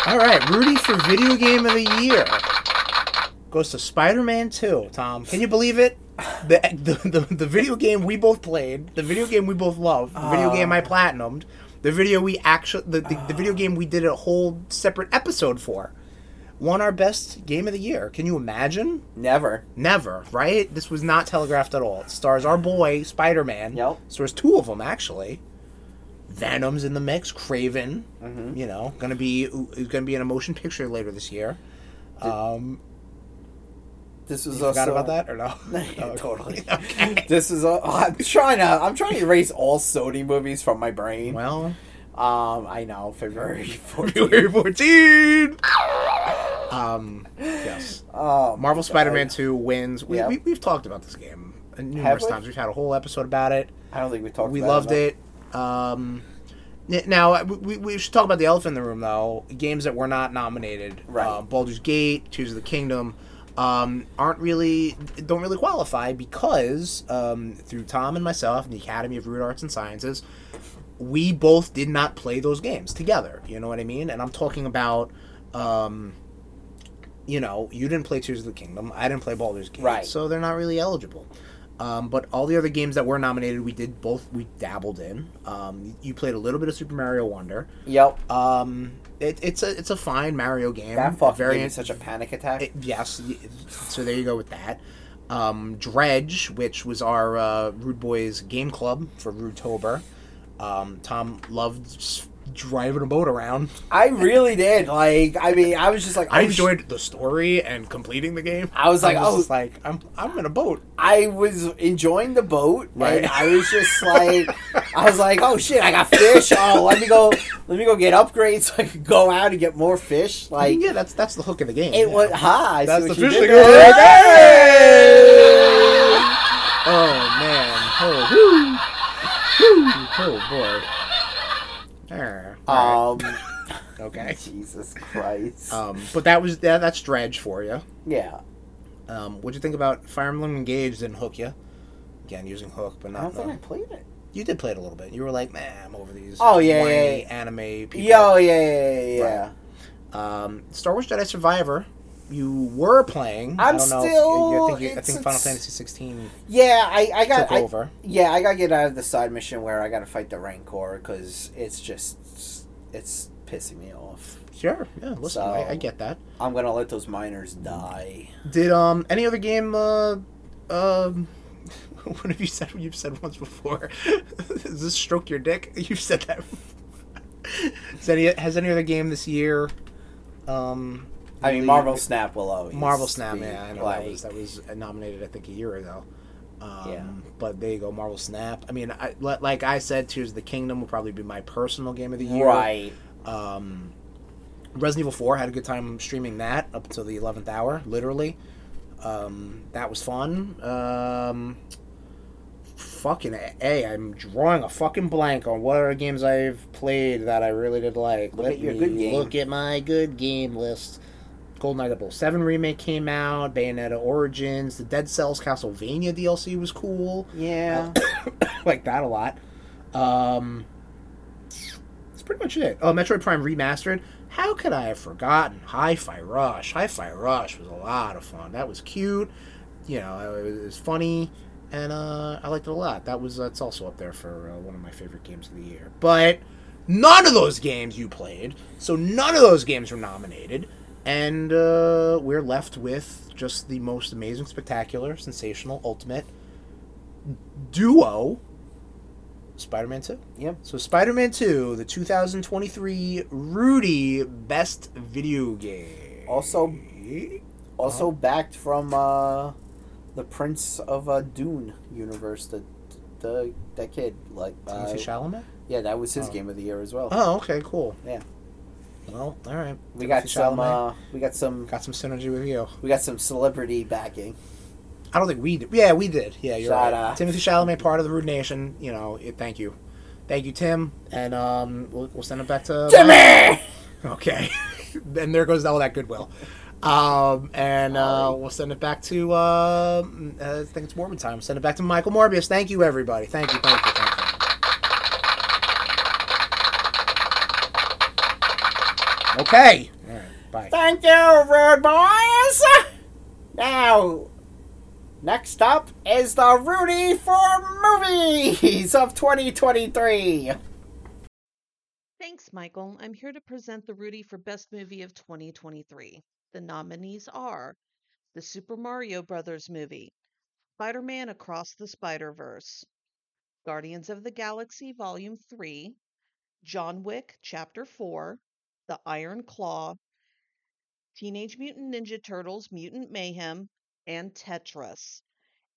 Speaker 2: All right, Rudy for video game of the year goes to Spider-Man 2. Tom, can you believe it? The the, the, the video game we both played, the video game we both loved, the video game I platinumed, the video we actually the, the, the video game we did a whole separate episode for. Won our best game of the year. Can you imagine?
Speaker 3: Never.
Speaker 2: Never, right? This was not telegraphed at all. It stars our boy Spider Man.
Speaker 3: Yep.
Speaker 2: Stars two of them actually. Venom's in the mix. Craven,
Speaker 3: Mm-hmm.
Speaker 2: you know, gonna be gonna be in a motion picture later this year. Um,
Speaker 3: This was
Speaker 2: you
Speaker 3: also
Speaker 2: forgot about that or
Speaker 3: [laughs]
Speaker 2: no? Oh,
Speaker 3: totally.
Speaker 2: [laughs] Okay.
Speaker 3: This is. a- I'm trying to. I'm trying to erase all Sony movies from my brain.
Speaker 2: Well,
Speaker 3: Um, I know [laughs] February [laughs] 14th.
Speaker 2: February 14. Um, yes.
Speaker 3: Oh,
Speaker 2: Marvel Spider-Man 2 wins. We,
Speaker 3: Yeah.
Speaker 2: we we've talked about this game
Speaker 3: Have
Speaker 2: numerous
Speaker 3: we?
Speaker 2: times. We've had a whole episode about it.
Speaker 3: I don't think we talked.
Speaker 2: We
Speaker 3: about
Speaker 2: loved
Speaker 3: enough.
Speaker 2: it. Um, n- now uh, we, we- we should talk about the elephant in the room, though. Games that were not nominated,
Speaker 3: Right.
Speaker 2: Uh, Baldur's Gate, Tears of the Kingdom, um, aren't really don't really qualify because um, through Tom and myself and the Academy of Rude Arts and Sciences, we both did not play those games together. You know what I mean? And I'm talking about. Um, you know, you didn't play Tears of the Kingdom. I didn't play Baldur's Gate,
Speaker 3: Right.
Speaker 2: so they're not really eligible. Um, but all the other games that were nominated, we did both. We dabbled in. Um, you played a little bit of Super Mario Wonder.
Speaker 3: Yep.
Speaker 2: Um, it, it's a it's a fine Mario game.
Speaker 3: That fucking
Speaker 2: Very-
Speaker 3: gave
Speaker 2: [laughs]
Speaker 3: me such a panic attack.
Speaker 2: it- Eh, yes. y- So there you go with that. Um, Dredge, which was our uh, Rude Boys game club for Rude Tober. Um, Tom loved s- driving a boat around.
Speaker 3: I really did. Like, I mean, I was just like,
Speaker 2: I
Speaker 3: oh, sh-
Speaker 2: enjoyed the story and completing the game.
Speaker 3: I was like,
Speaker 2: I was
Speaker 3: oh,
Speaker 2: just like I'm I'm in a boat.
Speaker 3: I was enjoying the boat,
Speaker 2: Right.
Speaker 3: and I was
Speaker 2: [laughs]
Speaker 3: just like, I was like, oh shit, I got fish. Oh, let me go, let me go get upgrades so I could go out and get more fish. Like,
Speaker 2: yeah, that's that's the hook of the game.
Speaker 3: it
Speaker 2: yeah.
Speaker 3: was ha. I see
Speaker 2: That's the
Speaker 3: what you
Speaker 2: fish that
Speaker 3: did
Speaker 2: goes
Speaker 3: there.
Speaker 2: like, "Hey!" Oh man! Oh, woo. Woo. oh boy! Arr.
Speaker 3: Um,
Speaker 2: [laughs] okay.
Speaker 3: Jesus Christ.
Speaker 2: Um, but that was that, that's dredge for you.
Speaker 3: yeah,
Speaker 2: Um, what'd you think about Fire Emblem Engage? Didn't hook you. Again, using hook, but
Speaker 3: I
Speaker 2: not.
Speaker 3: don't think
Speaker 2: no.
Speaker 3: I played it.
Speaker 2: You did play it a little bit. You were like, man, I'm over these.
Speaker 3: Oh, yeah, yeah,
Speaker 2: whiny
Speaker 3: yeah.
Speaker 2: anime people.
Speaker 3: Yo, Oh, yeah, yeah, yeah. yeah.
Speaker 2: Um, Star Wars Jedi Survivor. You were playing.
Speaker 3: I'm
Speaker 2: I don't know if
Speaker 3: still-
Speaker 2: you- I think, you, I
Speaker 3: it's-
Speaker 2: think Final
Speaker 3: it's-
Speaker 2: Fantasy 16
Speaker 3: Yeah, I, I got
Speaker 2: took
Speaker 3: I-
Speaker 2: over.
Speaker 3: yeah, I gotta get out of the side mission where I gotta fight the Rancor because it's just it's pissing me off.
Speaker 2: Sure. Yeah. Listen,
Speaker 3: So-
Speaker 2: I, I get that.
Speaker 3: I'm gonna let those miners die.
Speaker 2: Did um any other game uh um [laughs] what have you said you've said once before? [laughs] Does this stroke your dick? [laughs] You've said that. before. [laughs] Has any has any other game this year? Um,
Speaker 3: I mean,
Speaker 2: really-
Speaker 3: Marvel Snap will always
Speaker 2: Marvel Snap.
Speaker 3: be,
Speaker 2: Yeah, I know
Speaker 3: like,
Speaker 2: that was that was nominated I think a year ago. Um,
Speaker 3: Yeah.
Speaker 2: But there you go, Marvel Snap. I mean, I, li- like I said, Tears of the Kingdom will probably be my personal game of the year.
Speaker 3: right.
Speaker 2: Um, Resident Evil 4 had a good time streaming that up until the 11th hour, literally. Um, that was fun. Um, fucking A. I'm drawing a fucking blank on what other games I've played that I really did like.
Speaker 3: Look at your good game.
Speaker 2: Look at my good game list. Goldeneye 007 Remake came out, Bayonetta Origins, the Dead Cells Castlevania DLC was cool [coughs]
Speaker 3: Yeah,
Speaker 2: [laughs] like that a lot. Um, that's pretty much it. Oh, Metroid Prime Remastered. How could I have forgotten Hi-Fi Rush? Hi-Fi Rush was a lot of fun. That was cute. You know, it was, it was funny, and uh, I liked it a lot. That was that's also up there for uh, one of my favorite games of the year. But none of those games you played, so none of those games were nominated, and uh, we're left with just the most amazing, spectacular, sensational, ultimate duo Spider-Man 2.
Speaker 3: Yep.
Speaker 2: So Spider-Man 2, the 2023 Rudy Best Video Game.
Speaker 3: Also- also
Speaker 2: Oh.
Speaker 3: backed from uh, the Prince of uh, Dune universe. The the that kid like uh,
Speaker 2: Timothy Chalamet?
Speaker 3: yeah, that was his
Speaker 2: Oh.
Speaker 3: game of the year as well.
Speaker 2: Oh, okay, cool.
Speaker 3: Yeah.
Speaker 2: Well, all right.
Speaker 3: we got
Speaker 2: Timothée
Speaker 3: some.
Speaker 2: Chalamet.
Speaker 3: Uh, we got some.
Speaker 2: got some synergy with you.
Speaker 3: We got some celebrity backing.
Speaker 2: I don't think we did. Yeah, we did. Yeah, you're
Speaker 3: Shout
Speaker 2: right.
Speaker 3: out.
Speaker 2: Timothy Chalamet, part of the Rude Nation. You know, it, thank you. Thank you, Tim. And um, we'll, we'll send it back to
Speaker 3: Timmy!
Speaker 2: [laughs] Okay. and there goes all that goodwill. Um, and uh, we'll send it back to, uh, I think it's Morbid time. Send it back to Michael Morbius. Thank you, everybody. Thank you, thank you, thank you. Okay. All right. Bye.
Speaker 3: Thank you, rude boys. Now, next up is the Rudy for movies of 2023.
Speaker 6: Thanks, Michael. I'm here to present the Rudy for Best Movie of 2023. The nominees are The Super Mario Brothers Movie, Spider Man Across the Spider Verse, Guardians of the Galaxy Volume 3, John Wick Chapter 4, The Iron Claw, Teenage Mutant Ninja Turtles Mutant Mayhem, and Tetris.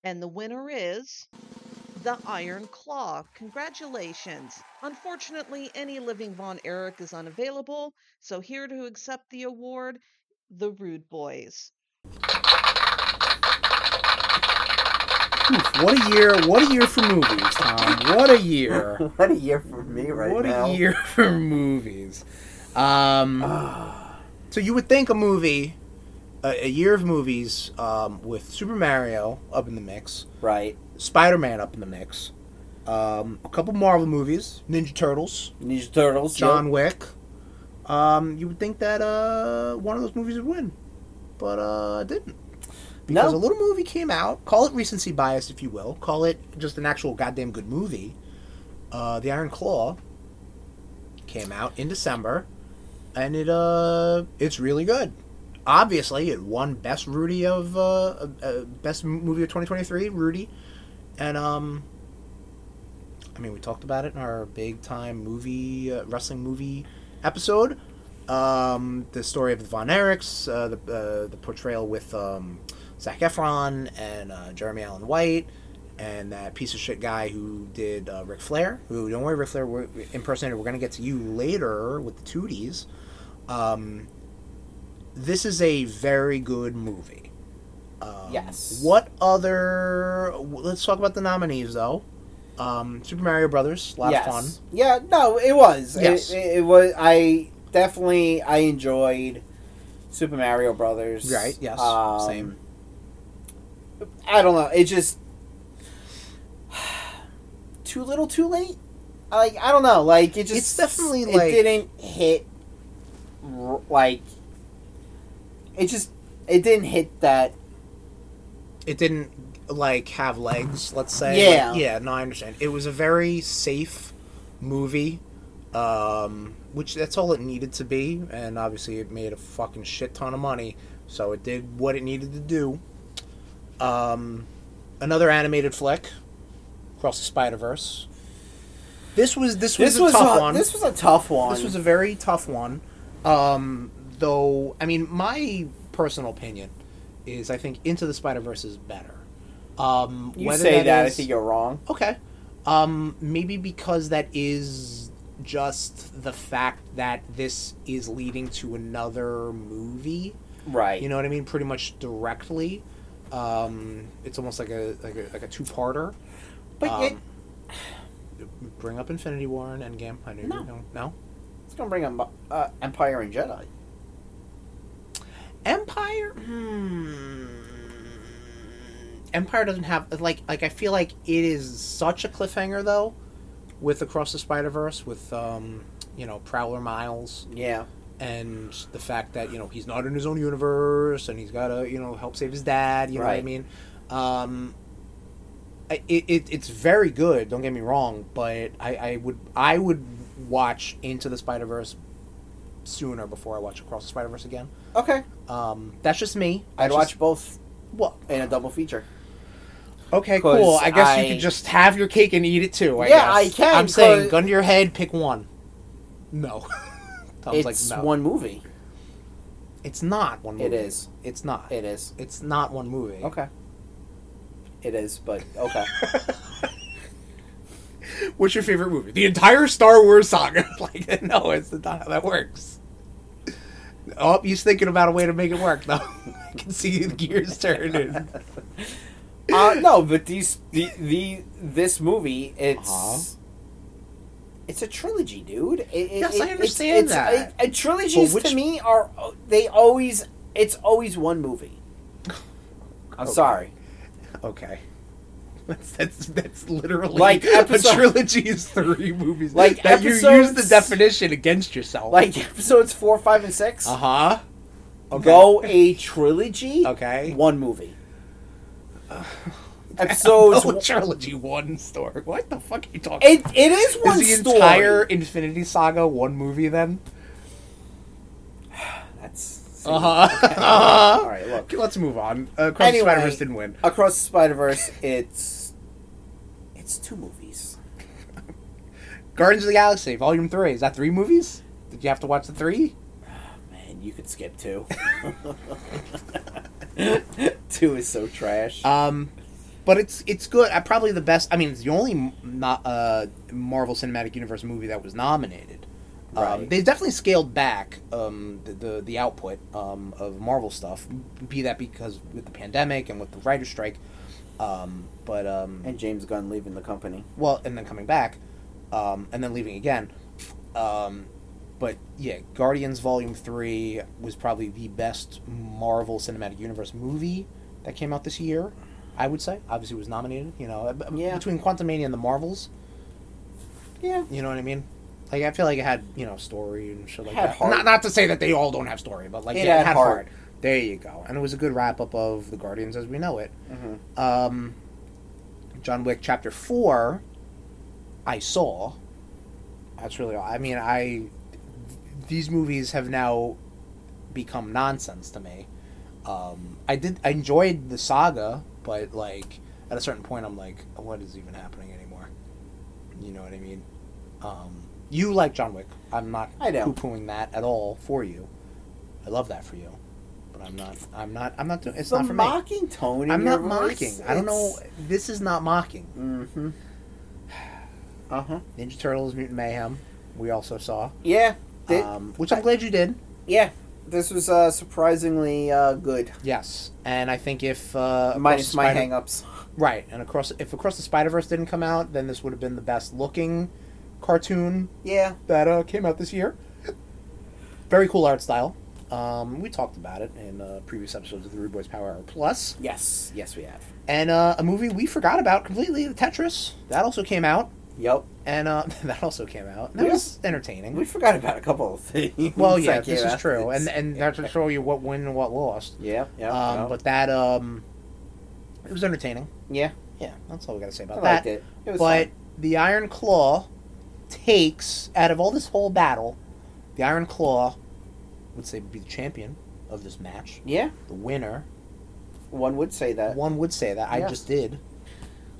Speaker 6: And the winner is the Iron Claw. Congratulations. Unfortunately, any living Von Erich is unavailable, so here to accept the award, the Rude Boys.
Speaker 2: Oof, what a year! What a year for movies, Tom. What a year!
Speaker 3: What a year for me [laughs] right
Speaker 2: what
Speaker 3: now.
Speaker 2: a year [laughs] for movies. Um,
Speaker 3: Ah.
Speaker 2: so you would think a movie, a, a year of movies, um, with Super Mario up in the mix,
Speaker 3: Right.
Speaker 2: Spider Man up in the mix, um, a couple Marvel movies, Ninja Turtles,
Speaker 3: Ninja Turtles.
Speaker 2: John
Speaker 3: yep.
Speaker 2: Wick. Um, you would think that uh, one of those movies would win, but uh, it didn't. Because
Speaker 3: No.
Speaker 2: a little movie came out. Call it recency bias, if you will. Call it just an actual goddamn good movie. Uh, the Iron Claw came out in December, and it uh, it's really good. Obviously, it won best Rudy of uh, uh, uh, best M- movie of 2023, Rudy, and um, I mean, we talked about it in our big time movie uh, wrestling movie episode. Um, the story of the Von Erichs, uh, the uh, the portrayal with um, Zac Efron and uh, Jeremy Allen White, and that piece of shit guy who did uh, Ric Flair. Who don't worry, Ric Flair we're, we- impersonator. We're gonna get to you later with the Tooties. Um, this is a very good movie. Um,
Speaker 3: Yes.
Speaker 2: What other? Let's talk about the nominees though. Um, Super Mario Brothers, a lot
Speaker 3: yes.
Speaker 2: of fun.
Speaker 3: Yeah, no, it was.
Speaker 2: Yes.
Speaker 3: It, it, it was. I definitely I enjoyed Super Mario Brothers.
Speaker 2: Right, yes,
Speaker 3: Um,
Speaker 2: same.
Speaker 3: I don't know. It just [sighs] too little, too late. Like I don't know. Like it just
Speaker 2: It's definitely,
Speaker 3: it
Speaker 2: like-
Speaker 3: didn't hit r- like it just it didn't hit that
Speaker 2: it didn't like have legs let's say
Speaker 3: Yeah.
Speaker 2: Like, yeah no i understand it was a very safe movie um which that's all it needed to be and obviously it made a fucking shit ton of money so it did what it needed to do um another animated flick across the spider verse this was this was
Speaker 3: this
Speaker 2: a
Speaker 3: was
Speaker 2: tough
Speaker 3: a,
Speaker 2: one
Speaker 3: this was a tough one.
Speaker 2: this was a very tough one. Um, though, I mean, my personal opinion is I think Into the Spider Verse is better. Um,
Speaker 3: you
Speaker 2: whether
Speaker 3: say that, I
Speaker 2: is-
Speaker 3: think you're wrong.
Speaker 2: Okay. Um, maybe because that is just the fact that this is leading to another movie.
Speaker 3: Right.
Speaker 2: You know what I mean? Pretty much directly. Um, it's almost like a like a, like a two parter.
Speaker 3: but
Speaker 2: um,
Speaker 3: it,
Speaker 2: Bring up Infinity War and Endgame. I knew
Speaker 3: No.
Speaker 2: you no no.
Speaker 3: It's gonna bring up uh, Empire and Jedi.
Speaker 2: Empire. Hmm. Empire doesn't have like like I feel like it is such a cliffhanger though, with Across the Spider Verse with um you know Prowler Miles
Speaker 3: Yeah,
Speaker 2: and the fact that you know he's not in his own universe and he's got to you know help save his dad. You know what I
Speaker 3: Right.
Speaker 2: mean? Um, I- it, it it's very good. Don't get me wrong, but I, I would I would watch Into the Spider Verse sooner before I watch Across the Spider Verse again.
Speaker 3: okay.
Speaker 2: Um, that's just me.
Speaker 3: I'd
Speaker 2: That's
Speaker 3: watch
Speaker 2: just-
Speaker 3: both
Speaker 2: Well,
Speaker 3: in a double feature.
Speaker 2: okay,
Speaker 3: 'Cause
Speaker 2: cool. I guess
Speaker 3: I-
Speaker 2: you could just have your cake and eat it too. I
Speaker 3: Yeah,
Speaker 2: guess.
Speaker 3: I can,
Speaker 2: I'm saying,
Speaker 3: 'cause-
Speaker 2: gun to your head, pick one. No. [laughs] Tom's
Speaker 3: it's
Speaker 2: like, no.
Speaker 3: one movie.
Speaker 2: It's not one movie.
Speaker 3: It is.
Speaker 2: It's not.
Speaker 3: It is.
Speaker 2: It's not one movie.
Speaker 3: Okay. It is, but okay.
Speaker 2: What's your favorite movie? The entire Star Wars saga. [laughs] like, no, it's not how that works. Oh, he's thinking about a way to make it work, though. [laughs] I can see the gears
Speaker 3: [laughs]
Speaker 2: turning.
Speaker 3: uh, no, but these the, the this movie it's
Speaker 2: Uh-huh.
Speaker 3: it's a trilogy, dude. It, it-
Speaker 2: Yes, I
Speaker 3: it- it's-
Speaker 2: understand
Speaker 3: it's,
Speaker 2: that.
Speaker 3: it- uh, trilogies
Speaker 2: But which-
Speaker 3: to me are they always it's always one movie. I'm
Speaker 2: Okay. [laughs]
Speaker 3: sorry.
Speaker 2: Okay. That's that's, that's literally
Speaker 3: Like episode-
Speaker 2: a trilogy is three movies.
Speaker 3: Like
Speaker 2: that you use the
Speaker 3: episodes-
Speaker 2: definition against yourself.
Speaker 3: Like [laughs] episodes four, five, and six.
Speaker 2: uh huh.
Speaker 3: Go a trilogy.
Speaker 2: Okay. [sighs]
Speaker 3: One movie. Episodes.
Speaker 2: Oh, trilogy one story. What the fuck are you talking?
Speaker 3: it, it is
Speaker 2: about?
Speaker 3: one
Speaker 2: Is the
Speaker 3: story.
Speaker 2: entire Infinity Saga one movie then?
Speaker 3: That's.
Speaker 2: [laughs] Uh huh. Uh
Speaker 3: All right. Look.
Speaker 2: huh. Let's move on. Uh, Across
Speaker 3: Anyway.
Speaker 2: the Spider-Verse didn't win.
Speaker 3: Across the Spider Verse, it's it's two movies.
Speaker 2: Guardians of the Galaxy Volume Three. Is that three movies? Did you have to watch the three?
Speaker 3: Man, you could skip two. [laughs] two is so trash.
Speaker 2: Um, but it's it's good. Uh, probably the best. I mean, it's the only m- not uh Marvel Cinematic Universe movie that was nominated. Um,
Speaker 3: Right.
Speaker 2: they definitely scaled back um, the, the the output um, of Marvel stuff. Be that because with the pandemic and with the writer strike, um, but um,
Speaker 3: and James Gunn leaving the company.
Speaker 2: well, and then coming back, um, and then leaving again. Um, but yeah, Guardians Volume Three was probably the best Marvel Cinematic Universe movie that came out this year. I would say, obviously, it was nominated. You know, b- b-
Speaker 3: Yeah.
Speaker 2: between Quantum Mania and the Marvels.
Speaker 3: Yeah.
Speaker 2: You know what I mean? Like I feel like it had you know story and shit like
Speaker 3: Had
Speaker 2: that.
Speaker 3: heart.
Speaker 2: Not not to say that they all don't have story, but like
Speaker 3: It
Speaker 2: yeah,
Speaker 3: had heart.
Speaker 2: There you go, and it was a good wrap up of the Guardians as we know it
Speaker 3: Mm-hmm.
Speaker 2: um, John Wick Chapter Four. I saw. That's really. all. I mean, I th- these movies have now become nonsense to me. Um, I did. I enjoyed the saga, but like at a certain point, I'm like, what is even happening anymore? You know what I mean? Um, you like John Wick. I'm not
Speaker 3: I know.
Speaker 2: poo-pooing that at all for you. I love that for you, but I'm not. I'm not. I'm not doing. It's
Speaker 3: the
Speaker 2: not for me.
Speaker 3: mocking tone. In
Speaker 2: I'm
Speaker 3: your
Speaker 2: not
Speaker 3: voice,
Speaker 2: mocking. I don't know. This is not mocking.
Speaker 3: Mm-hmm. Uh huh.
Speaker 2: Ninja Turtles: Mutant Mayhem. We also saw,
Speaker 3: Yeah. Uh, Thi-
Speaker 2: um, which I'm glad you did.
Speaker 3: yeah. This was uh, surprisingly uh, good.
Speaker 2: Yes, and I think if uh, Across
Speaker 3: Minus
Speaker 2: the
Speaker 3: my
Speaker 2: Spider-
Speaker 3: hangups.
Speaker 2: right, and across if Across the Spider Verse didn't come out, then this would have been the best looking cartoon
Speaker 3: Yeah.
Speaker 2: that uh, came out this year. [laughs] Very cool art style. Um, we talked about it in uh, previous episodes of the Rude Boys Power Hour Plus,
Speaker 3: Yes. Yes, we have.
Speaker 2: and uh, a movie we forgot about completely, the Tetris. That also came out,
Speaker 3: Yep.
Speaker 2: and uh, [laughs] that also came out. That
Speaker 3: Yeah.
Speaker 2: was entertaining.
Speaker 3: We forgot about a couple of things. [laughs]
Speaker 2: Well, yeah,
Speaker 3: that
Speaker 2: this
Speaker 3: came
Speaker 2: is
Speaker 3: out.
Speaker 2: true, and
Speaker 3: It's-
Speaker 2: and that should show you what win and what lost.
Speaker 3: yeah, yeah,
Speaker 2: um,
Speaker 3: yeah.
Speaker 2: But that um, it was entertaining.
Speaker 3: yeah,
Speaker 2: Yeah, that's all we got to say
Speaker 3: I
Speaker 2: about
Speaker 3: liked
Speaker 2: that.
Speaker 3: it. It was
Speaker 2: But
Speaker 3: fun.
Speaker 2: the Iron Claw takes out of all this whole battle, the Iron Claw would say be the champion of this match,
Speaker 3: yeah,
Speaker 2: the winner.
Speaker 3: one would say that.
Speaker 2: One would say that I
Speaker 3: yes.
Speaker 2: just did,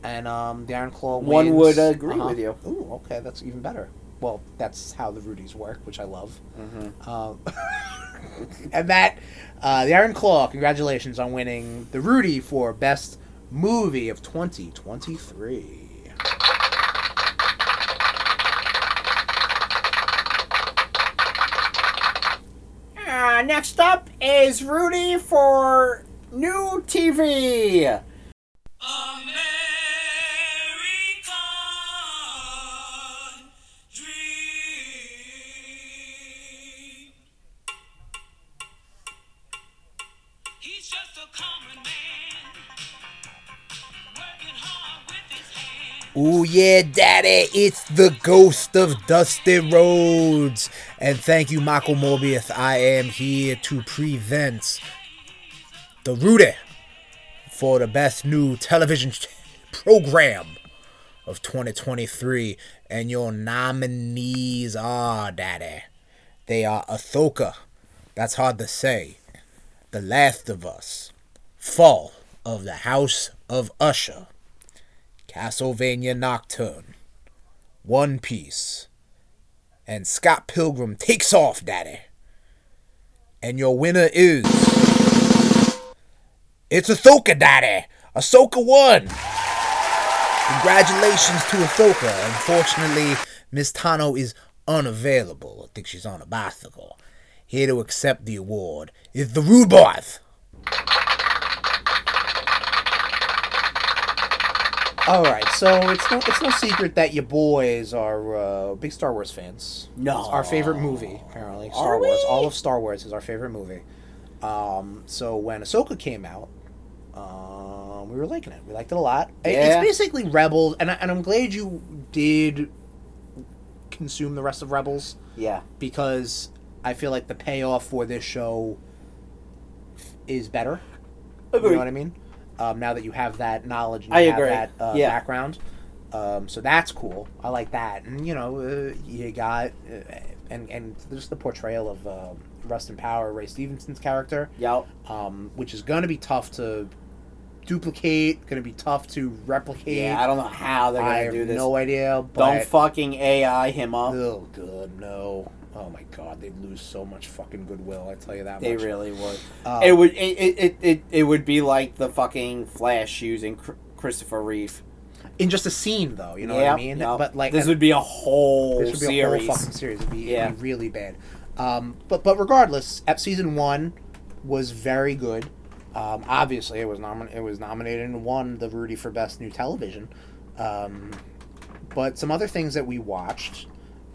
Speaker 2: and um, the Iron Claw.
Speaker 3: One
Speaker 2: wins. Uh-huh.
Speaker 3: would agree with you.
Speaker 2: Ooh, okay, that's even better. Well, that's how the Rudies work, which I love.
Speaker 3: Mm-hmm.
Speaker 2: Um, [laughs] and that, uh, the Iron Claw, congratulations on winning the Rudy for Best Movie of 2023.
Speaker 3: Uh, next up is Rudy for new TV.
Speaker 7: American dream. He's just a common man, working hard with his hands.
Speaker 5: Ooh, yeah, daddy, it's the ghost of Dusty Rhodes. And thank you, Michael Morbius. I am here to present the Rudy for the best new television [laughs] ch- program of 2023. And your nominees are, daddy, they are Athoka, that's hard to say, The Last of Us, Fall of the House of Usher. Castlevania Nocturne, One Piece, and Scott Pilgrim takes off, Daddy. And your winner is. It's Ahsoka, Daddy! Ahsoka won! Congratulations to Ahsoka. Unfortunately, Miss Tano is unavailable. I think she's on a bicycle. Here to accept the award is the Rude Boys.
Speaker 2: All right, so it's no it's no secret that you boys are uh, big Star Wars fans.
Speaker 3: No.
Speaker 2: it's our favorite movie apparently. Star
Speaker 3: Are
Speaker 2: Wars,
Speaker 3: we?
Speaker 2: all of Star Wars is our favorite movie. Um, so when Ahsoka came out, um, we We were liking it. We liked it a lot. I-
Speaker 3: Yeah.
Speaker 2: It's basically Rebels, and, I, and I'm glad you did consume the rest of Rebels
Speaker 3: Yeah.
Speaker 2: because I feel like the payoff for this show is better. You know what I mean? Um, now that you have that knowledge and you
Speaker 3: I
Speaker 2: have
Speaker 3: agree.
Speaker 2: that uh,
Speaker 3: Yeah.
Speaker 2: background. Um, so that's cool. I like that. And, you know, uh, you got, uh, and, and just the portrayal of uh, Rust and Power, Ray Stevenson's character,
Speaker 3: Yup.
Speaker 2: um, which is going to be tough to duplicate, going to be tough to replicate.
Speaker 3: Yeah, I don't know how they're
Speaker 2: I
Speaker 3: gonna
Speaker 2: have
Speaker 3: do this.
Speaker 2: no idea.
Speaker 3: don't
Speaker 2: But,
Speaker 3: fucking AI him up.
Speaker 2: Oh, God, no. Oh, my God. They'd lose so much fucking goodwill. I tell you that
Speaker 3: They
Speaker 2: much.
Speaker 3: really would.
Speaker 2: Um,
Speaker 3: it would. It it, it it it would be like the fucking Flash using Chr- Christopher Reeve.
Speaker 2: in just a scene, though. You know
Speaker 3: Yep,
Speaker 2: what I mean?
Speaker 3: yup.
Speaker 2: But, like,
Speaker 3: this would be a whole
Speaker 2: this would be
Speaker 3: series.
Speaker 2: a whole fucking series. It'd be,
Speaker 3: Yeah.
Speaker 2: it'd be really bad. Um, but but regardless, ep season one was very good. Um, obviously, it was nomin- it was nominated and won the Rudy for Best New Television. Um, but some other things that we watched,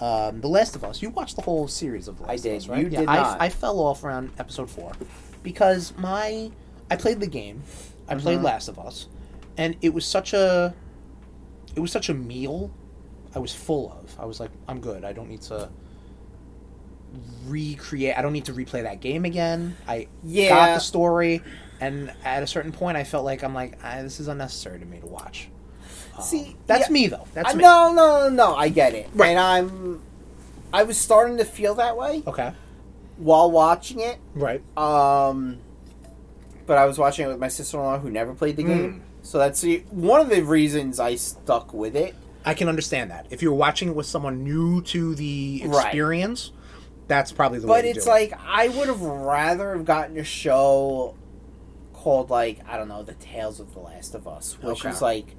Speaker 2: um, The Last of Us. You watched the whole series of The
Speaker 3: I
Speaker 2: Last
Speaker 3: did.
Speaker 2: of Us, right?
Speaker 3: You
Speaker 2: yeah,
Speaker 3: did
Speaker 2: I,
Speaker 3: not.
Speaker 2: I fell off around episode four because my I played the game. I
Speaker 3: Mm-hmm.
Speaker 2: played Last of Us, and it was such a it was such a meal I was full of. I was like, I'm good. I don't need to recreate. I don't need to replay that game again. I got
Speaker 3: Yeah.
Speaker 2: the story, and at a certain point, I felt like I'm like, ah, this is unnecessary to me to watch. Um,
Speaker 3: See,
Speaker 2: that's
Speaker 3: yeah.
Speaker 2: me though. That's
Speaker 3: I,
Speaker 2: me.
Speaker 3: no, no, no, no. I get it.
Speaker 2: Right. Oh.
Speaker 3: And I'm. I was starting to feel that way
Speaker 2: Okay.
Speaker 3: while watching it.
Speaker 2: Right.
Speaker 3: Um, but I was watching it with my sister-in-law who never played the
Speaker 2: Hmm.
Speaker 3: game, so that's the, one of the reasons I stuck with it.
Speaker 2: I can understand that. If you're watching it with someone new to the
Speaker 3: Right.
Speaker 2: experience, that's probably the way.
Speaker 3: But
Speaker 2: to
Speaker 3: it's
Speaker 2: do it.
Speaker 3: like I would have rather have gotten a show called like I don't know, The Tales of the Last of Us, which
Speaker 2: Okay.
Speaker 3: is like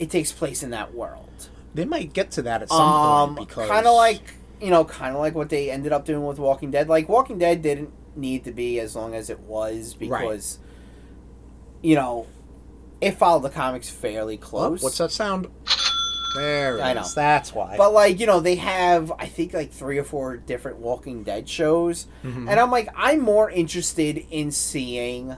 Speaker 3: it takes place in that world.
Speaker 2: they might get to that at some
Speaker 3: Um,
Speaker 2: point because
Speaker 3: kind of like you know, kind of like what they ended up doing with Walking Dead. Like Walking Dead didn't need to be as long as it was because you know it followed the comics fairly
Speaker 2: Oh,
Speaker 3: close.
Speaker 2: what's that sound? There it
Speaker 3: I know.
Speaker 2: is. That's why.
Speaker 3: But like you know, they have I think like three or four different Walking Dead shows,
Speaker 2: Mhm.
Speaker 3: and I'm like I'm more interested in seeing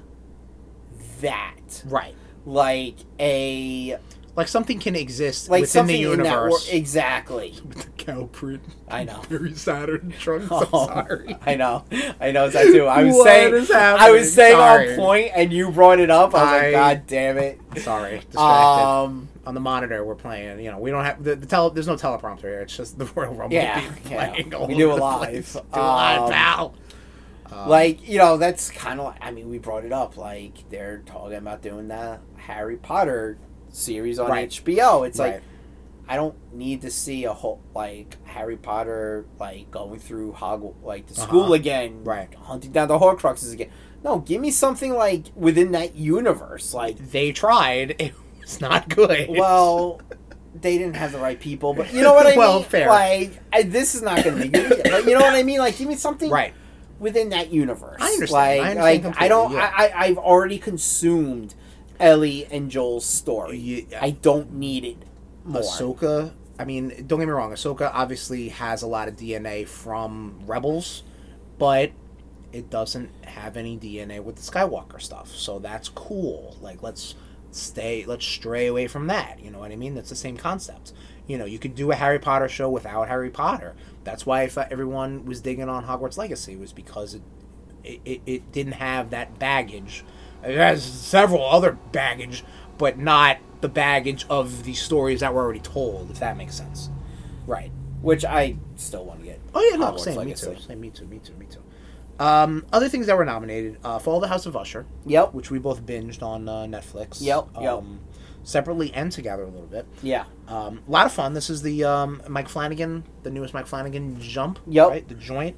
Speaker 3: that
Speaker 2: right.
Speaker 3: like a
Speaker 2: Like something can exist
Speaker 3: like
Speaker 2: within
Speaker 3: something
Speaker 2: the
Speaker 3: in that wor-
Speaker 2: universe.
Speaker 3: exactly.
Speaker 2: with the cow
Speaker 3: [laughs]
Speaker 2: print.
Speaker 3: I know.
Speaker 2: Very Saturn trunks.
Speaker 3: [laughs] Oh,
Speaker 2: [laughs] I'm sorry.
Speaker 3: I know. I know that too. I was
Speaker 2: What
Speaker 3: saying
Speaker 2: is
Speaker 3: I
Speaker 2: happening?
Speaker 3: was saying
Speaker 2: Sorry.
Speaker 3: on point and you brought it up. I was
Speaker 2: I-
Speaker 3: like, God damn it. [laughs]
Speaker 2: Sorry, [laughs] distracted.
Speaker 3: Um
Speaker 2: On the monitor, we're playing. You know, we don't have the, the tele. There's no teleprompter here. It's just the [laughs] Royal Rumble
Speaker 3: Yeah,
Speaker 2: being
Speaker 3: yeah.
Speaker 2: playing.
Speaker 3: We
Speaker 2: all
Speaker 3: do
Speaker 2: over
Speaker 3: it
Speaker 2: the
Speaker 3: live.
Speaker 2: place. Do it live,
Speaker 3: Um,
Speaker 2: pal. Um,
Speaker 3: like, you know, that's kinda like I mean, we brought it up. Like they're talking about doing the Harry Potter series on
Speaker 2: Right.
Speaker 3: HBO. It's
Speaker 2: Right.
Speaker 3: like I don't need to see a whole like Harry Potter like going through Hogwarts like the school
Speaker 2: Uh-huh.
Speaker 3: again,
Speaker 2: Right.
Speaker 3: hunting down the Horcruxes again. No, give me something like within that universe, like
Speaker 2: they tried. [laughs] It was not good. [laughs]
Speaker 3: Well, they didn't have the right people, but you know what I
Speaker 2: Well,
Speaker 3: mean.
Speaker 2: fair.
Speaker 3: Like I, this is not going to be good. either, But you know what I mean. Like give me something
Speaker 2: right.
Speaker 3: within that universe.
Speaker 2: I understand.
Speaker 3: Like
Speaker 2: I understand
Speaker 3: like I
Speaker 2: completely,
Speaker 3: don't.
Speaker 2: yeah.
Speaker 3: I, I I've already consumed Ellie and Joel's story.
Speaker 2: Yeah.
Speaker 3: I don't need it more.
Speaker 2: Ahsoka. I mean, don't get me wrong. Ahsoka obviously has a lot of DNA from Rebels, but it doesn't have any DNA with the Skywalker stuff. So that's cool. Like, let's stay, let's stray away from that. You know what I mean? That's the same concept. You know, you could do a Harry Potter show without Harry Potter. That's why if everyone was digging on Hogwarts Legacy was because it it, it, it didn't have that baggage. It has several other baggage, but not the baggage of the stories that were already told, if that makes sense. Right.
Speaker 3: which I still want to get.
Speaker 2: Oh yeah, no,
Speaker 3: Hogwarts
Speaker 2: same. Me
Speaker 3: Legacy.
Speaker 2: too. Same. Me too. Me too. Me too. Um, other things that were nominated: uh, Follow the House of Usher,
Speaker 3: Yep.
Speaker 2: which we both binged on uh, Netflix.
Speaker 3: Yep, yep.
Speaker 2: Um, Separately and together a little bit.
Speaker 3: Yeah.
Speaker 2: Um, a lot of fun. This is the um, Mike Flanagan, the newest Mike Flanagan jump.
Speaker 3: Yep.
Speaker 2: Right. The joint.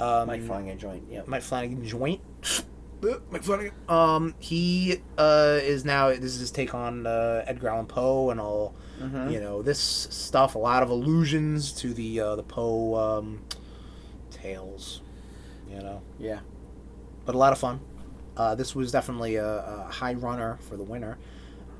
Speaker 2: Um,
Speaker 3: Mike Flanagan joint. Yep.
Speaker 2: Mike Flanagan joint. [sniffs] Uh, Mike Flanagan. Um, he uh, is now. This is his take on uh, Edgar Allan Poe and all.
Speaker 3: Mhm.
Speaker 2: You know this stuff. A lot of allusions to the uh, the Poe um, tales. You know,
Speaker 3: Yeah.
Speaker 2: but a lot of fun. Uh, this was definitely a, a high runner for the winner.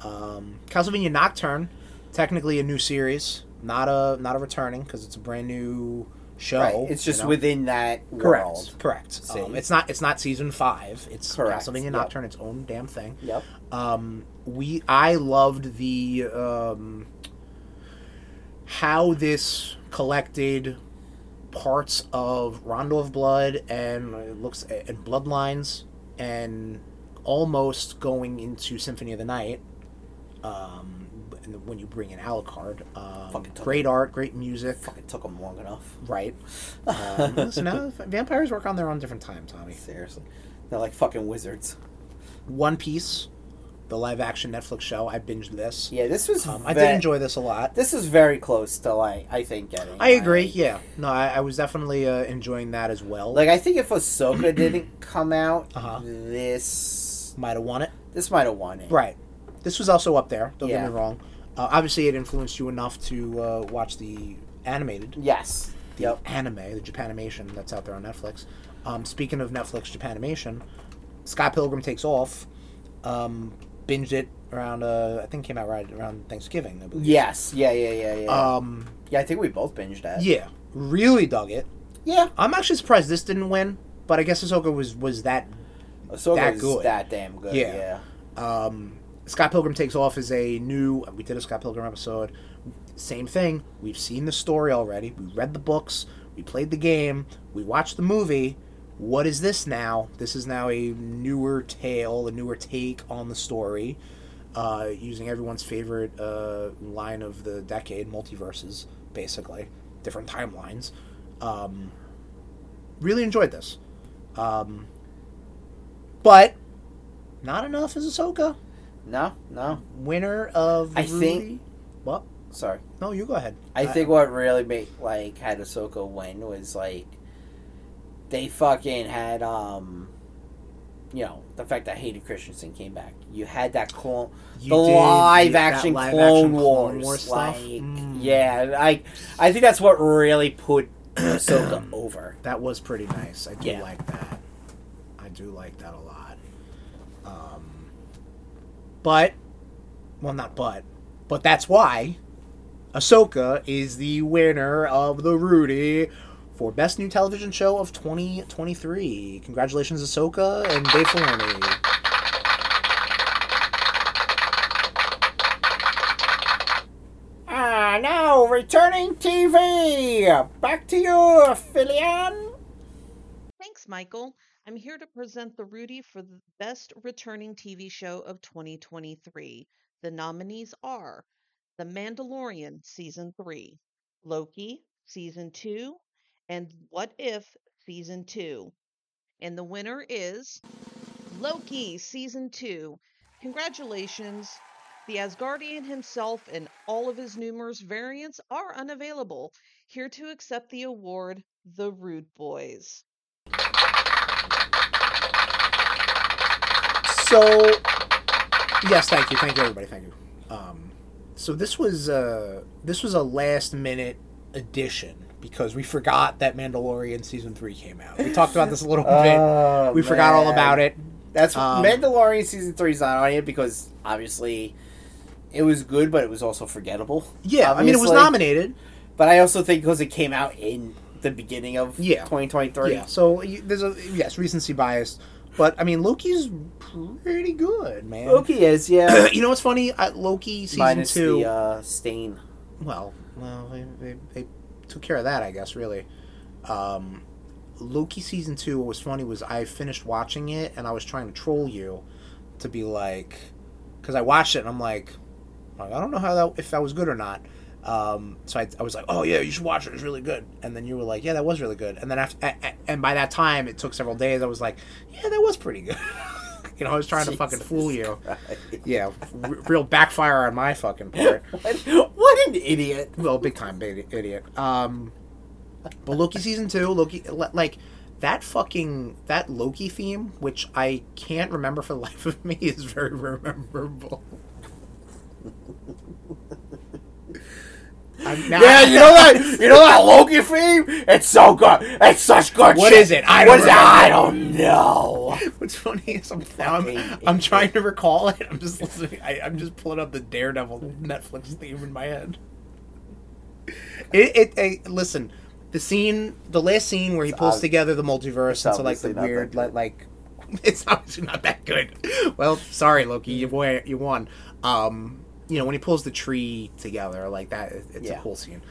Speaker 2: Um, Castlevania Nocturne, technically a new series, not a not a returning because it's a brand new show.
Speaker 3: Right. It's
Speaker 2: you
Speaker 3: just
Speaker 2: know?
Speaker 3: within that
Speaker 2: correct,
Speaker 3: world.
Speaker 2: correct.
Speaker 3: See?
Speaker 2: Um, it's not it's not season five. It's
Speaker 3: Correct,
Speaker 2: Castlevania
Speaker 3: yep.
Speaker 2: Nocturne, its own damn thing.
Speaker 3: Yep.
Speaker 2: um, we I loved the um, how this collected parts of Rondo of Blood and it looks and Bloodlines and almost going into Symphony of the Night. Um, and when you bring in Alucard, um,
Speaker 3: Fucking tough.
Speaker 2: great art, great music,
Speaker 3: Fucking took them long enough.
Speaker 2: right? [laughs] Um, listen, now, vampires work on their own different time, Tommy.
Speaker 3: Seriously. They're like fucking wizards.
Speaker 2: One Piece, the live-action Netflix show, I binged this.
Speaker 3: Yeah, this was.
Speaker 2: Um, I
Speaker 3: ve-
Speaker 2: did enjoy this a lot.
Speaker 3: This is very close to like I think getting.
Speaker 2: I agree.
Speaker 3: like-
Speaker 2: Yeah, no, I, I was definitely uh, enjoying that as well.
Speaker 3: Like I think if
Speaker 2: [clears throat]
Speaker 3: Ahsoka didn't come out,
Speaker 2: Uh-huh.
Speaker 3: this
Speaker 2: might have won it.
Speaker 3: this might have won it.
Speaker 2: Right. This was also up there. Don't
Speaker 3: Yeah.
Speaker 2: get me wrong. Uh, obviously, it influenced you enough to uh, watch the animated,
Speaker 3: Yes.
Speaker 2: the
Speaker 3: Yep.
Speaker 2: anime, the Japanimation that's out there on Netflix. Um, speaking of Netflix Japanimation, Scott Pilgrim Takes Off. Um, binged it around. Uh, I think it came out right around Thanksgiving. I believe.
Speaker 3: Yes. Yeah. Yeah. Yeah. Yeah.
Speaker 2: Um,
Speaker 3: yeah. I think we both binged that.
Speaker 2: yeah. Really dug it.
Speaker 3: Yeah.
Speaker 2: I'm actually surprised this didn't win, but I guess Ahsoka was was that
Speaker 3: Ahsoka
Speaker 2: That
Speaker 3: is
Speaker 2: good.
Speaker 3: that damn good.
Speaker 2: Yeah.
Speaker 3: Yeah.
Speaker 2: um, Scott Pilgrim Takes Off is a new. We did a Scott Pilgrim episode. Same thing. We've seen the story already. We read the books. We played the game. We watched the movie. What is this now? This is now a newer tale, a newer take on the story, uh, using everyone's favorite uh, line of the decade, multiverses, basically, different timelines. Um, really enjoyed this. Um, but not enough is Ahsoka.
Speaker 3: No. No.
Speaker 2: Winner of the
Speaker 3: I think-
Speaker 2: Ruby- What?
Speaker 3: Sorry.
Speaker 2: No, you go ahead.
Speaker 3: I think what really made like had Ahsoka win was like they fucking had um you know the fact that Hayden Christensen came back. You had that clone,
Speaker 2: Uh, You
Speaker 3: the
Speaker 2: did
Speaker 3: live
Speaker 2: that
Speaker 3: action
Speaker 2: live
Speaker 3: Clone
Speaker 2: action
Speaker 3: Wars,
Speaker 2: stuff.
Speaker 3: Like,
Speaker 2: Mm.
Speaker 3: yeah, I I think that's what really put [clears throat]
Speaker 2: [clears throat]
Speaker 3: Ahsoka over.
Speaker 2: That was pretty nice. I do
Speaker 3: Yeah.
Speaker 2: like that. I do like that a lot. Um, but, well, not but, but that's why Ahsoka is the winner of the Rudy for Best New Television Show of 2023. Congratulations, Ahsoka and Dave Filoni.
Speaker 3: Ah, now returning TV. Back to you, Filian.
Speaker 6: Thanks, Michael. I'm here to present the Rudy for the Best Returning TV Show of 2023. The nominees are The Mandalorian Season 3, Loki Season 2, and What If Season 2. And the winner is Loki Season 2. Congratulations! The Asgardian himself and all of his numerous variants are unavailable. Here to accept the award, the Rude Boys.
Speaker 2: So, yes, thank you, thank you, everybody, thank you. Um, so this was uh, this was a last minute addition because we forgot that Mandalorian season three came out. We talked about this a little bit.
Speaker 3: [laughs] Oh,
Speaker 2: We forgot all
Speaker 3: man.
Speaker 2: about it.
Speaker 3: That's
Speaker 2: Ah, Um,
Speaker 3: Mandalorian season three is not on it because obviously it was good, but it was also forgettable.
Speaker 2: Yeah, I mean it was
Speaker 3: obviously.
Speaker 2: nominated.
Speaker 3: But I also think because it came out in the beginning of
Speaker 2: Yeah.
Speaker 3: 2023.
Speaker 2: Yeah, so y- there's a yes recency bias, but I mean Loki's pretty good, man.
Speaker 3: Loki is yeah.
Speaker 2: [clears throat] You know what's funny? Uh, Loki season
Speaker 3: [coughs] Minus
Speaker 2: two.
Speaker 3: the uh, stain. [laughs]
Speaker 2: well, well, they, they, they took care of that, I guess. Really, um, Loki season two. What was funny was I finished watching it and I was trying to troll you to be like, because I watched it and I'm like, like, I don't know how that if that was good or not. Um, so I, I was like, oh yeah, you should watch it. It's really good. And then you were like, yeah, that was really good. And then after, a, a- and by that time, it took several days. I was like, yeah, that was pretty good. [laughs] you know, I was trying to fucking
Speaker 3: Jesus
Speaker 2: fool you.
Speaker 3: Christ.
Speaker 2: Yeah, r- real backfire on my fucking part.
Speaker 3: what an idiot!
Speaker 2: Well, big time baby, idiot. Um, but Loki season two, Loki, li- like that fucking that Loki theme, which I can't remember for the [laughs] life of me, is very rememberable. [laughs] I'm now, [laughs]
Speaker 3: Yeah, you know that you know that Loki theme. It's so good. It's such good.
Speaker 2: What
Speaker 3: shit.
Speaker 2: is it? I don't
Speaker 3: What is it?
Speaker 2: remember.
Speaker 3: I don't know.
Speaker 2: [laughs] What's funny is I'm, now I'm,
Speaker 3: Fucking
Speaker 2: I'm trying to recall it. I'm just listening. I, I'm just pulling up the Daredevil Netflix theme in my head. It, it, it listen, the scene, the last scene where he
Speaker 3: It's
Speaker 2: pulls
Speaker 3: ob-
Speaker 2: together the multiverse into like the
Speaker 3: obviously not that
Speaker 2: weird, like,
Speaker 3: good.
Speaker 2: like [laughs] it's obviously not that good. Well, sorry, Loki, you won. You won. Um, you know when he pulls the tree together like that, it- it's
Speaker 3: Yeah.
Speaker 2: a cool scene.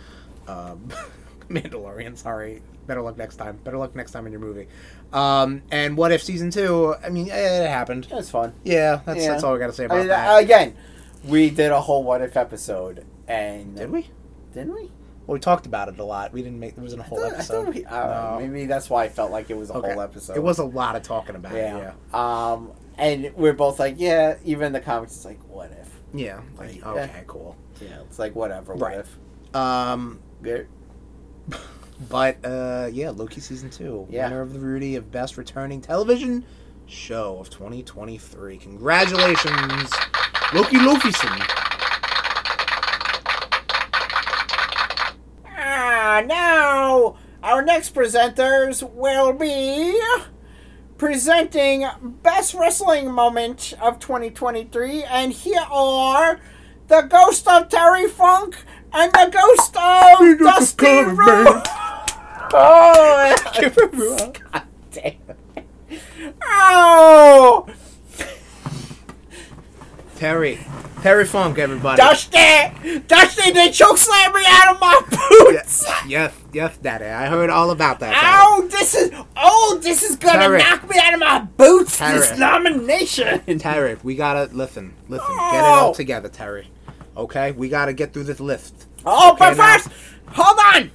Speaker 2: Um, [laughs] Mandalorian, sorry. Better luck next time. Better luck next time in your movie. Um, and what if season two? I mean, eh, it happened.
Speaker 3: It was fun.
Speaker 2: Yeah, that's
Speaker 3: Yeah.
Speaker 2: that's all I gotta say
Speaker 3: I
Speaker 2: about
Speaker 3: mean, uh,
Speaker 2: that.
Speaker 3: again, we did a whole what if episode, and
Speaker 2: Did we?
Speaker 3: Didn't we?
Speaker 2: Well, we talked about it a lot. We didn't make. It was in a
Speaker 3: I
Speaker 2: whole
Speaker 3: thought- I
Speaker 2: episode.
Speaker 3: thought we- I don't know,
Speaker 2: No.
Speaker 3: maybe that's why I felt like it was a whole episode.
Speaker 2: It was a lot of talking about
Speaker 3: yeah.
Speaker 2: it.
Speaker 3: Um, and we're both like, yeah. Even in the comics, it's like, what if?
Speaker 2: Yeah. Yeah. Like,
Speaker 3: Yeah.
Speaker 2: okay, cool.
Speaker 3: Yeah, it's like whatever. What
Speaker 2: Right.
Speaker 3: if?
Speaker 2: Um,
Speaker 3: Good.
Speaker 2: but uh, yeah, Loki season two,
Speaker 3: Yeah.
Speaker 2: winner of the Rudy of best returning television show of 2023. Congratulations, Loki
Speaker 3: [laughs]
Speaker 2: [laughs] Lokison.
Speaker 3: Ah, now our next presenters will be presenting best wrestling moment of 2023, and here are the ghost of Terry Funk and the ghost of Dusty
Speaker 2: coming,
Speaker 3: Rhodes. Oh, [laughs]
Speaker 2: Give
Speaker 3: God damn it. Oh,
Speaker 2: Terry, Terry Funk, everybody.
Speaker 3: Dusty! Dusty, they choke slam me out of my boots!
Speaker 2: Yes, yes, Daddy. I heard all about that. Daddy.
Speaker 3: Ow, this is oh, this is gonna
Speaker 2: Tarek.
Speaker 3: knock me out of my boots. This
Speaker 2: Tarek. [laughs]
Speaker 3: nomination.
Speaker 2: Terry, we gotta listen, listen, get it all
Speaker 3: Oh.
Speaker 2: together, Terry. Okay, we gotta get through this list.
Speaker 3: Oh, but
Speaker 2: Okay, now-
Speaker 3: first, hold on.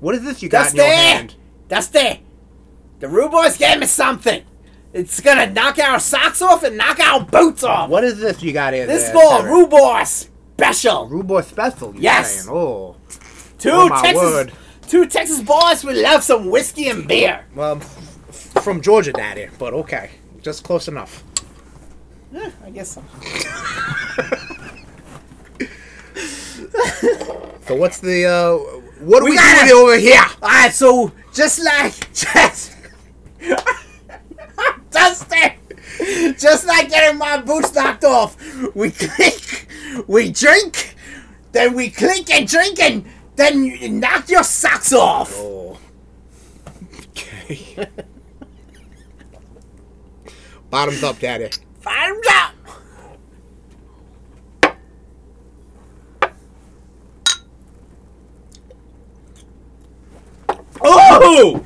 Speaker 2: What is this you got
Speaker 3: That's
Speaker 2: in your
Speaker 3: there.
Speaker 2: hand?
Speaker 3: That's there. The Rude Boys gave me something. It's gonna knock our socks off and knock our boots off.
Speaker 2: What is this you got in
Speaker 3: This is
Speaker 2: there,
Speaker 3: called
Speaker 2: Terry?
Speaker 3: Rude Boy Special.
Speaker 2: Rude Boy Special. You're
Speaker 3: Yes.
Speaker 2: Saying? Oh,
Speaker 3: Two
Speaker 2: Oh, my
Speaker 3: Texas,
Speaker 2: word.
Speaker 3: two Texas boys would love some whiskey and beer.
Speaker 2: well, f- f- from Georgia, Daddy, but okay, just close enough.
Speaker 3: Hmm, I guess so.
Speaker 2: So what's the uh, what are we,
Speaker 3: got
Speaker 2: doing over here?
Speaker 3: All right, so just like [laughs] just Dustin, just like getting my boots knocked off, we [laughs] click, we drink, then we click and drink, and then you knock your socks off.
Speaker 2: Oh, [laughs] okay. [laughs] Bottoms up, Daddy.
Speaker 3: Bottoms up. Oh!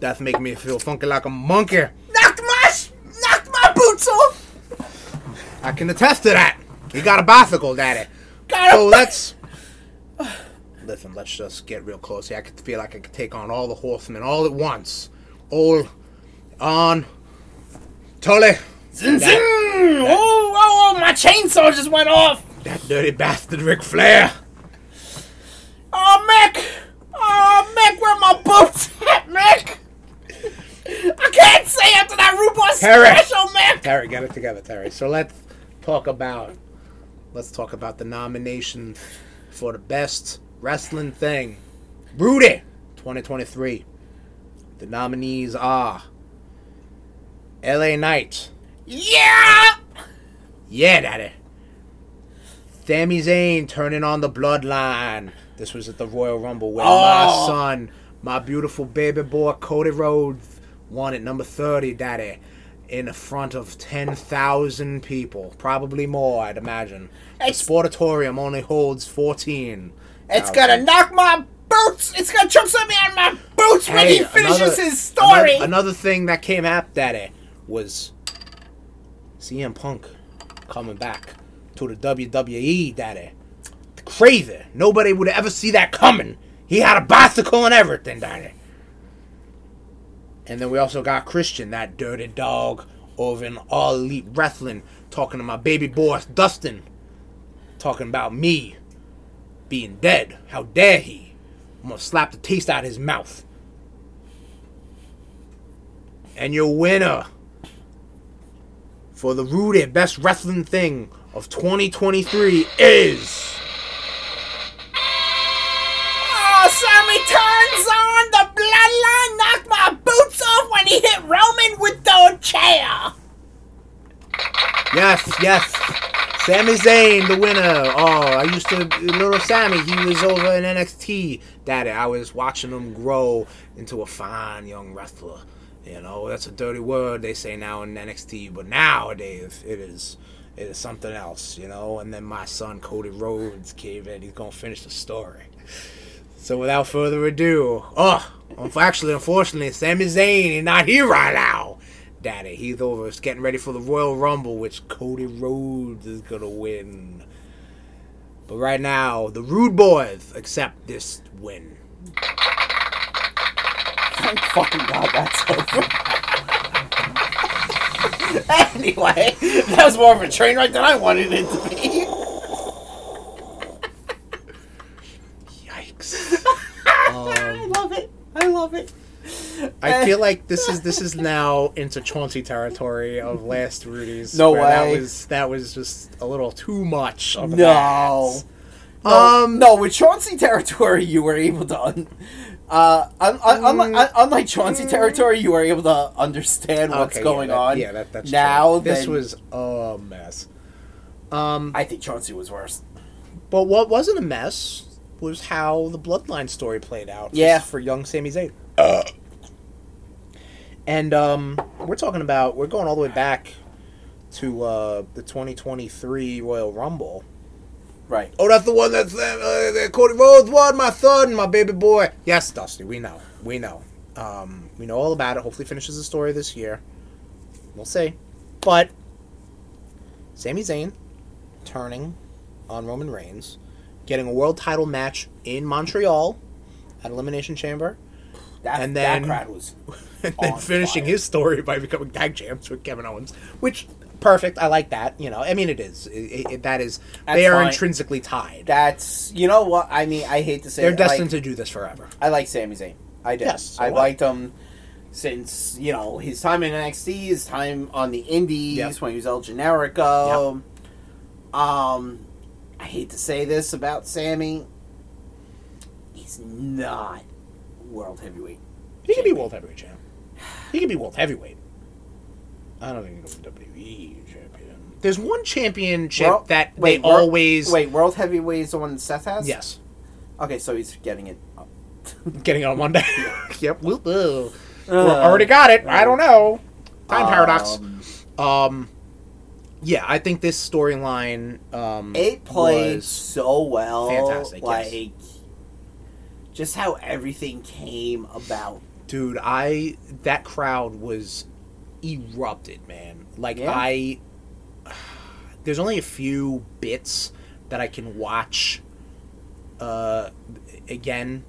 Speaker 2: That's making me feel funky like a monkey.
Speaker 3: Knocked my sh- knocked my boots off.
Speaker 2: I can attest to that. You got a bicycle, Daddy.
Speaker 3: Got
Speaker 2: So
Speaker 3: a-
Speaker 2: let's listen. Let's just get real close here. I could feel like I could take on all the horsemen all at once. All on Tully.
Speaker 3: Zing, zing. Oh, oh, oh, my chainsaw just went off.
Speaker 2: That dirty bastard Ric Flair.
Speaker 3: Oh, Mick. Oh, Mick, where my boots at, Mick? I can't say after that RuPaul
Speaker 2: Harry.
Speaker 3: special, Mick.
Speaker 2: Terry, get it together, Terry. So let's talk about let's talk about the nomination for the best wrestling thing. Rudy 2023. The nominees are LA Knight.
Speaker 3: Yeah.
Speaker 2: Yeah, daddy. Sami Zayn turning on the bloodline. This was at the Royal Rumble where my
Speaker 3: Oh.
Speaker 2: son, my beautiful baby boy Cody Rhodes, won at number 30, daddy, in front of 10,000 people. Probably more, I'd imagine.
Speaker 3: It's-
Speaker 2: the Sportatorium only holds 14.
Speaker 3: It's gonna knock my boots. It's gonna choke something out of my boots when
Speaker 2: Hey,
Speaker 3: he finishes
Speaker 2: another-
Speaker 3: his story.
Speaker 2: Another, another thing that came up that was CM Punk coming back to the WWE. Daddy, crazy. Nobody would ever see that coming. He had a bicycle and everything, Daddy. And then we also got Christian, that dirty dog over in All Elite Wrestling, talking to my baby boy Dustin, talking about me being dead. How dare he? I'm gonna slap the taste out of his mouth. And your winner for the Rooted Best Wrestling Thing of 2023 is.
Speaker 3: Oh, Sammy Oh, turns on the bloodline, knocked my boots off when he hit Roman with the chair.
Speaker 2: Yes, yes. Sami Zayn, the winner. Oh, I used to little Sammy. He was over in NXT. That I was watching him grow into a fine young wrestler. You know, that's a dirty word they say now in NXT, but nowadays it is it is something else. You know, and then my son Cody Rhodes came in. He's gonna finish the story. So without further ado, oh, unf- actually, unfortunately, Sami Zayn is not here right now. Daddy, he's over. It's getting ready for the Royal Rumble, which Cody Rhodes is gonna win. But right now, the Rude Boys accept this win.
Speaker 3: Thank fucking God that's over. [laughs] anyway, that was more of a train wreck than I wanted it to be. [laughs]
Speaker 2: Yikes!
Speaker 3: I love it. I love it.
Speaker 2: I feel like this is this is now into Chauncey territory of last Rudy's.
Speaker 3: No
Speaker 2: where That
Speaker 3: way.
Speaker 2: was that was just a little too much. Of
Speaker 3: No.
Speaker 2: Um,
Speaker 3: Oh, No, with Chauncey territory, you were able to. Un- uh, un- un- unlike,
Speaker 2: Mm.
Speaker 3: un- unlike Chauncey territory, you were able to understand what's
Speaker 2: Okay, yeah,
Speaker 3: going
Speaker 2: that-
Speaker 3: on.
Speaker 2: Yeah, that, that's
Speaker 3: now.
Speaker 2: true. this
Speaker 3: than-
Speaker 2: was a mess.
Speaker 3: I think Chauncey was worse.
Speaker 2: But what wasn't a mess was how the bloodline story played out. for-
Speaker 3: Yeah.
Speaker 2: for young Sami Zayn. And um, we're talking about we're going all the way back to uh, the 2023 Royal Rumble.
Speaker 3: Right.
Speaker 2: Oh, that's the one that's uh, uh, Cody Rhodes won, my son, my baby boy. Yes, Dusty, we know, we know, um, we know all about it. Hopefully, finishes the story this year. We'll see. But Sami Zayn turning on Roman Reigns, getting a world title match in Montreal at Elimination Chamber,
Speaker 3: That,
Speaker 2: And then-
Speaker 3: that crowd was.
Speaker 2: [laughs] and then
Speaker 3: On
Speaker 2: finishing
Speaker 3: fire.
Speaker 2: his story by becoming tag champs with Kevin Owens, which perfect. I like that. You know, I mean, it is. It, it, that is. they
Speaker 3: That's
Speaker 2: are
Speaker 3: fine.
Speaker 2: intrinsically tied.
Speaker 3: That's you know what I mean. I hate to say
Speaker 2: They're
Speaker 3: it, like,
Speaker 2: destined to do this forever.
Speaker 3: I like Sami Zayn. I do.
Speaker 2: Yes, so
Speaker 3: I
Speaker 2: what?
Speaker 3: liked him since you know his time in NXT, his time on the Indies
Speaker 2: Yep.
Speaker 3: when he was El Generico. Um, I hate to say this about Sammy. He's not world heavyweight.
Speaker 2: He could be world heavyweight champ. He could be world heavyweight. I don't think he's a WWE E champion. There's one championship
Speaker 3: World-
Speaker 2: that
Speaker 3: wait,
Speaker 2: they
Speaker 3: wor-
Speaker 2: always
Speaker 3: wait. World heavyweight is the one Seth has.
Speaker 2: yes,
Speaker 3: Okay, so he's getting it. Up.
Speaker 2: getting it on Monday. [laughs] yep, we
Speaker 3: Uh,
Speaker 2: already got it. I don't know. Time paradox.
Speaker 3: um,
Speaker 2: Um, yeah, I think this storyline um
Speaker 3: It played
Speaker 2: was-
Speaker 3: so well.
Speaker 2: fantastic, yes.
Speaker 3: Like just how everything came about.
Speaker 2: dude i that crowd was erupted man like
Speaker 3: Yeah.
Speaker 2: i there's only a few bits that i can watch uh again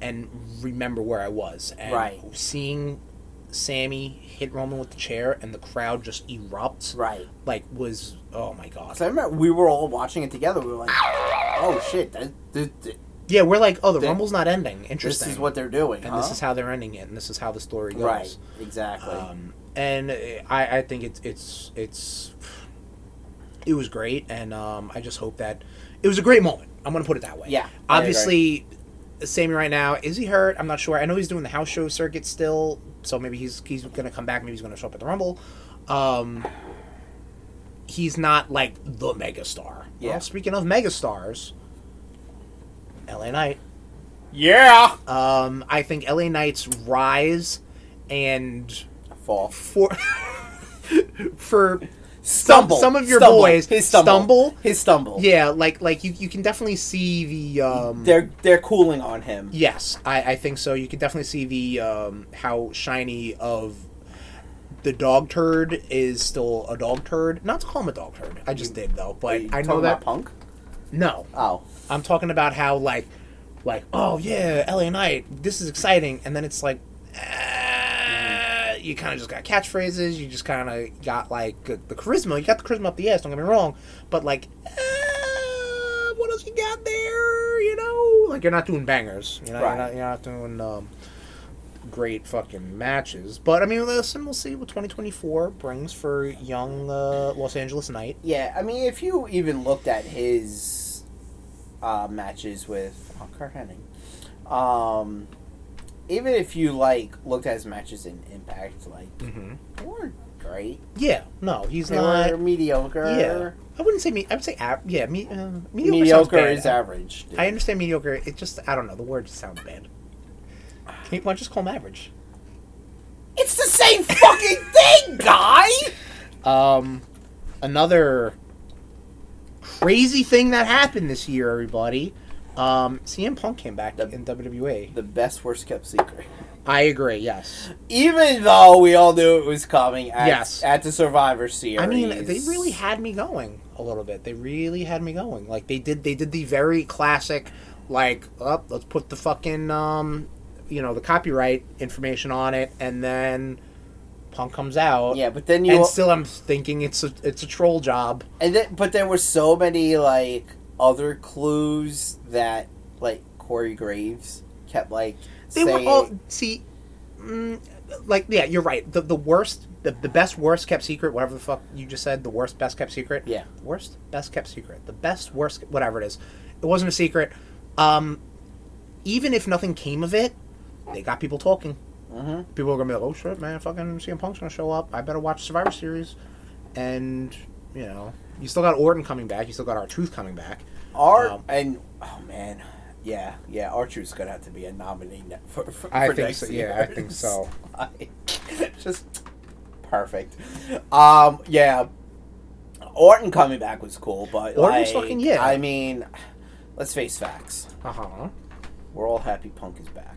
Speaker 2: and remember where i was and
Speaker 3: Right.
Speaker 2: seeing sammy hit roman with the chair and the crowd just erupts
Speaker 3: Right.
Speaker 2: like was oh my god
Speaker 3: So I remember we were all watching it together. We were like, "Oh shit! That, th- th-
Speaker 2: yeah we're like oh the
Speaker 3: Th-
Speaker 2: rumble's not ending interesting
Speaker 3: this is what they're doing."
Speaker 2: and
Speaker 3: huh?
Speaker 2: this is how they're ending it and this is how the story goes
Speaker 3: right. Exactly.
Speaker 2: um, and uh, I, I think it's it's it's it was great, and um, I just hope that it was a great moment. I'm gonna put it that way.
Speaker 3: Yeah, I agree.
Speaker 2: obviously, Sammy right now is he hurt? I'm not sure. I know he's doing the house show circuit still, so maybe he's he's gonna come back. Maybe he's gonna show up at the Rumble. Um, he's not like the megastar.
Speaker 3: Yeah.
Speaker 2: Well, speaking of megastars, L.A. Knight.
Speaker 3: yeah.
Speaker 2: Um, I think L.A. Knight's rise and
Speaker 3: Fall.
Speaker 2: for [laughs] for
Speaker 3: Stumble.
Speaker 2: some of your
Speaker 3: stumble.
Speaker 2: boys
Speaker 3: His stumble.
Speaker 2: stumble?
Speaker 3: His stumble.
Speaker 2: yeah like like you, you can definitely see the um
Speaker 3: They're they're cooling on him.
Speaker 2: yes I, I think so you can definitely see the um how shiny of the dog turd is still a dog turd not to call him a dog turd i just did though
Speaker 3: Are
Speaker 2: but
Speaker 3: you
Speaker 2: i
Speaker 3: talking
Speaker 2: know
Speaker 3: about
Speaker 2: that
Speaker 3: Punk.
Speaker 2: no
Speaker 3: Oh.
Speaker 2: i'm talking about how like like oh yeah la knight this is exciting and then it's like uh, you kind of just got catchphrases you just kind of got like the the charisma you got the charisma up the ass don't get me wrong but like uh, what else you got there you know like you're not doing bangers you know
Speaker 3: Right.
Speaker 2: you're, not, you're not doing um, great fucking matches but i mean listen we'll see what 2024 brings for young uh, los angeles knight
Speaker 3: Yeah. I mean, if you even looked at his uh, matches with oh, Kurt Hennig, um, even if you like looked at his matches in Impact, like
Speaker 2: mm-hmm.
Speaker 3: they weren't great.
Speaker 2: yeah no he's
Speaker 3: They
Speaker 2: not
Speaker 3: were mediocre.
Speaker 2: Yeah. I wouldn't say me. I would say av- yeah. Me, uh, mediocre,
Speaker 3: Mediocre
Speaker 2: sounds
Speaker 3: is
Speaker 2: bad.
Speaker 3: average. dude.
Speaker 2: I understand mediocre. It just I don't know. The word just sounds bad. Can you, why don't you just call them average?
Speaker 3: It's the same fucking thing, guy.
Speaker 2: Um, another crazy thing that happened this year, everybody. Um, CM Punk came back in WWE.
Speaker 3: The best worst kept secret.
Speaker 2: I agree. Yes.
Speaker 3: Even though we all knew it was coming. At,
Speaker 2: Yes.
Speaker 3: At the Survivor Series.
Speaker 2: I mean, they really had me going a little bit. They really had me going. Like they did. They did the very classic, like, up. let's put the fucking, um, you know, the copyright information on it, and then Punk comes out.
Speaker 3: Yeah, but then you
Speaker 2: And still, I'm thinking it's a it's a troll job.
Speaker 3: And then, but there were so many like other clues that like Corey Graves kept like
Speaker 2: They
Speaker 3: saying.
Speaker 2: were all see, mm, like yeah, you're right. The the worst, the, the best worst kept secret, whatever the fuck you just said, the worst best kept secret.
Speaker 3: Yeah.
Speaker 2: worst best kept secret, the best worst whatever it is. It wasn't a secret. Um, even if nothing came of it, they got people talking.
Speaker 3: Mhm.
Speaker 2: People are gonna be like, "Oh shit, man! Fucking CM Punk's gonna show up. I better watch Survivor Series." And you know, you still got Orton coming back. You still got our Truth coming back.
Speaker 3: Art
Speaker 2: um,
Speaker 3: and oh man, yeah, yeah. Archer's gonna have to be a nominee ne- [laughs] for, for
Speaker 2: I
Speaker 3: for
Speaker 2: think
Speaker 3: next
Speaker 2: so, yeah, I think
Speaker 3: year's.
Speaker 2: so.
Speaker 3: [laughs] Like, just perfect. Um, yeah. Orton coming back was cool, but
Speaker 2: Orton's
Speaker 3: like,
Speaker 2: fucking- yeah.
Speaker 3: I mean, let's face facts.
Speaker 2: Uh huh.
Speaker 3: We're all happy Punk is back.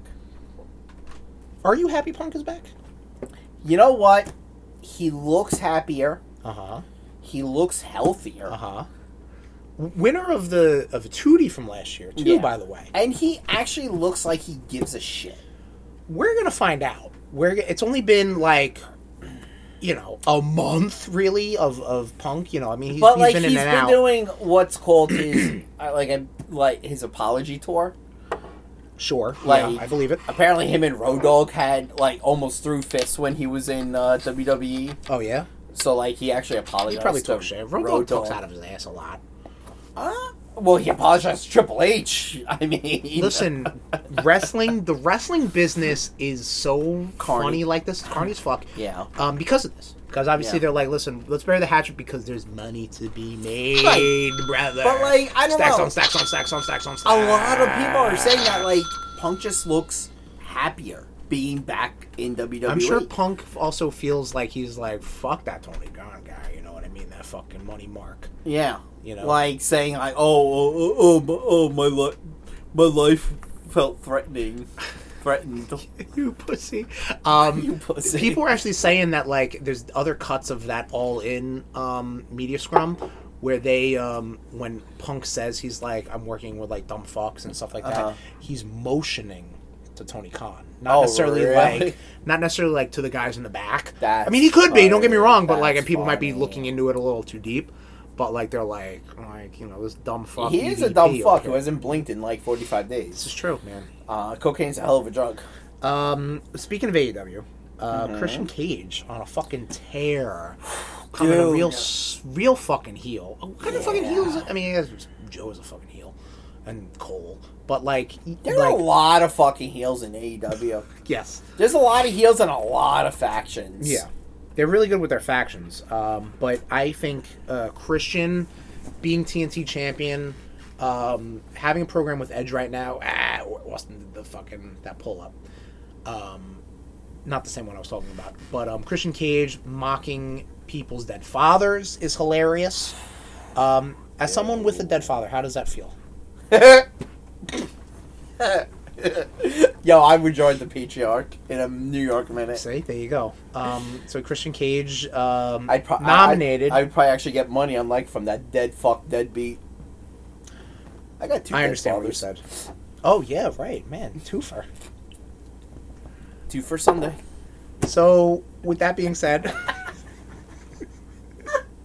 Speaker 2: Are you happy Punk is back?
Speaker 3: You know what? He looks happier.
Speaker 2: Uh huh.
Speaker 3: He looks healthier.
Speaker 2: Uh huh. Winner of the of Tootie from last year too,
Speaker 3: Yeah.
Speaker 2: by the way.
Speaker 3: And he actually looks like he gives a shit.
Speaker 2: We're gonna find out. We're g- it's only been like, you know, a month really of of Punk. You know, I mean, he's,
Speaker 3: but
Speaker 2: he's
Speaker 3: like
Speaker 2: been in
Speaker 3: he's
Speaker 2: and
Speaker 3: been
Speaker 2: out.
Speaker 3: doing what's called his [clears throat] uh, like a, like his apology tour.
Speaker 2: sure,
Speaker 3: like-
Speaker 2: yeah, I believe it.
Speaker 3: Apparently, him and Road Dogg had like almost threw fists when he was in uh, WWE.
Speaker 2: Oh yeah,
Speaker 3: So like he actually apologized.
Speaker 2: he probably
Speaker 3: to
Speaker 2: talks shit. Road Dogg talks out of his ass a lot.
Speaker 3: Uh, well, he apologized to Triple H. [laughs] I mean, [laughs]
Speaker 2: Listen, wrestling, the wrestling business is so funny like this. It's carny as fuck.
Speaker 3: Yeah.
Speaker 2: Um, because of this. Because obviously
Speaker 3: Yeah.
Speaker 2: they're like, listen, let's bury the hatchet because there's money to be made,
Speaker 3: Right.
Speaker 2: brother.
Speaker 3: But, like, I don't
Speaker 2: stacks
Speaker 3: know.
Speaker 2: on stacks on stacks on stacks on
Speaker 3: a
Speaker 2: stacks.
Speaker 3: lot of people are saying that like Punk just looks happier being back in E. WWE.
Speaker 2: I'm sure Punk also feels like he's like, fuck that Tony Khan guy. You know what I mean? That fucking money mark. [laughs]
Speaker 3: Yeah,
Speaker 2: You know?
Speaker 3: like saying like, oh, oh, oh, oh, oh my life, my life
Speaker 2: [laughs]
Speaker 3: felt threatening, threatened.
Speaker 2: you pussy. Um,
Speaker 3: You
Speaker 2: [laughs]
Speaker 3: pussy.
Speaker 2: People were actually saying that like there's other cuts of that all in um, media scrum where they um, when Punk says he's like I'm working with like dumb fucks and stuff like that,
Speaker 3: Uh-huh.
Speaker 2: he's motioning to Tony Khan, not
Speaker 3: Oh,
Speaker 2: necessarily
Speaker 3: really?
Speaker 2: like not necessarily like to the guys in the back. I
Speaker 3: That's
Speaker 2: mean, he could be. Don't get me
Speaker 3: funny.
Speaker 2: wrong, but like,
Speaker 3: That's
Speaker 2: and people might be
Speaker 3: funny.
Speaker 2: looking into it a little too deep. But like, they're like, like you know, this dumb fuck.
Speaker 3: He is a
Speaker 2: EVP
Speaker 3: dumb
Speaker 2: over
Speaker 3: fuck
Speaker 2: here.
Speaker 3: who hasn't blinked in like forty-five
Speaker 2: This is
Speaker 3: days.
Speaker 2: true, man.
Speaker 3: Uh, cocaine's a hell of a drug.
Speaker 2: Um, speaking of AEW, uh, Christian Cage on a fucking tear, coming a
Speaker 3: Dude.
Speaker 2: real, s- real fucking heel. What kind of fucking heel is it? I mean, I guess Joe is a fucking heel, and Cole, but like,
Speaker 3: There are
Speaker 2: like
Speaker 3: a lot of fucking heels in AEW.
Speaker 2: yes,
Speaker 3: There's a lot of heels and a lot of factions.
Speaker 2: yeah, they're really good with their factions. Um, but I think uh, Christian being TNT champion. Um, having a program with Edge right now, ah, Austin did the fucking that pull up. um, not the same one I was talking about, but um, Christian Cage mocking people's dead fathers is hilarious. Um, as someone with a dead father, how does that feel?
Speaker 3: Yo, I would join the patriarch in a New York minute.
Speaker 2: See, there you go. Um, so Christian Cage um,
Speaker 3: I'd pro- I-
Speaker 2: nominated.
Speaker 3: I, would probably actually get money on like from that dead fuck deadbeat. I got two.
Speaker 2: I
Speaker 3: dead
Speaker 2: understand what you
Speaker 3: fathers.
Speaker 2: said. Oh yeah, right, man, twofer.
Speaker 3: Two for Sunday.
Speaker 2: So, with that being said, [laughs]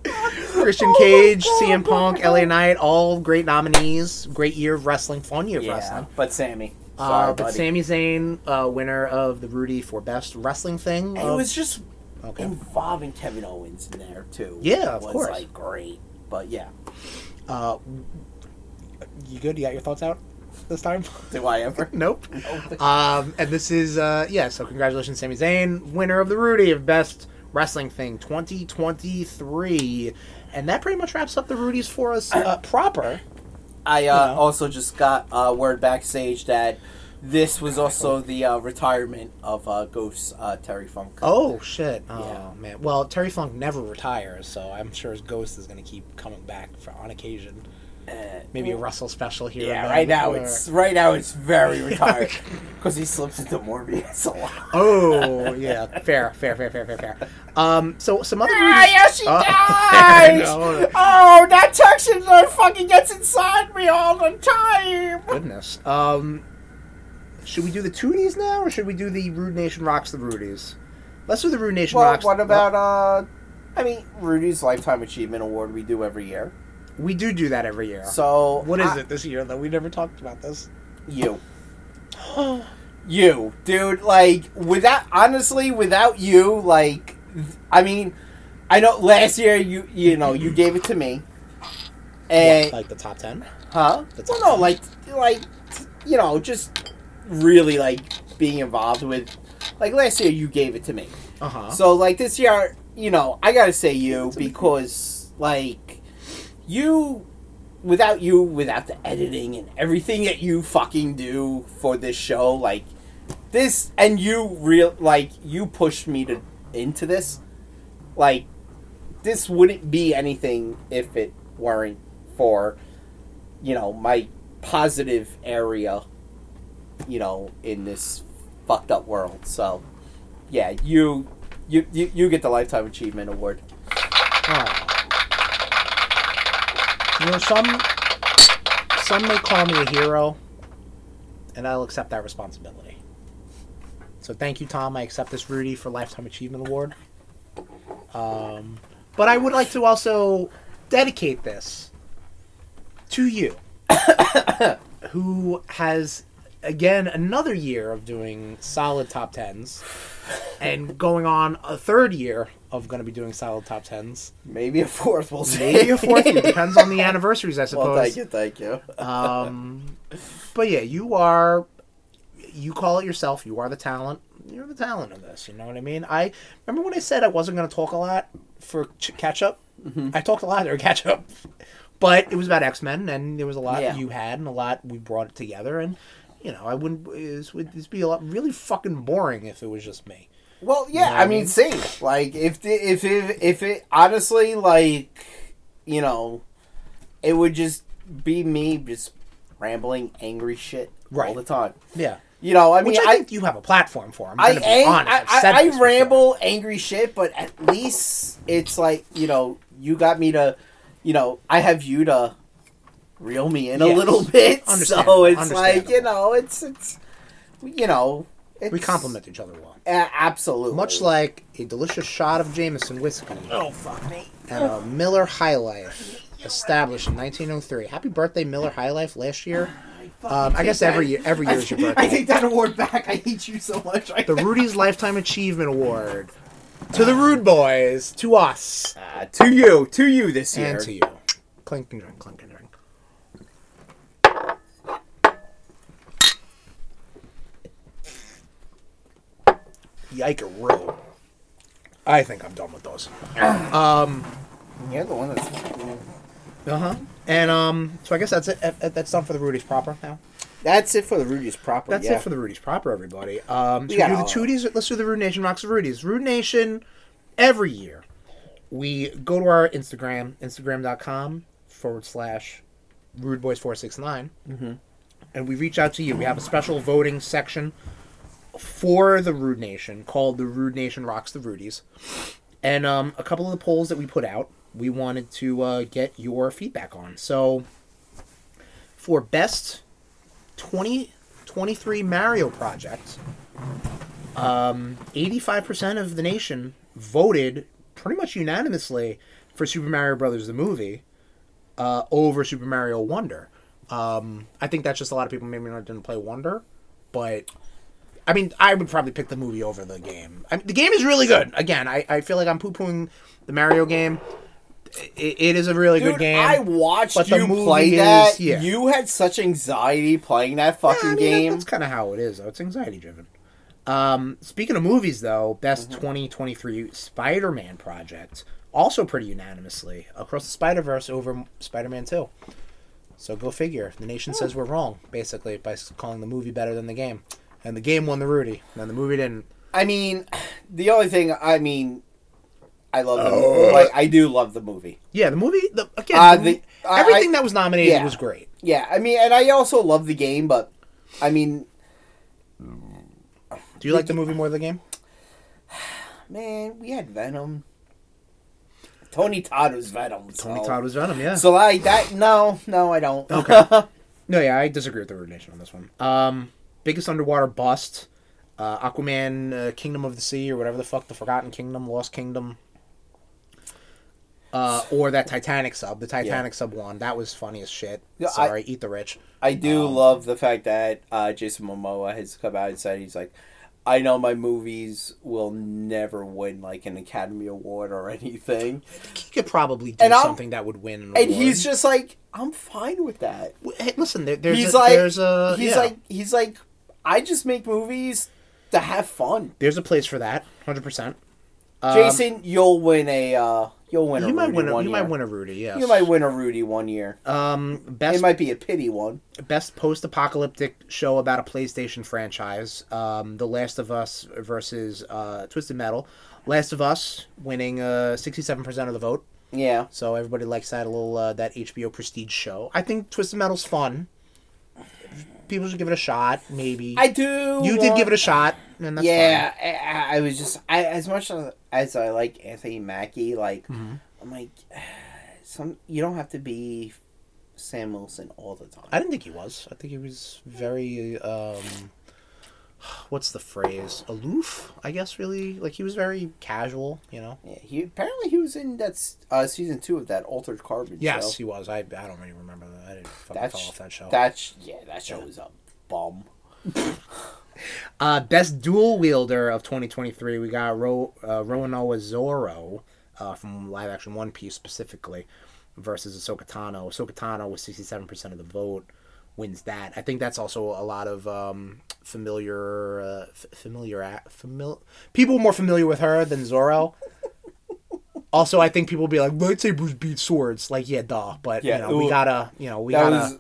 Speaker 3: Oh
Speaker 2: Christian Cage, CM Punk, LA Knight, all great nominees. Great year of wrestling, fun year of wrestling.
Speaker 3: but Sammy. Sorry,
Speaker 2: Uh, but
Speaker 3: buddy.
Speaker 2: Sami Zayn, uh, winner of the Rudy for best wrestling thing.
Speaker 3: it
Speaker 2: of-
Speaker 3: was just
Speaker 2: uh, okay.
Speaker 3: involving Kevin Owens in there too.
Speaker 2: Yeah, of
Speaker 3: was,
Speaker 2: course.
Speaker 3: Like great, but yeah.
Speaker 2: Uh, you good? You got your thoughts out this time? [laughs]
Speaker 3: Do I ever?
Speaker 2: nope. Um, and this is uh, yeah. So congratulations, Sami Zayn, winner of the Rudy of best Wrestling Thing 2023. And that pretty much wraps up the Rudies for us
Speaker 3: [coughs]
Speaker 2: uh, proper.
Speaker 3: I uh,
Speaker 2: You know.
Speaker 3: also just got uh, word backstage that this was also the uh, retirement of uh, Ghost uh, Terry Funk.
Speaker 2: Oh, shit. Oh,
Speaker 3: Yeah.
Speaker 2: man. Well, Terry Funk never retires, so I'm sure his ghost is going to keep coming back for, on occasion. Maybe a Russell special here. and
Speaker 3: yeah,
Speaker 2: there
Speaker 3: right now
Speaker 2: or-
Speaker 3: it's right now it's very retired because he slips into Morbius a lot.
Speaker 2: [laughs] Oh, yeah. Fair, fair, fair, fair, fair, fair. Um, so some other
Speaker 3: [laughs] Ah,
Speaker 2: Rudies.
Speaker 3: yes, she
Speaker 2: Oh. [laughs]
Speaker 3: dies!
Speaker 2: No.
Speaker 3: Oh, that Texan that fucking gets inside me all the time!
Speaker 2: Goodness. Um, should we do the Tooties now, or should we do the Rude Nation rocks the Rudies? Let's do the Rude Nation
Speaker 3: Well,
Speaker 2: rocks.
Speaker 3: what about, uh, I mean, Rudy's Lifetime Achievement Award we do every year.
Speaker 2: Uh, we do do that every year.
Speaker 3: So,
Speaker 2: what is
Speaker 3: I-
Speaker 2: it this year though? We never talked about [gasps] this.
Speaker 3: You. you, dude, like, without, honestly, without you, like, I mean, I know last year you, you know, you gave it to me. And,
Speaker 2: like the top ten.
Speaker 3: Huh?
Speaker 2: That's
Speaker 3: Well, no, like, like, you know, just really like being involved with. Like last year, you gave it to me.
Speaker 2: Uh huh.
Speaker 3: So like this year, you know, I gotta say you because like you, without you, without the editing and everything that you fucking do for this show, like this, and you real like you pushed me to into this, like this wouldn't be anything if it weren't for you know my positive area you know in this fucked up world so yeah you you you, you get the lifetime achievement award
Speaker 2: You know, some some may call me a hero, and I'll accept that responsibility. So thank you, Tom. I accept this Rudy for Lifetime Achievement Award. Um, but I would like to also dedicate this to you, [coughs] who has again another year of doing solid top tens, and going on a third year of going to be doing solid top tens.
Speaker 3: maybe a fourth we'll see
Speaker 2: Maybe a fourth
Speaker 3: [laughs]
Speaker 2: year depends on the anniversaries, I suppose.
Speaker 3: well thank you thank you
Speaker 2: Um, but yeah, you are. You call it yourself. You are the talent. You're the talent of this. You know what I mean? I remember when I said I wasn't going to talk a lot for ch- catch up.
Speaker 3: Mm-hmm.
Speaker 2: I talked a lot during catch up, but it was about X Men, and there was a lot
Speaker 3: Yeah.
Speaker 2: you had, and a lot we brought it together. And you know, I wouldn't. This would this be a lot really fucking boring if it was just me.
Speaker 3: Well, yeah,
Speaker 2: know what
Speaker 3: I
Speaker 2: I
Speaker 3: mean,
Speaker 2: mean?
Speaker 3: same. Like, if the, if it, if it honestly, like, you know, it would just be me just rambling angry shit all
Speaker 2: Right.
Speaker 3: the time.
Speaker 2: Yeah.
Speaker 3: You know, I mean,
Speaker 2: Which I,
Speaker 3: I
Speaker 2: think you have a platform for. I'm
Speaker 3: I,
Speaker 2: gonna be
Speaker 3: ang-
Speaker 2: honest.
Speaker 3: I,
Speaker 2: I've
Speaker 3: I,
Speaker 2: said
Speaker 3: I
Speaker 2: this before.
Speaker 3: ramble angry shit, but at least it's like you know you got me to, you know, I have you to reel me in a
Speaker 2: Yes.
Speaker 3: little bit. [laughs] So
Speaker 2: Understandable,
Speaker 3: it's like you
Speaker 2: understandable.
Speaker 3: know, it's it's you know, it's,
Speaker 2: We compliment each other well.
Speaker 3: a- absolutely
Speaker 2: Much like a delicious shot of Jameson whiskey. Oh, fuck me. And a Miller High Life, established in 1903. Happy birthday, Miller High Life, last year. Um, I guess every year, every year is your
Speaker 3: [laughs] I
Speaker 2: birthday.
Speaker 3: take that award back. I hate you so much. Right
Speaker 2: The Rudy's Lifetime Achievement Award to the Rude Boys, to us,
Speaker 3: now. to you, to you this
Speaker 2: and Uh, to you. Clink and drink, clink and drink. Yike row. I think I'm done with those.
Speaker 3: You're the one that's.
Speaker 2: Uh huh. And um, so I guess that's it. Uh, uh, That's done for the Rudy's proper now.
Speaker 3: That's it for the Rudy's proper.
Speaker 2: That's
Speaker 3: yeah.
Speaker 2: it for the Rudy's proper, everybody. Um,
Speaker 3: We
Speaker 2: should we
Speaker 3: got
Speaker 2: do the
Speaker 3: all of
Speaker 2: Tooties? Let's do the Rude Nation Rocks of Rudy's. Rude Nation, every year, we go to our Instagram, instagram.com forward slash Rude Boys 469. Mm-hmm. And we reach out to you. We have a special voting section for the Rude Nation called the Rude Nation Rocks the Rudies. And um, a couple of the polls that we put out, we wanted to uh, get your feedback on. So for best 2023 Mario project, um, 85% of the nation voted pretty much unanimously for Super Mario Brothers the movie uh, over Super Mario Wonder. Um, I think that's just a lot of people maybe not didn't play Wonder, but I mean, I would probably pick the movie over the game. I mean, the game is really good. Again, I, I feel like I'm poo pooing the Mario game. It, it is a really
Speaker 3: Dude,
Speaker 2: good game.
Speaker 3: I watched
Speaker 2: but the
Speaker 3: you
Speaker 2: movie
Speaker 3: play
Speaker 2: is-
Speaker 3: that.
Speaker 2: yeah.
Speaker 3: You had such anxiety playing that
Speaker 2: Yeah,
Speaker 3: fucking
Speaker 2: I mean, that-
Speaker 3: game.
Speaker 2: That's kind of how it is. Though. It's anxiety driven. Um, speaking of movies, though, best
Speaker 3: Mm-hmm.
Speaker 2: 2023 Spider Man project, also pretty unanimously across the Spider Verse over Spider Man 2. So go figure. The nation says
Speaker 3: Oh.
Speaker 2: we're wrong, basically, by s- calling the movie better than the game. And the game won the Rudy, and the movie didn't.
Speaker 3: I mean, the only thing I mean, I love the movie. Like, I do love the movie.
Speaker 2: Yeah, the movie, the, again,
Speaker 3: Uh,
Speaker 2: the
Speaker 3: the-
Speaker 2: movie-
Speaker 3: I-
Speaker 2: everything
Speaker 3: I-
Speaker 2: that was nominated
Speaker 3: yeah.
Speaker 2: was great.
Speaker 3: Yeah, I mean, and I also love the game, but I mean,
Speaker 2: Do you like the movie more than the game?
Speaker 3: man, we had Venom. Tony Todd was Venom.
Speaker 2: Tony
Speaker 3: so-
Speaker 2: Todd was Venom, yeah.
Speaker 3: So like that? No, no, I don't. [laughs]
Speaker 2: Okay. No, yeah, I disagree with the Rude Nation on this one. Um, biggest underwater bust, uh, Aquaman, uh, Kingdom of the Sea, or whatever the fuck, the Forgotten Kingdom, Lost Kingdom, uh, or that Titanic sub. The Titanic sub one that was funny as shit.
Speaker 3: Yeah, I-
Speaker 2: Sorry, eat the rich.
Speaker 3: I do
Speaker 2: Um,
Speaker 3: love the fact that uh, Jason Momoa has come out and said he's like, I know my movies will never win like an Academy Award or [laughs] anything,
Speaker 2: He could probably do
Speaker 3: And I'm-
Speaker 2: something that would win. An
Speaker 3: and
Speaker 2: award.
Speaker 3: he's just like, I'm fine with that.
Speaker 2: hey, listen. There, there's
Speaker 3: he's
Speaker 2: a,
Speaker 3: like,
Speaker 2: there's a
Speaker 3: he's
Speaker 2: yeah.
Speaker 3: like, he's like, I just make movies to have fun.
Speaker 2: there's a place for that, hundred percent.
Speaker 3: Jason, you'll win a, uh, you'll win a
Speaker 2: Um, You might
Speaker 3: Rudy
Speaker 2: win. A,
Speaker 3: one
Speaker 2: you
Speaker 3: year.
Speaker 2: might win a Rudy. Yes.
Speaker 3: you might win a Rudy one year.
Speaker 2: Um,
Speaker 3: it
Speaker 2: best
Speaker 3: might be a pity one.
Speaker 2: best post-apocalyptic show about a PlayStation franchise, um, The Last of Us versus uh, Twisted Metal. Last of Us winning uh, 67% of the vote,
Speaker 3: Yeah,
Speaker 2: so everybody likes that little uh, that HBO prestige show. I think Twisted Metal's fun. People should give it a shot, maybe.
Speaker 3: I do.
Speaker 2: you did
Speaker 3: want-
Speaker 2: give it a shot, and that's
Speaker 3: yeah, I, I- I was just I, as much as, as I like Anthony Mackie, like
Speaker 2: Mm-hmm.
Speaker 3: I'm like [sighs] some you don't have to be Sam Wilson all the time.
Speaker 2: I didn't think he was. I think he was very um [sighs] what's the phrase? Aloof, I guess really. Like he was very casual, you know.
Speaker 3: yeah, he apparently he was in that s- uh, season two of that Altered Carbon.
Speaker 2: Yes,
Speaker 3: show.
Speaker 2: he was. I, I don't really remember that. I didn't fucking
Speaker 3: that's
Speaker 2: follow off that show.
Speaker 3: That's yeah, that show was a bum.
Speaker 2: Uh, best dual wielder of 2023, we got Ro- uh, Roanoa Zoro uh, from live action One Piece specifically versus Ahsoka Tano. Ahsoka Tano with 67% of the vote wins that. I think that's also a lot of um, familiar, uh, f- familiar, familiar people more familiar with her than
Speaker 3: [laughs]
Speaker 2: Zoro. also, I think people will be like lightsabers beat swords. Like, yeah, duh. But
Speaker 3: Yeah,
Speaker 2: you
Speaker 3: it
Speaker 2: know, we
Speaker 3: wa-
Speaker 2: gotta, you know, we
Speaker 3: That
Speaker 2: gotta.
Speaker 3: was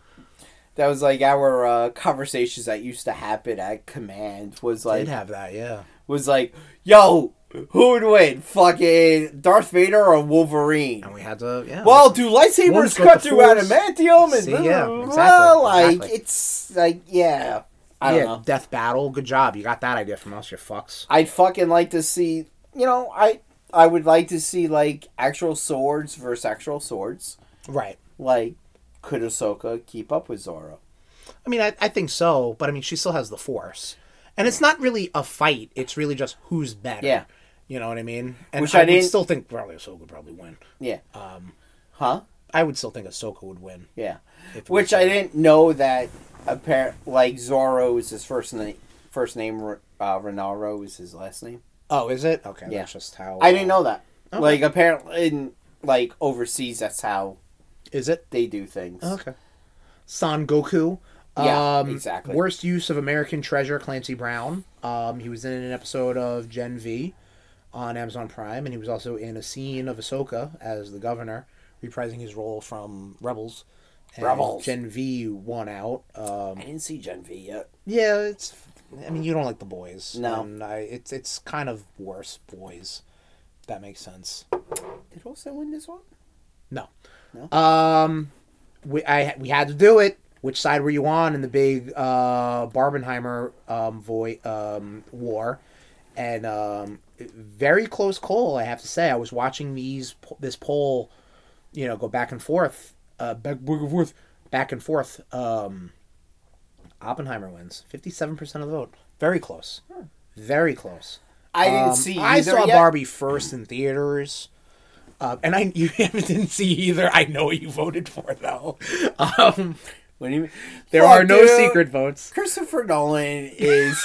Speaker 3: that was like our uh, conversations that used to happen at command was like
Speaker 2: did have that, yeah.
Speaker 3: was like yo. Who would win? Fucking Darth Vader or Wolverine?
Speaker 2: And we had to, yeah.
Speaker 3: Well, do
Speaker 2: One's
Speaker 3: lightsabers
Speaker 2: got
Speaker 3: cut
Speaker 2: the
Speaker 3: through
Speaker 2: force.
Speaker 3: adamantium? And
Speaker 2: See, yeah,
Speaker 3: blah, blah,
Speaker 2: exactly,
Speaker 3: blah? like
Speaker 2: exactly.
Speaker 3: it's like yeah, I don't
Speaker 2: yeah,
Speaker 3: know.
Speaker 2: Death Battle. Good job. You got that idea from us, you fucks.
Speaker 3: I'd fucking like to see. You know, I I would like to see like actual swords versus actual swords.
Speaker 2: Right.
Speaker 3: Like, could Ahsoka keep up with Zoro?
Speaker 2: I mean, I, I think so, but I mean, she still has the Force. And it's not really a fight, it's really just who's better.
Speaker 3: Yeah.
Speaker 2: You know what I mean? And
Speaker 3: Which
Speaker 2: I,
Speaker 3: I
Speaker 2: would
Speaker 3: didn't-
Speaker 2: still think probably Ahsoka would probably win.
Speaker 3: Yeah. Um. Huh.
Speaker 2: I would still think Ahsoka would win.
Speaker 3: Yeah.
Speaker 2: If
Speaker 3: Which
Speaker 2: we-
Speaker 3: I didn't know that. Apparent like Zoro is his first name. First name uh, Renaro is his last name.
Speaker 2: Oh, is it? Okay,
Speaker 3: Yeah.
Speaker 2: that's just how.
Speaker 3: I didn't know that.
Speaker 2: Oh. Okay.
Speaker 3: Like apparently, in like overseas, that's how
Speaker 2: uh, Is it?
Speaker 3: they do things.
Speaker 2: Okay. Son Goku.
Speaker 3: Yeah,
Speaker 2: um,
Speaker 3: exactly.
Speaker 2: Worst use of American Treasure, Clancy Brown. Um, he was in an episode of Gen V on Amazon Prime, and he was also in a scene of Ahsoka as the governor, reprising his role from Rebels. And
Speaker 3: Rebels.
Speaker 2: Gen V won out. Um,
Speaker 3: I didn't see Gen V yet.
Speaker 2: yeah, it's. I mean, you don't like the boys.
Speaker 3: No.
Speaker 2: and I, it's it's kind of worse boys. if That makes sense.
Speaker 3: Did Wilson win this one?
Speaker 2: No.
Speaker 3: No?
Speaker 2: Um, we I we had to do it. Which side were you on in the big uh, Barbenheimer um, voy, um, war? And um, very close call, I have to say. I was watching these po- this poll, you know, go back and forth, uh, back, back and forth, back and forth. Um, Oppenheimer wins fifty seven percent of the vote. Very close, very close.
Speaker 3: I didn't
Speaker 2: Um,
Speaker 3: see.
Speaker 2: I
Speaker 3: either
Speaker 2: saw
Speaker 3: yet.
Speaker 2: Barbie first in theaters, uh, and I [laughs] you didn't see either. I know what you voted for though. Um,
Speaker 3: What do you mean?
Speaker 2: there
Speaker 3: Fuck,
Speaker 2: are no
Speaker 3: dude.
Speaker 2: secret votes.
Speaker 3: Christopher Nolan is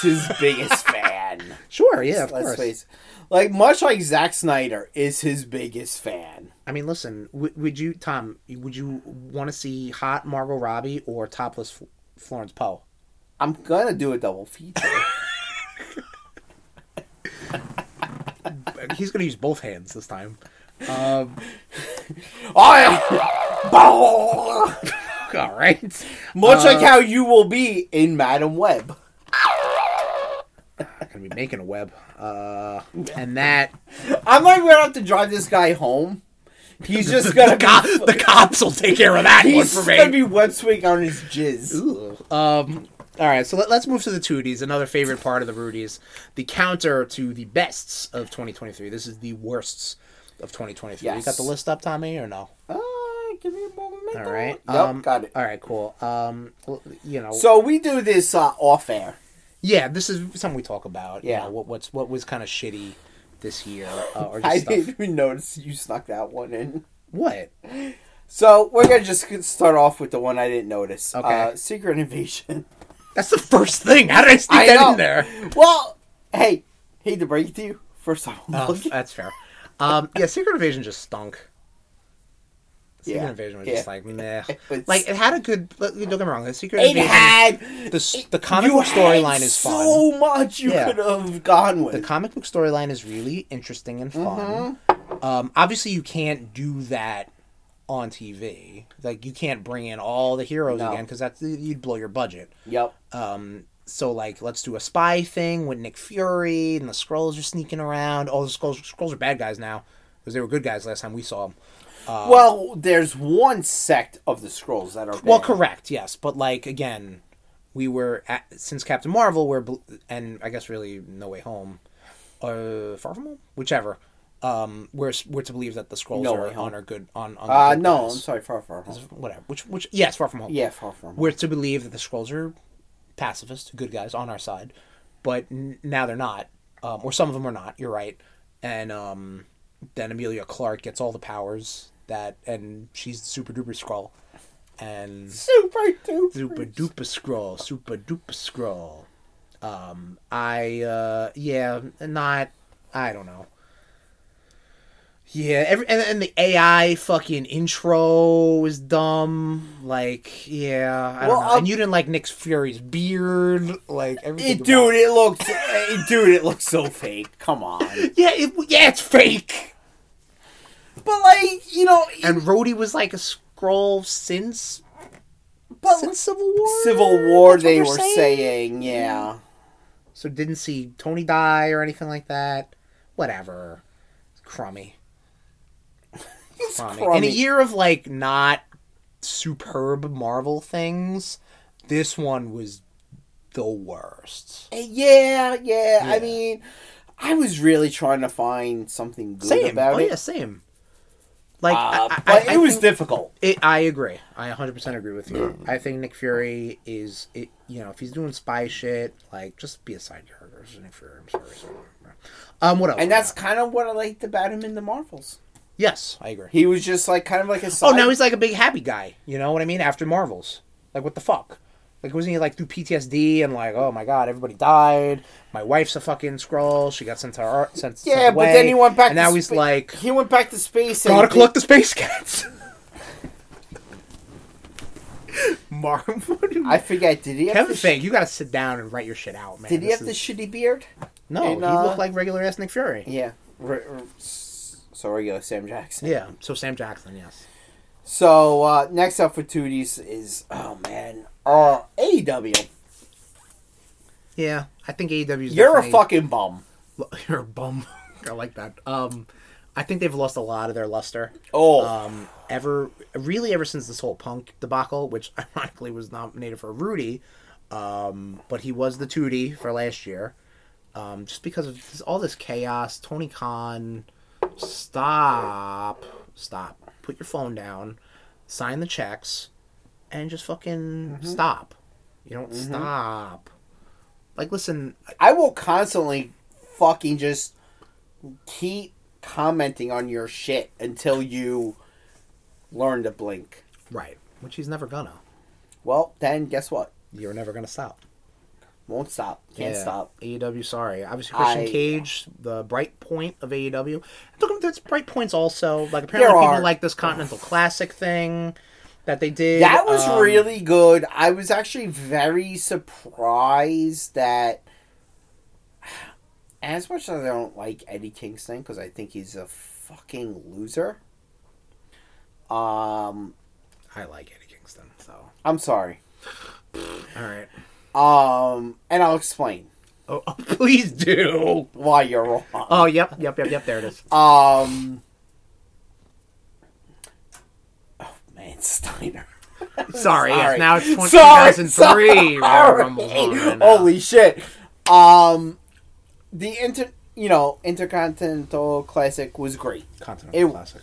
Speaker 2: [laughs]
Speaker 3: his biggest fan.
Speaker 2: Sure, yeah, of
Speaker 3: Let's
Speaker 2: course.
Speaker 3: face, it. like much like Zack Snyder is his biggest fan.
Speaker 2: I mean, listen, w- would you, Tom? Would you want to see hot Margot Robbie or topless F- Florence Poe? [laughs]
Speaker 3: I'm gonna do a double feature.
Speaker 2: he's gonna use both hands this time. Um, [laughs]
Speaker 3: Oh, I am
Speaker 2: all right.
Speaker 3: [laughs] much like
Speaker 2: Uh,
Speaker 3: how you will be in Madam Web.
Speaker 2: gonna be making a web. Uh, and that
Speaker 3: [laughs] I'm not even gonna have to drive this guy home. He's just
Speaker 2: [laughs]
Speaker 3: gonna
Speaker 2: God,
Speaker 3: be, [laughs]
Speaker 2: the cops will take care of that one
Speaker 3: he's
Speaker 2: for
Speaker 3: gonna
Speaker 2: me.
Speaker 3: be web swing on his jizz.
Speaker 2: Ooh. Um, all right, so let, us move to the Tooties, another favorite part of the Rudies, the counter to the bests of 2023. This is the worsts of 2023. You got
Speaker 3: Yes.
Speaker 2: the list up, Tommy, or no?
Speaker 3: Uh, give me a moment.
Speaker 2: All right.
Speaker 3: Yep,
Speaker 2: um,
Speaker 3: got it.
Speaker 2: All right, cool. Um, well, you know,
Speaker 3: So we do this uh, off air.
Speaker 2: yeah, this is something we talk about.
Speaker 3: Yeah.
Speaker 2: You know, what what's what was kind of shitty this year uh,
Speaker 3: [laughs]
Speaker 2: or
Speaker 3: I
Speaker 2: just stuff.
Speaker 3: didn't even notice you snuck that one in.
Speaker 2: What?
Speaker 3: So we're gonna just get- start off with the one I didn't notice.
Speaker 2: Okay.
Speaker 3: Uh, Secret
Speaker 2: [laughs]
Speaker 3: Invasion.
Speaker 2: That's the first thing. How did I sneak
Speaker 3: I
Speaker 2: that
Speaker 3: know.
Speaker 2: in there?
Speaker 3: well, hey, hate to break it to you. First off, I'm
Speaker 2: Oh,
Speaker 3: looking-
Speaker 2: that's fair. Um, [laughs] yeah, Secret Invasion just stunk. Secret
Speaker 3: Yeah,
Speaker 2: Invasion was
Speaker 3: yeah.
Speaker 2: just like, meh.
Speaker 3: was-
Speaker 2: Like it had a good. Don't get me wrong. The Secret
Speaker 3: it
Speaker 2: Invasion.
Speaker 3: had
Speaker 2: the s- the comic
Speaker 3: you
Speaker 2: book storyline
Speaker 3: had
Speaker 2: is
Speaker 3: so much you
Speaker 2: Yeah.
Speaker 3: could have gone with.
Speaker 2: The comic book storyline is really interesting and fun.
Speaker 3: Mm-hmm.
Speaker 2: Um, obviously, you can't do that on TV. Like you can't bring in all the heroes
Speaker 3: No.
Speaker 2: again because that's you'd blow your budget.
Speaker 3: yep.
Speaker 2: uh, Um, So like, let's do a spy thing with Nick Fury and the Skrulls are sneaking around. All the Skrulls, Skrulls are bad guys now because they were good guys last time we saw them.
Speaker 3: well, there's one sect of the scrolls that are
Speaker 2: Well,
Speaker 3: banned.
Speaker 2: correct, yes, but like again, we were at, since Captain Marvel, we're bl- and I guess really No Way Home, uh, Far From Home, whichever. Um, we're s- we're to believe that the scrolls
Speaker 3: No
Speaker 2: are
Speaker 3: Way Home.
Speaker 2: on our good on on. the
Speaker 3: Uh,
Speaker 2: good
Speaker 3: no, I'm
Speaker 2: guys.
Speaker 3: sorry, far, far. Home.
Speaker 2: whatever. Which which yes, Far From Home.
Speaker 3: Yeah, far from.
Speaker 2: we're to believe that the scrolls are pacifist, good guys on our side, but n- now they're not, um, or some of them are not. You're right, and um, then Amelia Clark gets all the powers that, and she's the super duper scroll, and
Speaker 3: super duper.
Speaker 2: super duper scroll, super duper scroll. Um, I uh, yeah, not. I don't know. Yeah, every, and, and the AI fucking intro is dumb. Like, yeah, I
Speaker 3: Well,
Speaker 2: don't know.
Speaker 3: I'll-
Speaker 2: and you didn't like Nick Fury's beard, like everything.
Speaker 3: It,
Speaker 2: about-
Speaker 3: dude, it looks, it, dude, it looks so fake.
Speaker 2: [laughs]
Speaker 3: Come on,
Speaker 2: Yeah, it, yeah, it's fake.
Speaker 3: but like you know,
Speaker 2: And Rhodey was like a scroll since
Speaker 3: but
Speaker 2: since Civil War.
Speaker 3: Civil War,
Speaker 2: That's what
Speaker 3: they
Speaker 2: they're
Speaker 3: were saying, yeah.
Speaker 2: So didn't see Tony die or anything like that. Whatever. Crummy.
Speaker 3: It's
Speaker 2: crummy. In
Speaker 3: crummy.
Speaker 2: a year of like not superb Marvel things, this one was the worst.
Speaker 3: eh, yeah, yeah, I
Speaker 2: Yeah.
Speaker 3: mean, I was really trying to find something good
Speaker 2: Same.
Speaker 3: about
Speaker 2: oh
Speaker 3: it,
Speaker 2: yeah, same. Like
Speaker 3: uh,
Speaker 2: I, I,
Speaker 3: but
Speaker 2: I,
Speaker 3: it was
Speaker 2: think-
Speaker 3: difficult.
Speaker 2: it, I agree. I 100% agree with you. I think Nick Fury is, it, you know, if he's doing spy shit, like just be a side character. Nick Fury. I'm sorry. sorry. Um, what else? we
Speaker 3: And that's
Speaker 2: got?
Speaker 3: kind of what I liked about him in the Marvels.
Speaker 2: yes, I agree.
Speaker 3: He was just like kind of like a.
Speaker 2: Oh,
Speaker 3: side-
Speaker 2: now he's like a big happy guy. You know what I mean? After Marvels, like what the fuck? Like wasn't he like through PTSD and like oh my god everybody died? My wife's a fucking scroll. She got sent to our sent. sent
Speaker 3: Yeah, but
Speaker 2: away.
Speaker 3: then he went back.
Speaker 2: And
Speaker 3: to
Speaker 2: now he's
Speaker 3: spa-
Speaker 2: like
Speaker 3: he went back to space. and
Speaker 2: gotta
Speaker 3: he-
Speaker 2: collect the space
Speaker 3: [laughs]
Speaker 2: cats. Marv, what do you-
Speaker 3: I forget. Did he
Speaker 2: [laughs]
Speaker 3: have
Speaker 2: Kevin
Speaker 3: the sh-
Speaker 2: Feige, you gotta sit down and write your shit out, man.
Speaker 3: Did he
Speaker 2: This
Speaker 3: have
Speaker 2: is-
Speaker 3: the shitty beard?
Speaker 2: No,
Speaker 3: in,
Speaker 2: he
Speaker 3: uh,
Speaker 2: looked like regular ass Nick Fury.
Speaker 3: Yeah. R- r- s- so regular Sam Jackson.
Speaker 2: Yeah. So Sam Jackson, yes.
Speaker 3: So uh, next up for Tooties is oh man, uh, AEW.
Speaker 2: Yeah, I think AEW's.
Speaker 3: You're a
Speaker 2: definitely-
Speaker 3: fucking bum.
Speaker 2: [laughs] You're a bum. I like that. Um, I think they've lost a lot of their luster.
Speaker 3: Oh,
Speaker 2: Um, ever really ever since this whole punk debacle, which [laughs] ironically was nominated for Rudy, um, but he was the Tootie for last year. Um, just because of this, all this chaos, Tony Khan, stop, stop, put your phone down, sign the checks, and just fucking stop. You don't stop. Like, listen,
Speaker 3: I will constantly fucking just keep commenting on your shit until you learn to blink.
Speaker 2: right? Which he's never gonna.
Speaker 3: Well, then guess what?
Speaker 2: You're never gonna stop.
Speaker 3: Won't stop. Can't
Speaker 2: Yeah.
Speaker 3: stop.
Speaker 2: AEW, E sorry. Obviously, Christian
Speaker 3: I-
Speaker 2: Cage, the bright point of AEW. Look, there's bright points also. Like, apparently,
Speaker 3: There
Speaker 2: people
Speaker 3: are.
Speaker 2: like this Continental Classic thing that they did.
Speaker 3: That was
Speaker 2: Um,
Speaker 3: really good. I was actually very surprised that As much as I don't like Eddie Kingston because I think he's a fucking loser, um,
Speaker 8: I like Eddie Kingston, so
Speaker 3: I'm sorry.
Speaker 8: all right.
Speaker 3: Um, and I'll explain
Speaker 8: Oh, oh, please do.
Speaker 3: why you're wrong.
Speaker 8: Oh, yep, yep, yep, yep. There it is.
Speaker 3: Um. Oh man, [laughs] Steiner.
Speaker 8: Sorry, yes,
Speaker 3: [laughs] Sorry.
Speaker 8: now it's
Speaker 3: Sorry,
Speaker 8: 2003 Royal
Speaker 3: sorry.
Speaker 8: Rumble's on right now.
Speaker 3: Holy shit! Um, the inter, you know, Intercontinental Classic was great.
Speaker 2: Continental
Speaker 3: It,
Speaker 2: Classic.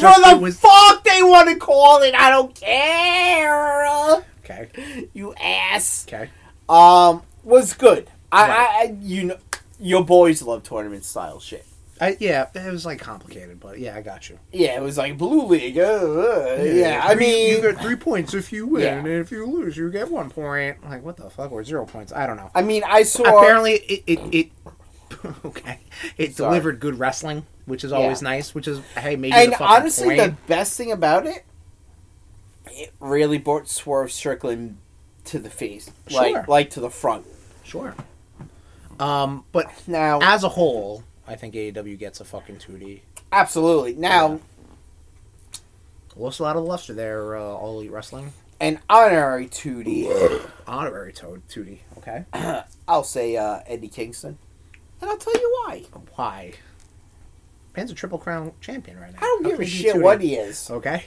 Speaker 8: just- just
Speaker 3: the
Speaker 8: it was-
Speaker 3: fuck they want to call it, I don't care.
Speaker 2: Okay.
Speaker 3: You ass.
Speaker 2: Okay.
Speaker 3: Um, was good. I, I, I you know, your boys love tournament style shit.
Speaker 2: I, yeah, it was like complicated, but yeah, I got you.
Speaker 3: Yeah, it was like blue league. uh, uh, yeah, I
Speaker 2: three-
Speaker 3: mean,
Speaker 2: you get three points if you win,
Speaker 3: Yeah.
Speaker 2: and if you lose, you get one point. Like what the fuck, or zero points? I don't know.
Speaker 3: I mean, I saw.
Speaker 2: Apparently, it it, it [laughs] okay. It
Speaker 3: Sorry.
Speaker 2: delivered good wrestling, which is always
Speaker 3: Yeah.
Speaker 2: nice. Which is hey, maybe
Speaker 3: and
Speaker 2: the fucking
Speaker 3: honestly,
Speaker 2: point.
Speaker 3: the best thing about it, it really brought Swerve Strickland to the face,
Speaker 2: Sure.
Speaker 3: like like to the front.
Speaker 2: sure. Um, but
Speaker 3: Now,
Speaker 2: as a whole, I think AEW gets a fucking two D.
Speaker 3: absolutely. Now,
Speaker 2: Lost a lot of luster there. Uh, All Elite Wrestling
Speaker 3: an honorary two D,
Speaker 2: honorary toad two D. Okay,
Speaker 3: I'll say uh, Eddie Kingston, and I'll tell you why.
Speaker 2: why? Pan's a triple crown champion right now.
Speaker 3: I don't
Speaker 2: How
Speaker 3: give a
Speaker 2: can he be
Speaker 3: shit
Speaker 2: 2D?
Speaker 3: what he is.
Speaker 2: Okay.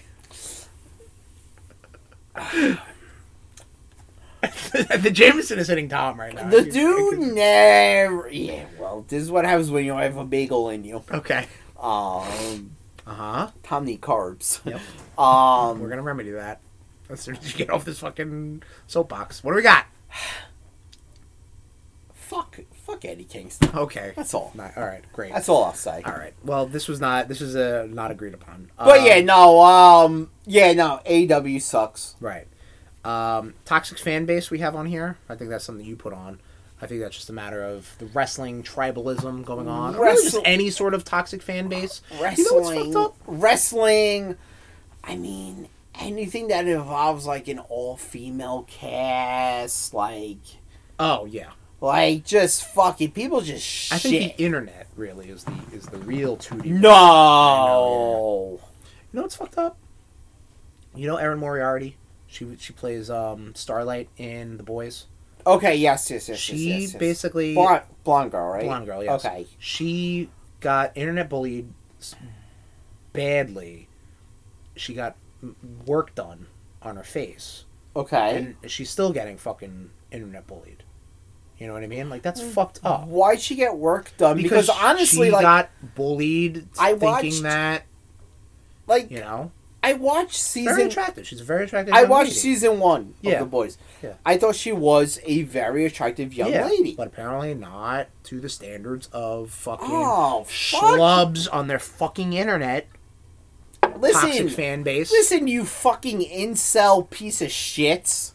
Speaker 2: [sighs] the Jameson is hitting Tom right now.
Speaker 3: The dude never. Yeah, well, this is what happens when you don't have a bagel in you.
Speaker 2: Okay.
Speaker 3: Um,
Speaker 2: Uh huh.
Speaker 3: Tom need carbs.
Speaker 2: Yep.
Speaker 3: Um,
Speaker 2: We're gonna remedy that as soon as you get off this fucking soapbox. What do we got?
Speaker 3: fuck, fuck Eddie Kingston.
Speaker 2: Okay.
Speaker 3: That's all.
Speaker 2: Not- all right. Great.
Speaker 3: That's all I'll say.
Speaker 2: all right. Well, this was not. This is uh, not agreed upon.
Speaker 3: But
Speaker 2: Um,
Speaker 3: yeah, no, um, yeah, no, AW sucks.
Speaker 2: Right. Um, toxic fan base we have on here. I think that's something you put on. I think that's just a matter of the wrestling tribalism going on. Or really just
Speaker 3: Wrestle-
Speaker 2: any sort of toxic fan base.
Speaker 3: Wrestling,
Speaker 2: You know what's fucked up?
Speaker 3: wrestling. I mean, anything that involves like an all-female cast, like,
Speaker 2: Oh yeah.
Speaker 3: like just fucking people just shit.
Speaker 2: I think the internet really is the is the real two D. You
Speaker 3: no,
Speaker 2: know what's fucked up? You know Erin Moriarty. She she plays um, Starlight in The Boys.
Speaker 3: okay, yes, yes, yes,
Speaker 2: She
Speaker 3: yes, yes, yes.
Speaker 2: basically
Speaker 3: blonde, blonde girl, right?
Speaker 2: blonde girl. Yes.
Speaker 3: Okay,
Speaker 2: She got internet bullied s- badly. She got m- work done on her face,
Speaker 3: okay.
Speaker 2: and she's still getting fucking internet bullied. You know what I mean? Like that's fucked up.
Speaker 3: Oh, Why'd she get work done? Because, honestly,
Speaker 2: she
Speaker 3: like,
Speaker 2: got bullied.
Speaker 3: I
Speaker 2: thinking
Speaker 3: watched-
Speaker 2: that
Speaker 3: like
Speaker 2: you know,
Speaker 3: I watched
Speaker 2: very
Speaker 3: season
Speaker 2: attractive. She's a very attractive.
Speaker 3: I
Speaker 2: young
Speaker 3: watched
Speaker 2: lady.
Speaker 3: season one
Speaker 2: Yeah.
Speaker 3: of The Boys.
Speaker 2: Yeah.
Speaker 3: I thought she was a very attractive young
Speaker 2: Yeah,
Speaker 3: lady.
Speaker 2: But apparently not to the standards of fucking
Speaker 3: Oh, fuck.
Speaker 2: schlubs on their fucking internet toxic
Speaker 3: Listen,
Speaker 2: fan base.
Speaker 3: listen, you fucking incel piece of shit.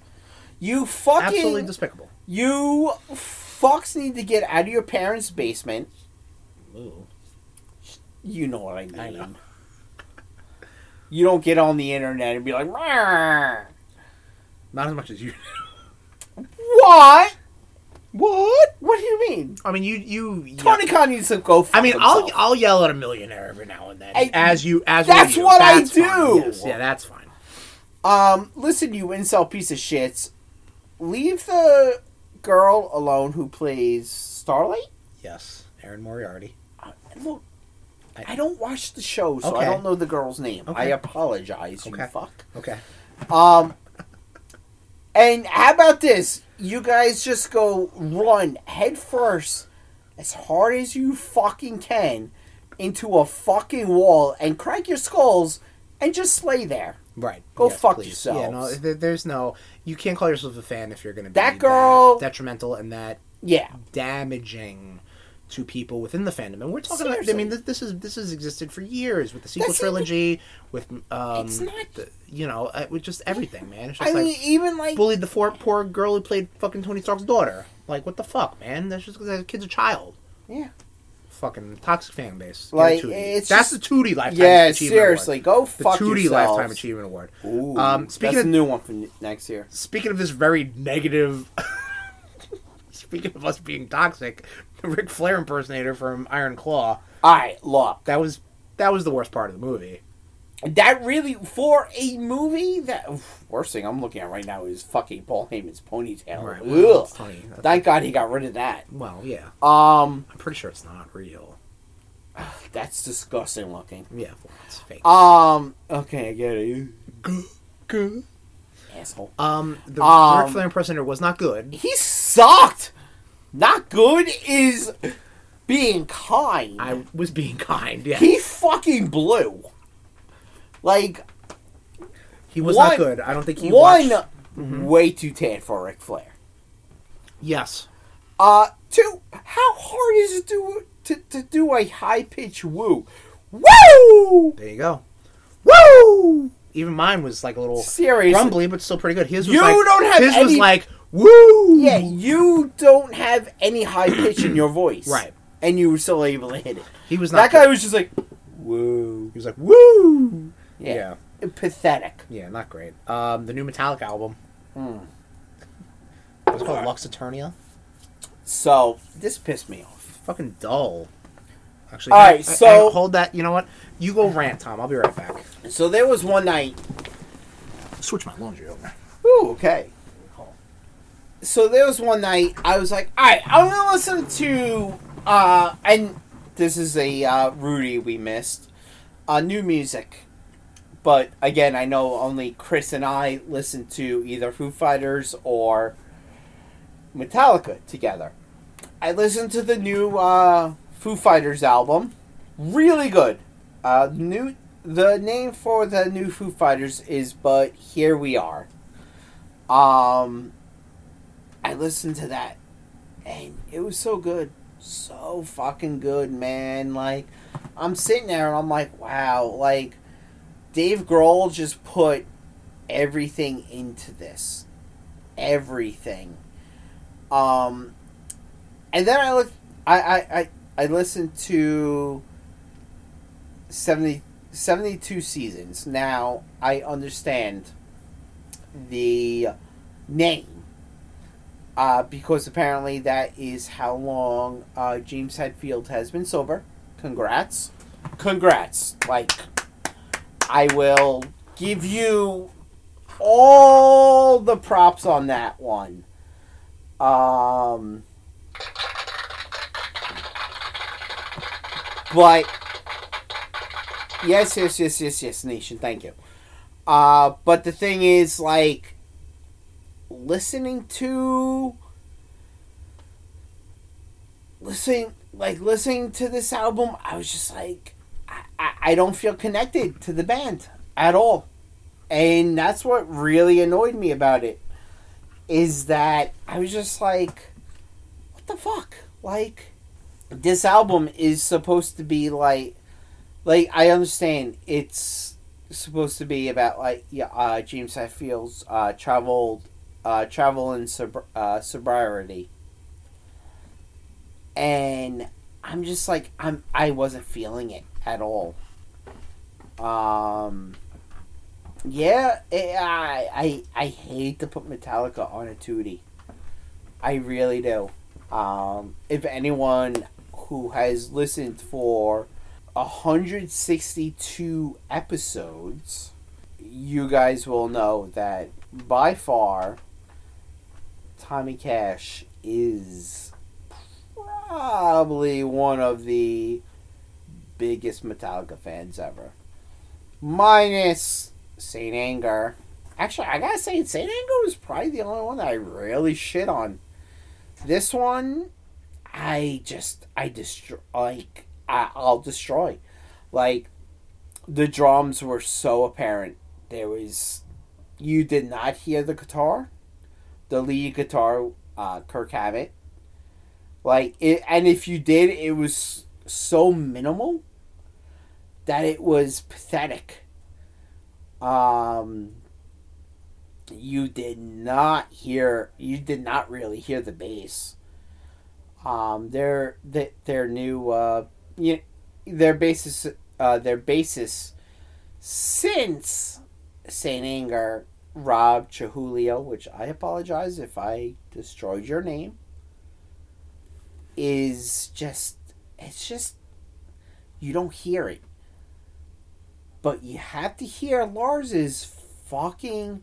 Speaker 3: You fucking
Speaker 2: Absolutely despicable.
Speaker 3: you fucks need to get out of your parents' basement. You know what I mean.
Speaker 2: I know.
Speaker 3: You don't get on the internet and be like, "Rah."
Speaker 2: Not as much as you.
Speaker 3: what?
Speaker 2: What?
Speaker 3: What do you mean?
Speaker 2: I mean, you you.
Speaker 3: Tony Khan needs to go. Fuck
Speaker 2: I mean, I'll
Speaker 3: himself.
Speaker 2: I'll yell at a millionaire every now and then
Speaker 3: I-
Speaker 2: as you as
Speaker 3: That's
Speaker 2: we do.
Speaker 3: what I
Speaker 2: That's fine,
Speaker 3: do.
Speaker 2: yes. Yeah, that's fine.
Speaker 3: Um, listen, you incel piece of shits. Leave the girl alone who plays Starlight.
Speaker 2: Yes, Aaron Moriarty.
Speaker 3: Uh, Look,
Speaker 2: I-
Speaker 3: I, don't watch the show, so
Speaker 2: Okay.
Speaker 3: I don't know the girl's name. I
Speaker 2: Okay.
Speaker 3: apologize, you
Speaker 2: Okay.
Speaker 3: fuck.
Speaker 2: Okay.
Speaker 3: Um, and how about this? You guys just go run head first as hard as you fucking can into a fucking wall and crack your skulls and just lay there.
Speaker 2: Right.
Speaker 3: Go fuck
Speaker 2: Yeah, no,
Speaker 3: yourselves.
Speaker 2: there, there's no. You can't call yourself a fan if you're going to be
Speaker 3: That girl-
Speaker 2: detrimental and that
Speaker 3: Yeah.
Speaker 2: damaging to people within the fandom. And we're talking about. I
Speaker 3: Seriously.
Speaker 2: mean, this, this is this has existed for years with the sequel
Speaker 3: That's not-
Speaker 2: trilogy, with um,
Speaker 3: It's not-
Speaker 2: the- you know, uh, with just everything, man. It's just
Speaker 3: I
Speaker 2: like
Speaker 3: mean, even like
Speaker 2: bullied the poor poor girl who played fucking Tony Stark's daughter. Like, what the fuck, man? That's just 'cause that kid's a child.
Speaker 3: Yeah.
Speaker 2: Fucking toxic fan base. Get a
Speaker 3: Like,
Speaker 2: 2D.
Speaker 3: it's
Speaker 2: that's the
Speaker 3: just-
Speaker 2: Tootie lifetime.
Speaker 3: Yeah,
Speaker 2: achievement
Speaker 3: seriously,
Speaker 2: Award.
Speaker 3: go
Speaker 2: The
Speaker 3: fuck
Speaker 2: Tootie
Speaker 3: yourselves.
Speaker 2: lifetime achievement award.
Speaker 3: Ooh,
Speaker 2: Um, speaking
Speaker 3: that's
Speaker 2: of-
Speaker 3: a new one for n- next year.
Speaker 2: [laughs] Speaking of this very negative, speaking of us being toxic, Ric Flair impersonator from Iron Claw.
Speaker 3: All right, look.
Speaker 2: That was that was the worst part of the movie.
Speaker 3: That really for a movie that oof, worst thing I'm looking at right now is fucking Paul Heyman's ponytail.
Speaker 2: Right, well,
Speaker 3: Ugh.
Speaker 2: that's funny. That's-
Speaker 3: Thank God he got rid of that.
Speaker 2: Well, yeah,
Speaker 3: Um,
Speaker 2: I'm pretty sure it's not real.
Speaker 3: that's disgusting looking.
Speaker 2: Yeah, well, it's fake.
Speaker 3: Um, okay, I get it. Asshole.
Speaker 2: Um, the
Speaker 3: Um,
Speaker 2: Ric Flair impersonator was not good.
Speaker 3: He sucked. Not good is being kind.
Speaker 2: I was being [laughs] kind. Yeah,
Speaker 3: He fucking blew. Like
Speaker 2: he was
Speaker 3: one-
Speaker 2: not good. I don't think he
Speaker 3: one,
Speaker 2: watched- Mm-hmm.
Speaker 3: way too tan for Ric Flair.
Speaker 2: Yes,
Speaker 3: Uh, two. How hard is it to to, to do a high pitch woo? Woo!
Speaker 2: there you go.
Speaker 3: Woo!
Speaker 2: Even mine was like a little
Speaker 3: Seriously.
Speaker 2: rumbly, but still pretty good. His was
Speaker 3: You
Speaker 2: like,
Speaker 3: don't have
Speaker 2: his was
Speaker 3: any-
Speaker 2: like woo.
Speaker 3: Yeah, you don't have any high
Speaker 2: [clears throat]
Speaker 3: pitch in your voice,
Speaker 2: Right.
Speaker 3: And you were still able to hit it.
Speaker 2: he was
Speaker 3: That
Speaker 2: not.
Speaker 3: guy
Speaker 2: good.
Speaker 3: was just like, woo.
Speaker 2: he was like woo.
Speaker 3: Yeah.
Speaker 2: Yeah.
Speaker 3: Pathetic.
Speaker 2: Yeah, not great. Um, the new Metallic album.
Speaker 3: Hmm.
Speaker 2: It's called Lux Eternia.
Speaker 3: So this pissed me off.
Speaker 2: Fucking dull. Actually,
Speaker 3: All
Speaker 2: hang-
Speaker 3: right,
Speaker 2: hang-
Speaker 3: so-
Speaker 2: hold that. You know what? You go rant, Tom. I'll be right back.
Speaker 3: So there was one night
Speaker 2: Switch my laundry over.
Speaker 3: Ooh, okay. So there was one night I was like, all right, I'm gonna listen to uh, and this is a uh, Rudy we missed, uh, new music. But again, I know only Chris and I listen to either Foo Fighters or Metallica together. I listened to the new uh, Foo Fighters album, really good. Uh, new the name for the new Foo Fighters is "But Here We Are." Um, I listened to that, and it was so good, so fucking good, man. Like, I'm sitting there and I'm like, wow, like Dave Grohl just put everything into this, everything. Um, and then I look, I, I, I, I listened to 70, 72 seasons. Now I understand the name uh, because apparently that is how long uh, James Hetfield has been sober. Congrats. Congrats. Like, I will give you all the props on that one. Um, but, yes, yes, yes, yes, yes, Nation, thank you. Uh, but the thing is, like, listening to, listening, like listening to this album, I was just like, I, I, I don't feel connected to the band at all, and that's what really annoyed me about it, is that I was just like, what the fuck, like, this album is supposed to be like, like I understand it's supposed to be about like yeah, uh, James Hetfield's uh, travel, uh, travel and sobr- uh, sobriety, and I'm just like I'm I wasn't feeling it at all. Um, yeah, eh, I I I hate to put Metallica on a tootie. I really do. Um, if anyone who has listened for 162 episodes, you guys will know that by far, Tommy Cash is probably one of the biggest Metallica fans ever. Minus St. Anger. Actually, I gotta say, St. Anger was probably the only one that I really shit on. This one, I just I destroy like I, I'll destroy. Like the drums were so apparent. There was you did not hear the guitar, the lead guitar, uh, Kirk Hammett. Like it, and if you did, it was so minimal that it was pathetic. Um, you did not hear. You did not really hear the bass um, their th- their new uh, you their basis uh, their basis since Saint Anger Rob Chahulio, which I apologize if I destroyed your name. is just it's just you don't hear it. But you have to hear Lars's fucking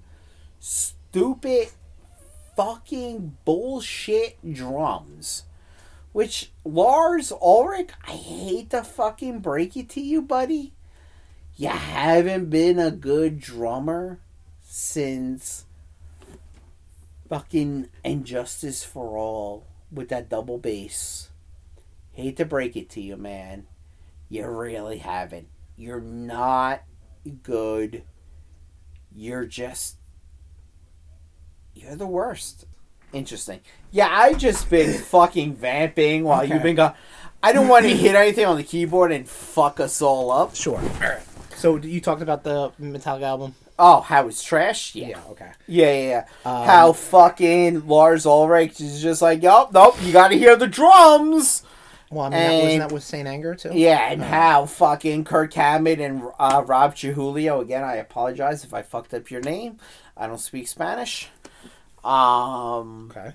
Speaker 3: stupid fucking bullshit drums. Which Lars Ulrich, I hate to fucking break it to you, buddy. You haven't been a good drummer since fucking Injustice for All with that double bass. Hate to break it to you, man. You really haven't. You're not good. You're just. You're the worst. Interesting. Yeah, I've just been fucking vamping while you've been gone. I don't want to hit anything on the keyboard and fuck us all up.
Speaker 2: Sure. So you talked about the Metallica album.
Speaker 3: Oh, how it's trash? Yeah.
Speaker 2: Okay.
Speaker 3: Yeah, yeah, yeah. How fucking Lars Ulrich is just like, yup, nope, you gotta hear the drums. Uh-huh.
Speaker 2: Well, I mean, that, wasn't
Speaker 3: And-
Speaker 2: that with Saint Anger too?
Speaker 3: Yeah, and how fucking Kirk Hammett and uh, Rob Chihulio, again, I apologize if I fucked up your name. I don't speak Spanish. Um,
Speaker 2: Okay.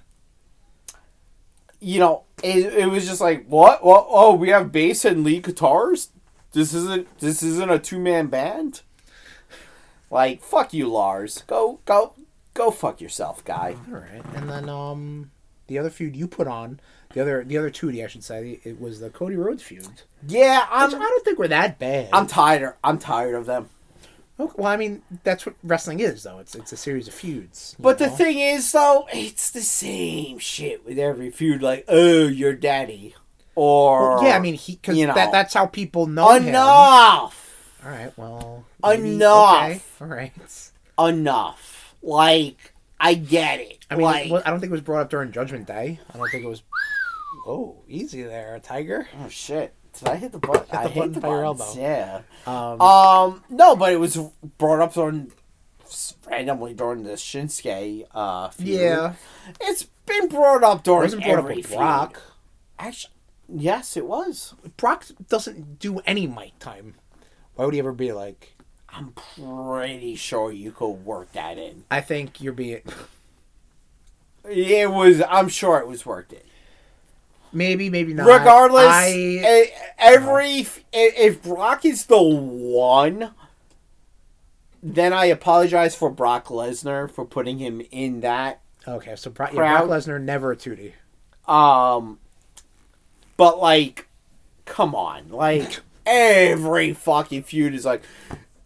Speaker 3: you know, it, it was just like, what? Well, oh, we have bass and lead guitars. This isn't this isn't a two man band. Like, fuck you, Lars. Go go go fuck yourself, guy.
Speaker 2: All right. And then um, the other feud you put on, the other the other two, I should say, it was the Cody Rhodes feud. Which
Speaker 3: Yeah,
Speaker 2: I
Speaker 3: I'm
Speaker 2: don't think we're that bad.
Speaker 3: I'm tired. I'm tired of them.
Speaker 2: Okay, well, I mean, that's what wrestling is, though. It's it's a series of feuds. you
Speaker 3: But the
Speaker 2: know?
Speaker 3: thing is, though, it's the same shit with every feud. Like, oh, your daddy, or
Speaker 2: Well, yeah, I mean, he because
Speaker 3: you know.
Speaker 2: that that's how people know him.
Speaker 3: enough,
Speaker 2: All right. Well.
Speaker 3: Enough.
Speaker 2: Okay, all right.
Speaker 3: enough. Like, I get it.
Speaker 2: I mean,
Speaker 3: like,
Speaker 2: it wa- I don't think it was brought up during Judgment Day. I don't think it was. Oh, easy there, Tiger.
Speaker 3: oh shit, did I hit the button? I
Speaker 2: the
Speaker 3: hit
Speaker 2: button
Speaker 3: the
Speaker 2: by your
Speaker 3: buttons,
Speaker 2: elbow.
Speaker 3: Yeah.
Speaker 2: Um,
Speaker 3: Um, no, but it was brought up on randomly during the Shinsuke uh feud.
Speaker 2: yeah.
Speaker 3: It's been brought up during
Speaker 2: Wasn't brought up
Speaker 3: every
Speaker 2: with
Speaker 3: feud.
Speaker 2: Brock.
Speaker 3: Actually, yes, it was.
Speaker 2: Brock doesn't do any mic time. Why would he ever be like?
Speaker 3: I'm pretty sure you could work that in.
Speaker 2: I think you're being.
Speaker 3: It was. I'm sure it was worked in.
Speaker 2: Maybe, maybe not.
Speaker 3: Regardless,
Speaker 2: I,
Speaker 3: e- every f- i- if Brock is the one, then I apologize for Brock Lesnar for putting him in that.
Speaker 2: okay, so Brock, yeah,
Speaker 3: Proud.
Speaker 2: Brock Lesnar never a tootie.
Speaker 3: Um, but like, come on, like every fucking feud is like.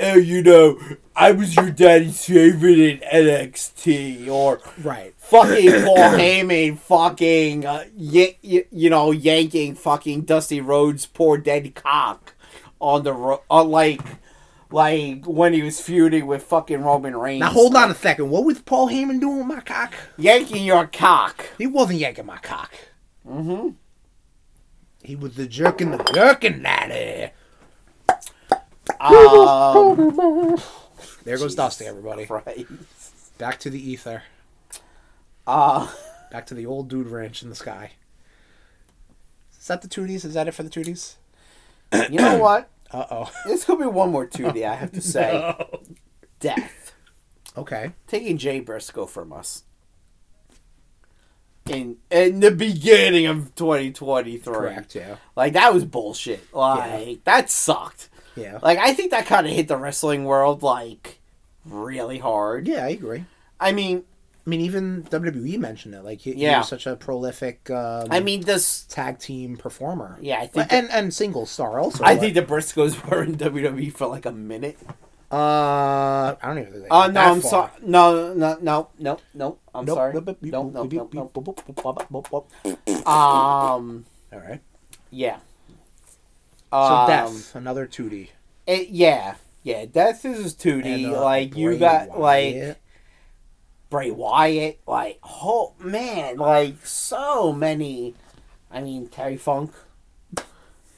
Speaker 3: Oh, you know, I was your daddy's favorite in NXT, or
Speaker 2: Right. [coughs]
Speaker 3: fucking Paul Heyman, fucking uh, y- y- you know, yanking fucking Dusty Rhodes' poor dead cock on the ro- uh, like, like when he was feuding with fucking Roman Reigns.
Speaker 2: Now hold on a second. What was Paul Heyman doing with my cock?
Speaker 3: yanking your cock.
Speaker 2: He wasn't yanking my cock. Mm-hmm. He was the jerking the jerking natty.
Speaker 3: Um,
Speaker 2: There goes Dusty, everybody.
Speaker 3: [laughs] right.
Speaker 2: Back to the ether.
Speaker 3: Uh,
Speaker 2: Back to the old dude ranch in the sky. Is that the tooties? Is that it for the tooties? [coughs]
Speaker 3: you know what?
Speaker 2: Uh oh.
Speaker 3: This could be one more 2D,
Speaker 2: [laughs]
Speaker 3: I have to say. Death.
Speaker 2: Okay.
Speaker 3: Taking Jay Briscoe from us. In, in the beginning of 2023.
Speaker 2: Correct. Yeah.
Speaker 3: Like that was bullshit. Like that sucked.
Speaker 2: Yeah.
Speaker 3: Like I think that kind of hit the wrestling world like really hard.
Speaker 2: Yeah, I agree.
Speaker 3: I mean,
Speaker 2: I mean, even WWE mentioned it. Like he, he
Speaker 3: Yeah.
Speaker 2: was such a prolific. Um,
Speaker 3: I mean this.
Speaker 2: tag team performer.
Speaker 3: Yeah, I
Speaker 2: Well,
Speaker 3: think.
Speaker 2: and and single star also.
Speaker 3: I
Speaker 2: but,
Speaker 3: think the Briscoes [laughs] were in WWE for like a minute.
Speaker 2: Uh, I don't even. think they
Speaker 3: Oh
Speaker 2: went
Speaker 3: no,
Speaker 2: that
Speaker 3: I'm
Speaker 2: far.
Speaker 3: sorry. No, no, no, no, no. I'm
Speaker 2: Nope,
Speaker 3: sorry.
Speaker 2: nope, nope,
Speaker 3: No, no,
Speaker 2: nope,
Speaker 3: no,
Speaker 2: nope,
Speaker 3: no.
Speaker 2: nope, nope, nope, nope, nope, nope.
Speaker 3: Um,
Speaker 2: All right.
Speaker 3: yeah.
Speaker 2: So
Speaker 3: Um,
Speaker 2: death, another two D.
Speaker 3: It, yeah, yeah. Death is two D.
Speaker 2: And, uh,
Speaker 3: like you
Speaker 2: Bray
Speaker 3: got like
Speaker 2: Wyatt.
Speaker 3: Bray Wyatt. Like oh man, like so many. I mean Terry Funk.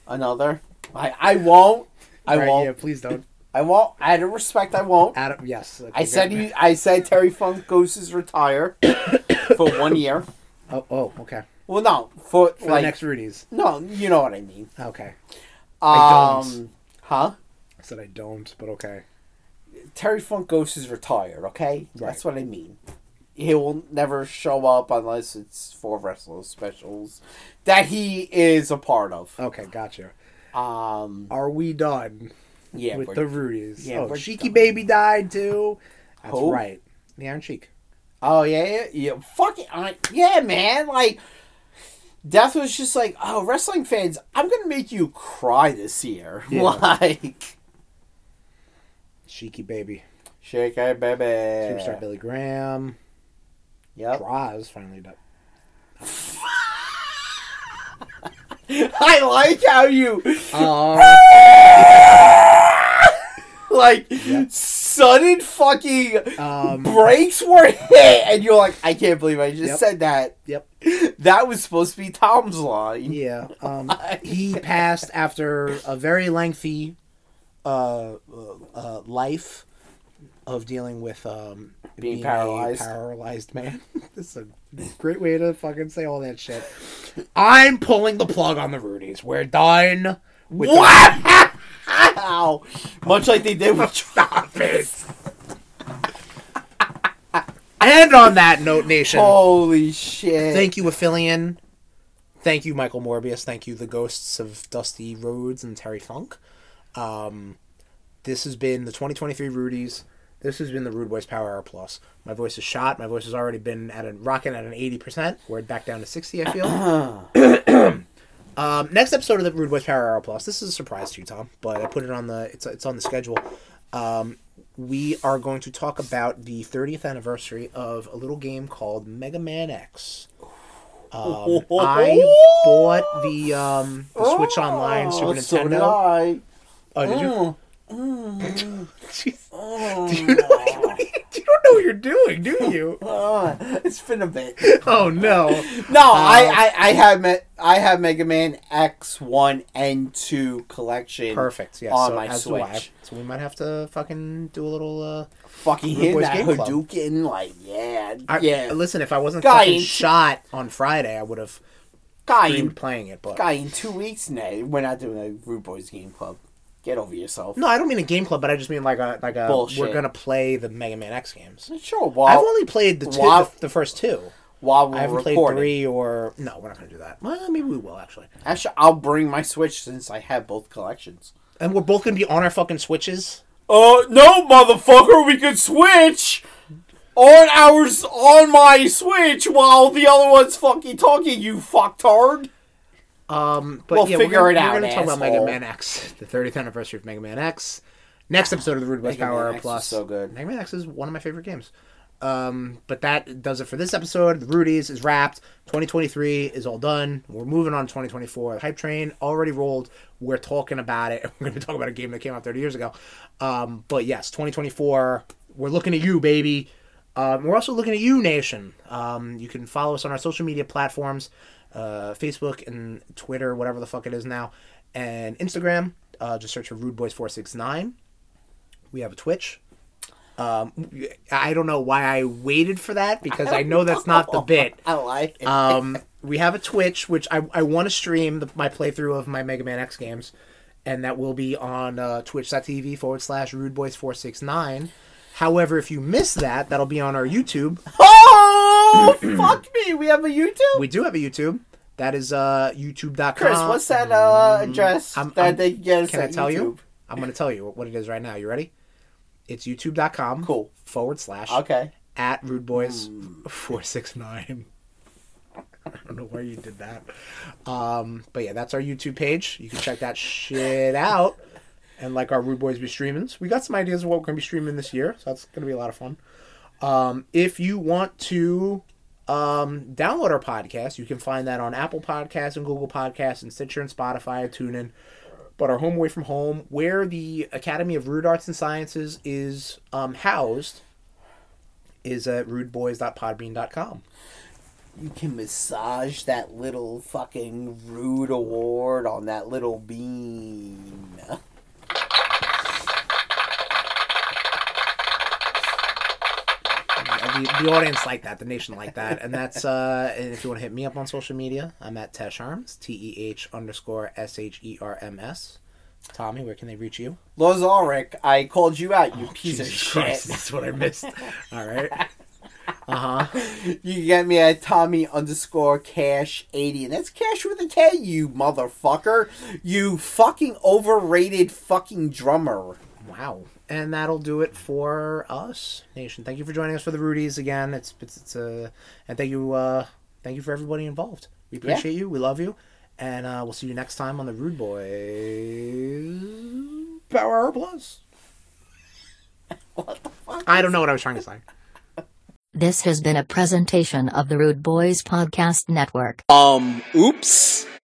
Speaker 3: Another. I I won't. I
Speaker 2: Right,
Speaker 3: won't.
Speaker 2: Yeah, please don't.
Speaker 3: I won't. Out of respect, I won't.
Speaker 2: Adam. Yes. okay,
Speaker 3: I said
Speaker 2: good.
Speaker 3: he, I said Terry Funk goes his
Speaker 2: [coughs]
Speaker 3: retire for one year.
Speaker 2: Oh, oh, okay.
Speaker 3: Well, no, for,
Speaker 2: For
Speaker 3: like
Speaker 2: the next Rudy's.
Speaker 3: no, you know what I mean.
Speaker 2: Okay. I don't.
Speaker 3: Um, huh?
Speaker 2: I said I don't, but okay.
Speaker 3: Terry Funk Ghost is retired, okay?
Speaker 2: Right.
Speaker 3: That's what I mean. he will never show up unless it's for wrestling specials that he is a part of.
Speaker 2: Okay, gotcha.
Speaker 3: Um,
Speaker 2: Are we done
Speaker 3: yeah,
Speaker 2: with
Speaker 3: we're-
Speaker 2: the Rudies?
Speaker 3: yeah,
Speaker 2: oh,
Speaker 3: we're
Speaker 2: Cheeky
Speaker 3: done.
Speaker 2: Baby died too. That's
Speaker 3: Who?
Speaker 2: right. The Iron Cheek.
Speaker 3: Oh yeah, yeah, yeah. Fuck it, I, yeah, man. Like, Death was just like, oh, wrestling fans, I'm gonna make you cry this year. [laughs]
Speaker 2: Yeah.
Speaker 3: Like,
Speaker 2: Cheeky Baby.
Speaker 3: shake it, baby.
Speaker 2: Superstar Billy Graham.
Speaker 3: Yep.
Speaker 2: Draws finally
Speaker 3: [laughs]
Speaker 2: done.
Speaker 3: [laughs] I like how you
Speaker 2: Um,
Speaker 3: like sudden fucking
Speaker 2: um,
Speaker 3: brakes were hit, and you're like, I can't believe I just
Speaker 2: Yep.
Speaker 3: said that.
Speaker 2: Yep.
Speaker 3: [laughs] That was supposed to be Tom's line. [laughs]
Speaker 2: yeah. Um, he passed after a very lengthy uh, uh, uh, life of dealing with um,
Speaker 3: Being
Speaker 2: a
Speaker 3: paralyzed.
Speaker 2: paralyzed man. [laughs] this is a great way to fucking say all that
Speaker 3: [laughs]
Speaker 2: shit. I'm pulling the plug on the Rudies. We're done. With the-
Speaker 3: [laughs] Wow! Much like they did
Speaker 2: [laughs]
Speaker 3: with Travis.
Speaker 2: and on that note, nation.
Speaker 3: Oh, Holy shit.
Speaker 2: Thank you, Aphelion. Thank you, Michael Morbius. Thank you, the ghosts of Dusty Rhodes and Terry Funk. Um, this has been the 2023 Rudies. This has been the Rude Boys Power Hour Plus. My voice is shot. My voice has already been at a rocking at an 80%. We're back down to 60, I feel. um, next episode of the Rude Boys Power Hour Plus. This is a surprise to you, Tom, but I put it on the it's it's on the schedule. Um, we are going to talk about the 30th anniversary of a little game called Mega Man X. Um, I bought the um, the Switch Online Super
Speaker 3: Oh,
Speaker 2: Nintendo.
Speaker 3: so did I.
Speaker 2: Oh, did you?
Speaker 3: Mm.
Speaker 2: Jeez. [laughs]
Speaker 3: Mm.
Speaker 2: Do you know? What you, you don't know what you're doing, do you?
Speaker 3: Ah, it's been a bit.
Speaker 2: Oh
Speaker 3: [laughs]
Speaker 2: no.
Speaker 3: No, I, I, I have me- I have Mega Man X one and two collection.
Speaker 2: Perfect. Yeah.
Speaker 3: on
Speaker 2: so
Speaker 3: my
Speaker 2: as do I.
Speaker 3: Switch.
Speaker 2: So we might have to fucking do a little. uh
Speaker 3: Fucking
Speaker 2: Rude
Speaker 3: hit
Speaker 2: Boys
Speaker 3: that
Speaker 2: Game Club.
Speaker 3: Hadouken, like yeah,
Speaker 2: I,
Speaker 3: yeah.
Speaker 2: Listen, if I wasn't
Speaker 3: Guy
Speaker 2: fucking
Speaker 3: in-
Speaker 2: shot on Friday, I would have
Speaker 3: Guy
Speaker 2: been
Speaker 3: in,
Speaker 2: playing it. But
Speaker 3: guy in two weeks now. We're not doing a Rude Boys Game Club. Get over yourself.
Speaker 2: no, I don't mean a game club, but I just mean like a like a.
Speaker 3: Bullshit.
Speaker 2: We're gonna play the Mega Man X games.
Speaker 3: Mm. Sure,
Speaker 2: I've
Speaker 3: while
Speaker 2: only played the two,
Speaker 3: Wow.
Speaker 2: the, the first two.
Speaker 3: while we're
Speaker 2: I haven't played
Speaker 3: recording,
Speaker 2: three or no. We're not gonna do that. Well, maybe we will actually.
Speaker 3: actually, I'll bring my Switch since I have both collections.
Speaker 2: And we're both gonna be on our fucking switches.
Speaker 3: Uh, no, motherfucker, we could switch on ours on my Switch while the other one's fucking talking, you fucktard.
Speaker 2: Um, but
Speaker 3: We'll
Speaker 2: yeah,
Speaker 3: figure
Speaker 2: we're gonna,
Speaker 3: it out,
Speaker 2: We're gonna talk about Mega
Speaker 3: asshole.
Speaker 2: Man X, [laughs] the 30th anniversary of Mega Man X. Next episode of the Rude West
Speaker 3: Mega Man
Speaker 2: Power Hour
Speaker 3: X is
Speaker 2: Plus.
Speaker 3: so good.
Speaker 2: Mega Man X is one of my favorite games. Um, but that does it for this episode. The Rudies is wrapped. 2023 is all done. We're moving on to 2024. The hype train already rolled. We're talking about it. [laughs] We're going to be talking about a game that came out 30 years ago. Um, but yes, 2024. We're looking at you, baby. Um, we're also looking at you, Nation. Um, you can follow us on our social media platforms uh, Facebook and Twitter, whatever the fuck it is now, and Instagram. Uh, just search for Rude Boys 469 We have a Twitch. Um, I don't know why I waited for that because I know that's not
Speaker 3: [laughs]
Speaker 2: the bit.
Speaker 3: I like it.
Speaker 2: Um, we have a Twitch, which I, I want to stream the, my playthrough of my Mega Man X games, and that will be on uh, twitch.tv forward slash rudeboys469. However, if you miss that, that'll be on our YouTube.
Speaker 3: oh, [clears throat] fuck me, we have a YouTube?
Speaker 2: We do have a YouTube. That is uh, youtube.com.
Speaker 3: Chris, what's that uh, address
Speaker 2: I'm-
Speaker 3: that
Speaker 2: I'm-
Speaker 3: they can get us
Speaker 2: Can I
Speaker 3: at
Speaker 2: tell
Speaker 3: YouTube?
Speaker 2: you? I'm going to tell you what it is right now. You ready? It's youtube.com
Speaker 3: Cool.
Speaker 2: forward slash
Speaker 3: Okay.
Speaker 2: at rudeboys469. I don't know why you did that. Um, but yeah, that's our YouTube page. You can check that shit out. And like our Rude Boys Be Streamings. We got some ideas of what we're going to be streaming this year, so that's going to be a lot of fun. Um, if you want to um, download our podcast, you can find that on Apple Podcasts and Google Podcasts and Stitcher and Spotify, TuneIn. But our home away from home, where the Academy of Rude Arts and Sciences is um, housed, is at rudeboys.podbean.com.
Speaker 3: You can massage that little fucking rude award on that little beam.
Speaker 2: The, the audience like that, the nation like that, and that's uh. And if you want to hit me up on social media, I'm at Tesh Arms, T E H underscore S H E R M S. Tommy, where can they reach you?
Speaker 3: Lozoric, I called you out, you piece of
Speaker 2: Jesus
Speaker 3: shit.
Speaker 2: [laughs] Christ, that's what I missed. All right. Uh huh.
Speaker 3: [laughs] You can get me at Tommy underscore Cash eighty, and that's Cash with a K. You motherfucker! You fucking overrated fucking drummer.
Speaker 2: Wow. And that'll do it for us, Nation. Thank you for joining us for the Rudies again. It's it's, it's uh, and thank you uh thank you for everybody involved. We appreciate you. We love you, and uh, we'll see you next time on the Rude Boys Power Hour Plus. I don't know what I was trying to say.
Speaker 9: This has been a presentation of the Rude Boys Podcast Network.
Speaker 10: Um, oops.